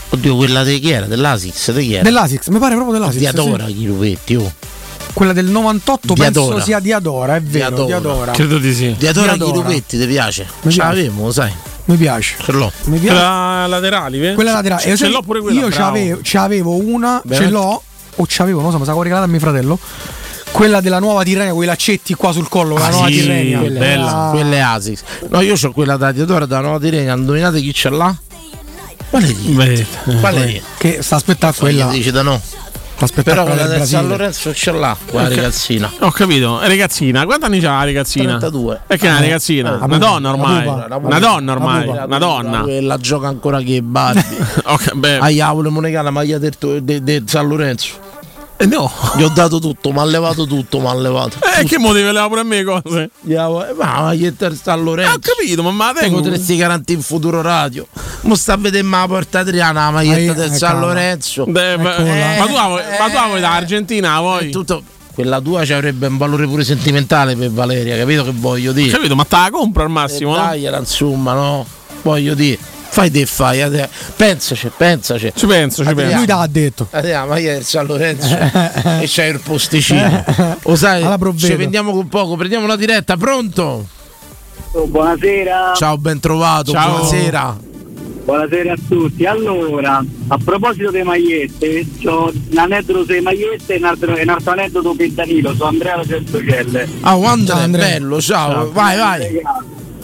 Oddio, quella di chi era? Dell'Asics? Di chi era?
dell'Asics, mi pare proprio dell'Asics.
Di
sì.
Adora, gli lupetti, oh.
Quella del 98
Diadora.
penso sia di Adora, è vero, di Adora.
di sì.
Di Adora,
Diadora.
gli lupetti, ti piace?
Mi
Ce
piace.
l'avevamo, lo sai.
Mi piace.
Ce l'ho.
Mi piace.
Quella Ah, laterali, vedi?
Quella laterale.
Ce,
Eh,
ce
sai,
l'ho pure quella.
Io
bravo.
c'avevo, c'avevo una,
Veramente?
ce l'ho, o c'avevo, non so, mi sa che l'ho regalata a mio fratello. Quella della nuova Tirrenia, quei laccetti qua sul collo, la
Ah,
nuova
sì,
Tirrenia.
quella,
Ah,
quella è Asics. No, io ho quella da Diodora da Nuova Tirrenia. Indovinate chi ce l'ha? Quale
di?
Quale di?
Che sta aspettando Eh, quella.
Dici da no.
Aspetta,
Però
quella
quella
del
del San
Brasile.
Lorenzo ce l'ha, quella
Ok.
ragazzina.
[LAUGHS] Ho capito, ragazzina, quanti anni c'ha la ragazzina?
32.
E che è
Ah,
una
no.
ragazzina?
Ah,
una
pupa.
donna ormai.
Una pupa.
Una donna ormai.
pupa.
Una donna.
Quella gioca ancora che è Barbie.
[LAUGHS] Ok, beh.
A Iavolo Moneca la maglia del, to- de- de San Lorenzo.
Eh, no.
Gli ho dato tutto, mi ha levato tutto, mi ha levato.
Eh, che motivo leva pure a me cose?
Diavolo, eh, ma la maglietta del San Lorenzo.
Eh, Ho capito, ma ma
Te
tengo.
potresti garantire in futuro radio. Mo sta a vedere ma la porta Adriana, la maglietta
Ah,
del
eh,
San
calma.
Lorenzo.
Beh, ma,
Eh,
ma tu la vuoi- ma tu la vuoi da Argentina, vuoi?
Quella tua ci avrebbe un valore pure sentimentale per Valeria, capito che voglio dire? Eh,
Capito, ma te la compro al massimo, no?
Dagliela, insomma, no? Voglio dire, fai te fai, a te. pensaci, pensaci.
Ci penso, ci penso.
Lui l'ha ha detto.
Ah, la maglia del San Lorenzo [LAUGHS] e c'è il posticino. Lo sai,
Alla provvedo.
ci vendiamo con poco, prendiamo la diretta, pronto?
Buonasera.
Ciao, ben trovato,
Ciao.
buonasera.
Buonasera a tutti. Allora, a proposito delle magliette, ho un aneddoto sulle magliette e un altro, e un altro aneddoto per Danilo, sono Andrea Certogelle.
Ah, oh, Andrea, bello, ciao. vai, vai.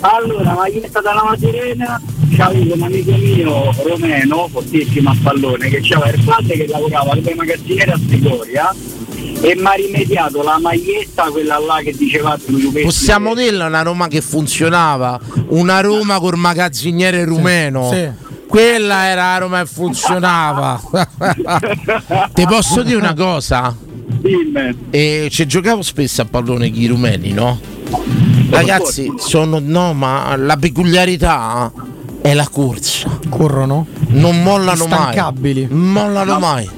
Allora, maglietta dalla Matirena, c'avevo un amico mio romeno, fortissimo a pallone, che c'era il padre che lavorava come magazziniere a Trigoria e mi ha rimediato la maglietta, quella là che diceva tu, Lupetti,
Possiamo dirla una Roma che funzionava, una Roma col magazziniere rumeno. Quella era la Roma che funzionava. Ti posso dire una cosa? Eh, ci giocavo spesso a pallone con i rumeni, no? Ragazzi, sono no, ma la peculiarità è la corsa.
Corrono?
Non mollano mai.
Instancabili.
Mollano
No.
mai.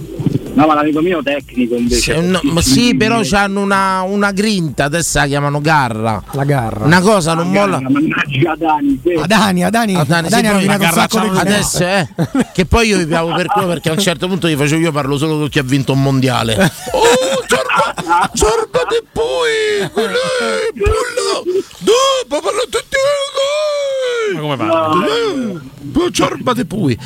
No, ma l'amico mio tecnico invece.
Eh, no, ma sì, però hanno una, una grinta, adesso la chiamano garra.
La garra.
Una cosa non molla.
Mannaggia Adani, sì.
Adani, Adani, Adani,
sì,
ha
poi
rovinato
la
un
garra
sacco di
c'hanno adesso,
giornate.
eh, che poi io vi piavo per quello perché a un certo punto gli facevo io parlo solo con chi ha vinto un mondiale. Oh, ciorba, ciorba di poi, quello è bullo. Dopo parlo tutti Ma
come
va? Eh, Ciorba di poi.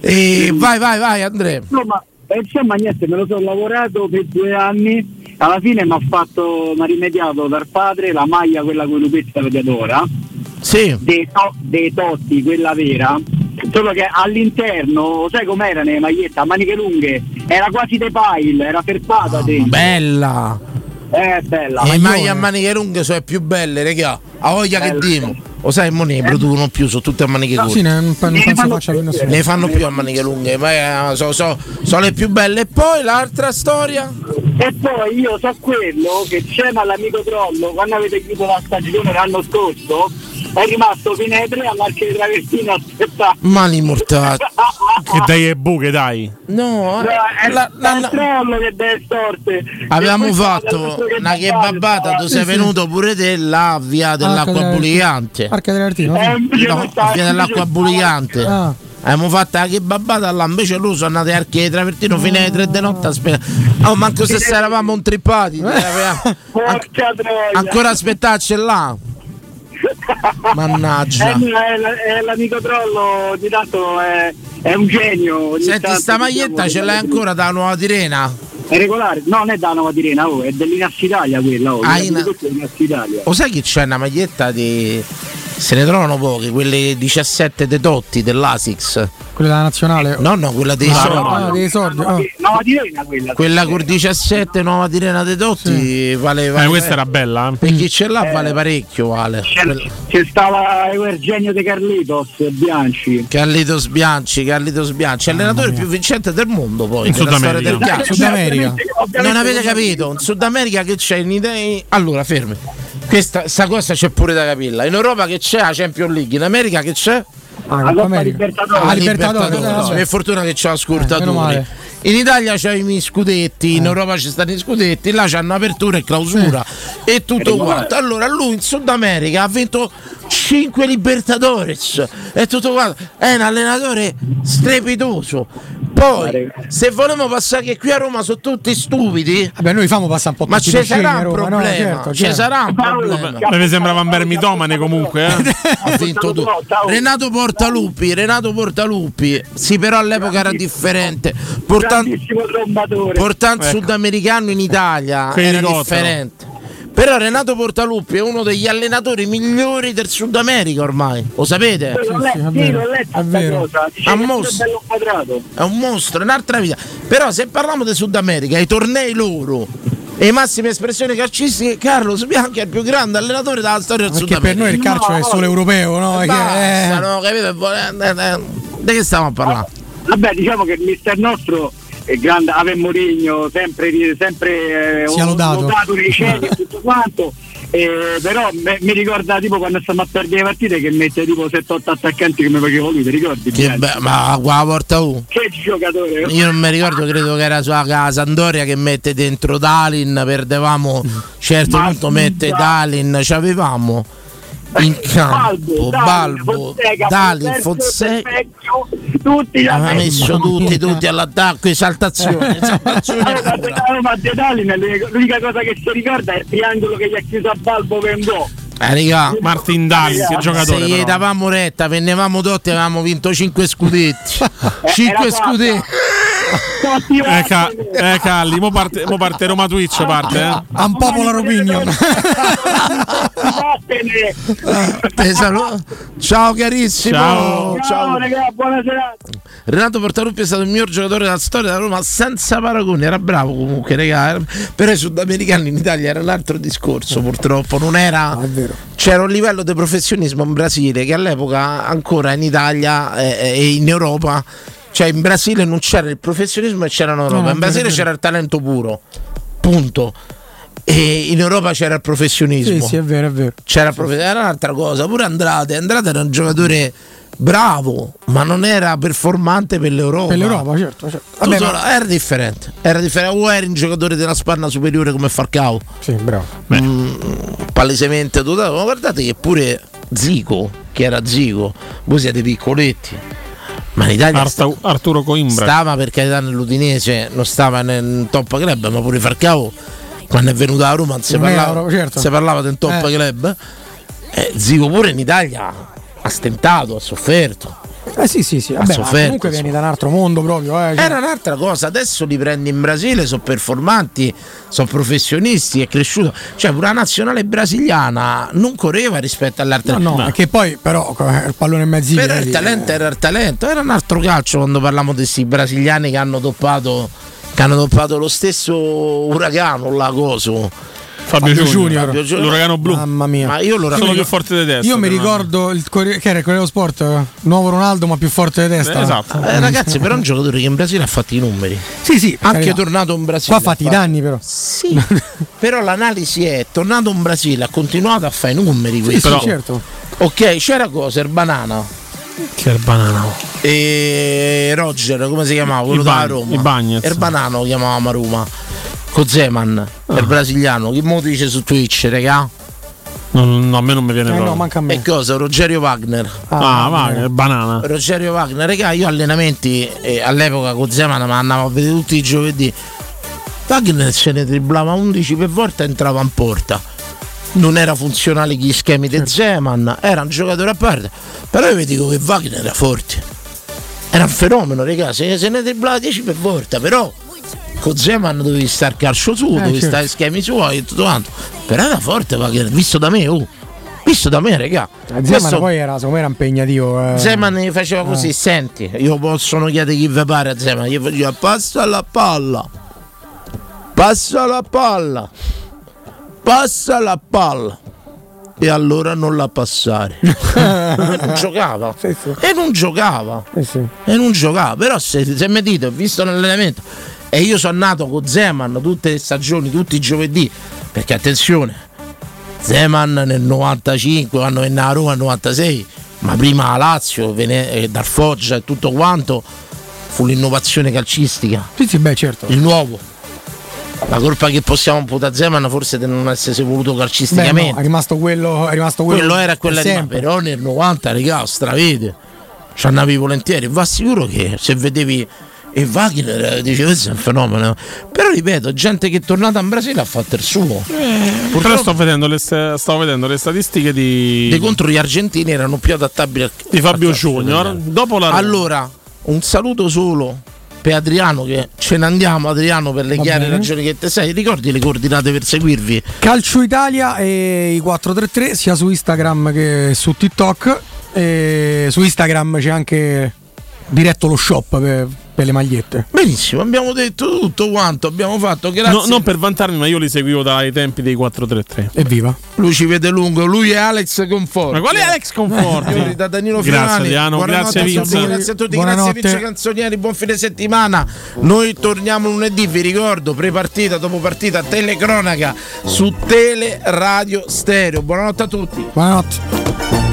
E vai, vai, vai, Andrea.
Insomma, eh, insomma, niente, me lo sono lavorato per due anni. Alla fine mi ha fatto, mi ha rimediato dal padre la maglia, quella con i lupetti da gladiatore,
Sì.
Dei, to- dei Totti, quella vera. Solo che all'interno, sai com'era nelle magliette, a maniche lunghe, era quasi dei pile, era ferpata dentro.
Bella.
Eh, bella.
Ah, Le maglie a maniche lunghe sono le più belle, regà. A voglia che
Bello.
dimo. Lo sai, mo ne producono più, sono tutte a maniche
No,
corte.
sì, ne- non penso
fanno
faccia più nessuno.
Ne fanno più a maniche lunghe, ma eh, so, so- sono le più belle. E poi l'altra storia?
E poi io so quello che c'era all'amico Trollo quando avete chiuso la stagione l'anno scorso, è rimasto fino ai tre a marcia di travertino a aspettare. Ah,
Mani mortali.
Che dai e buche, dai.
No, eh,
No, è,
la- la-
è il Trollo che deve storte.
Avevamo
E poi
fatto
che
una
ti
che
fa? Ah,
babbata dove
Sì,
sei
sì.
venuto pure te là via dell'acqua
della-
buliante.
Arca dell'Artino.
Eh, invece
No,
non sta-
via dell'acqua buliante.
Ah.
Abbiamo fatto la che babbata là, invece loro sono andati al di travertino fino alle 3 di notte a aspettare. Oh, manco se eravamo un trippati,
Eh.
Porca troia.
ancora aspettarci là. Mannaggia.
Eh, no, è, l- è l'amico Trollo di tanto è, è
È un genio. ogni
Senti,
tanto
sta
diciamo,
maglietta ce l'hai
guardate,
ancora da Nuova Tirena?
È regolare, no, non è da Nova Tirena, oh, è dell'Inas Italia quella. Oh.
Ah,
Guardate,
Ina-
questa è Inas Italia.
Lo sai che c'è una maglietta di. Se ne trovano poche, quelle 17 dedotti dell'Asics.
Quella della nazionale?
No, no, quella dei
Ah,
soldi.
no, no, dei soldi. ah.
Nova Tirena quella.
Quella con 17 nuova Tirena dei Dotti vale, vale.
Eh, questa era bella.
Per chi ce l'ha vale parecchio, vale.
C'è stava Eugenio De Carlitos Bianci.
Carlitos Bianci, Carlitos Bianci, allenatore più vincente del mondo poi
In
della
Sud
storia
America.
del calcio.
In Sud America.
Non avete capito, in Sud America che c'è in Italia. Allora, fermi. Questa sta cosa c'è pure da capirla. In Europa che c'è la Champions League, in America che c'è?
La Coppa Ah, America. Libertadores.
Ah,
Ah, Libertadores,
Libertadores.
vabbè.
Per fortuna che c'è la
Eh, meno
scurtatura.
male. Eh.
in Italia c'è i scudetti, in Europa ci stanno i scudetti, là c'hanno apertura e clausura e tutto quanto. Allora lui in Sud America ha vinto 5 Libertadores e tutto quanto. È un allenatore strepitoso. Poi, se vogliamo passare che qui a Roma sono tutti stupidi,
Vabbè, noi famo passare un po'
ma
tutti
ci
per
sarà
scena,
un
Roma, no?
problema.
Certo,
Ci
certo.
sarà un problema.
A me sembrava un bermitomane comunque. Eh.
Ha vinto tu. Renato Portaluppi, Renato Portaluppi, sì però all'epoca era differente. Portan- Portan
Ecco.
sudamericano in Italia
Che
era
elicottero.
differente. Però Renato Portaluppi è uno degli allenatori migliori del Sud America ormai, lo sapete?
Sì, l'ho letto, sì, l'ho letta sta cosa. Dice
Ha
che è
mosso.
tutto bello quadrato.
È un mostro, è un'altra vita. Però se parliamo di Sud America, i tornei loro e le massime espressioni calcistiche, Carlos Bianchi è il più grande allenatore della storia del Sud
Perché
America.
per noi il calcio è solo europeo, no? Che- eh.
Basta, no, capito? Eh, eh, Di che stiamo a parlare?
Vabbè, diciamo che il mister nostro è grande, Ave Mourinho, sempre, sempre eh,
Sia
un-
lodato.
nei cieli
[LAUGHS]
e tutto quanto. Eh, però me- mi ricorda tipo quando stiamo a perdere le partite che mette tipo 7-8 attaccanti come faceva lui, ti ricordi?
Che
Bianchi?
be- ma qua la porta U.
Che giocatore!
Io non mi ricordo, credo che era sulla casa Sandoria che mette dentro Dalin, perdevamo, certo
Ma
punto mette
scusa.
Dalin, ci avevamo in
Balbo,
campo, Balbo,
Fonseca,
Dalin,
Fonseca,
Fonseca,
Tutti gli
aveva
altri-
[LAUGHS]
messo tutti, tutti all'attacco, esaltazione, esaltazione.
Allora, ma Dedali, nelle- l'unica cosa che si ricorda è il triangolo che gli ha chiuso a Balbo che è un po'.
Eh, raga,
Martin Dalin, che giocatore,
Se gli
però.
davamo retta, venivamo dotti, avevamo vinto 5 scudetti. [LAUGHS] 5 scudetti.
Eh, ca- eh, Calli, mo parte, mo parte Roma Twitch, parte. Eh.
Un popolo Robignon.
[LAUGHS]
Vattene!
[LAUGHS] Te salu- Ciao carissimo.
Ciao, raga, buona serata.
Renato Portaluppi è stato il miglior giocatore della storia della Roma senza paragoni, era bravo comunque, raga. era- Però i sudamericani in Italia era un altro discorso, purtroppo, non era
Ah,
C'era un livello di professionismo in Brasile che all'epoca ancora in Italia eh, e in Europa cioè in Brasile non c'era il professionismo e c'era l'Europa.
No,
in Brasile
Eh, vero, vero.
c'era il talento puro. Punto. E in Europa c'era il professionismo.
Sì, sì, è vero, è vero.
C'era proprio, era un'altra cosa. Pure Andrade, Andrade era un giocatore bravo, ma non era performante per l'Europa.
Per l'Europa, certo, certo.
Tu solo- Era differente, era differente. O eri un giocatore della spanna superiore come Farcao,
Sì, bravo.
palesemente dotato. Ma guardate che pure Zico, che era Zico, voi siete piccoletti. Ma in Italia
Arta- Arturo Coimbra.
stava per carità nell'Udinese, non stava nel top club, ma pure Farcao quando è venuto a Roma non si,
Non era
parlava,
Roma, certo.
si parlava del top
Eh.
club. Eh, Zico pure in Italia ha stentato, ha sofferto.
Eh sì, sì, sì. Vabbè, ma
sofferto,
comunque vieni da un altro mondo proprio, eh. cioè.
Era un'altra cosa, adesso li prendi in Brasile, sono performanti, sono professionisti, è cresciuto. Cioè pure la nazionale brasiliana non correva rispetto all'altra.
No, no, che poi però eh, il pallone in mezzo
Però il talento era il talento, era un altro calcio quando parliamo di questi brasiliani che hanno toppato, che hanno toppato lo stesso uragano, l'agoso.
Fabio Fabio Junior.
Fabio Junior.
L'uragano blu.
Mamma mia.
Ma io l'uragano-
Sono più forte di testa.
Io mi
però.
ricordo il Corri- che era il Corriere dello Sport, eh, nuovo Ronaldo ma più forte di testa.
Eh, esatto.
Eh, ragazzi, però è un giocatore che in Brasile ha fatto i numeri.
[LAUGHS] Sì, sì,
Anche
carità.
tornato in Brasile.
Qua ha fatto i
fa-
danni però. [LAUGHS]
Sì, però l'analisi è tornato in Brasile, ha continuato a fare i numeri.
Sì, sì,
questo.
certo.
Ok, c'era cosa, il banana.
Che è il banano.
E Roger, come si chiamava? Quello
I
da
Bagn-
Roma.
i Bagnets.
il banano lo chiamavamo a Roma. Con Zeman, il brasiliano, che mo dice su Twitch, raga?
Non- Eh, no, a me non mi viene proprio.
manca a
E cosa? Rogerio Wagner.
Ah,
eh.
va, che banana.
Rogerio Wagner, raga, io allenamenti eh, all'epoca con Zeman ma andavo a vedere tutti i giovedì. Wagner se ne triplava 11 per volta e entrava in porta. Non era funzionale gli
Certo.
schemi di Zeman, era un giocatore a parte. Però io vi dico che Wagner era forte. era un fenomeno, raga, se, se ne dribblava 10 per volta, però con Zeman dovevi stare al calcio suo,
Eh,
dovevi
certo.
stare agli schemi suoi e tutto quanto. Però era forte, Wagner, visto da me, oh. Visto da me, raga.
Zeman poi era, secondo me era impegnativo. eh.
Zeman gli faceva così, senti, io possono chiedere chi vi pare a Zeman, gli faceva passa la palla, passa la palla, passa la palla. E allora non
[LAUGHS]
la passare. e non giocava. E non giocava.
Eh,
E non giocava. Però se, se mi dite, ho visto l'allenamento e io sono nato con Zeman tutte le stagioni, tutti i giovedì, perché attenzione, Zeman nel 95, quando venne a Roma nel 96, ma prima a Lazio, venne, eh, dal Foggia e tutto quanto, fu l'innovazione calcistica.
Sì, sì, beh, certo.
Il nuovo. La colpa che possiamo imputare a Zeman forse è di non essersi voluto
Beh, no,
calcisticamente.
è rimasto quello. È rimasto quello,
quello, era quella di
sempre.
però nel 90, regà, stravede. Ci andavi volentieri, va sicuro che se vedevi e Wagner eh, dicevi questo è un fenomeno. Però ripeto, gente che è tornata in Brasile ha fatto il suo.
Però sto vedendo, le, st- stavo vedendo le statistiche di.
E contro gli argentini erano più adattabili a
Di Fabio Junior. Dopo la
Allora, un saluto solo per Adriano che ce ne andiamo Adriano per le
Va
chiare
bene.
ragioni che te sei. Ricordi le coordinate per seguirvi?
Calcio Italia e i 433 sia su Instagram che su TikTok. E su Instagram c'è anche diretto lo shop per, per le magliette.
Benissimo, abbiamo detto tutto quanto, abbiamo fatto grazie.
No, non per vantarmi, ma io li seguivo dai tempi dei 4-3-3.
Evviva.
Lui ci vede lungo, lui è Alex Conforti.
Ma qual è Alex Conforti?
Signori, da Danilo
Grazie,
Fiorani.
Adriano, grazie,
Buonanotte a tutti,
Vince.
Grazie a tutti,
Buonanotte.
grazie Vince Canzonieri, buon fine settimana. Noi torniamo lunedì, vi ricordo, pre-partita, dopo partita, telecronaca su Tele Radio Stereo. Buonanotte a tutti.
Buonanotte.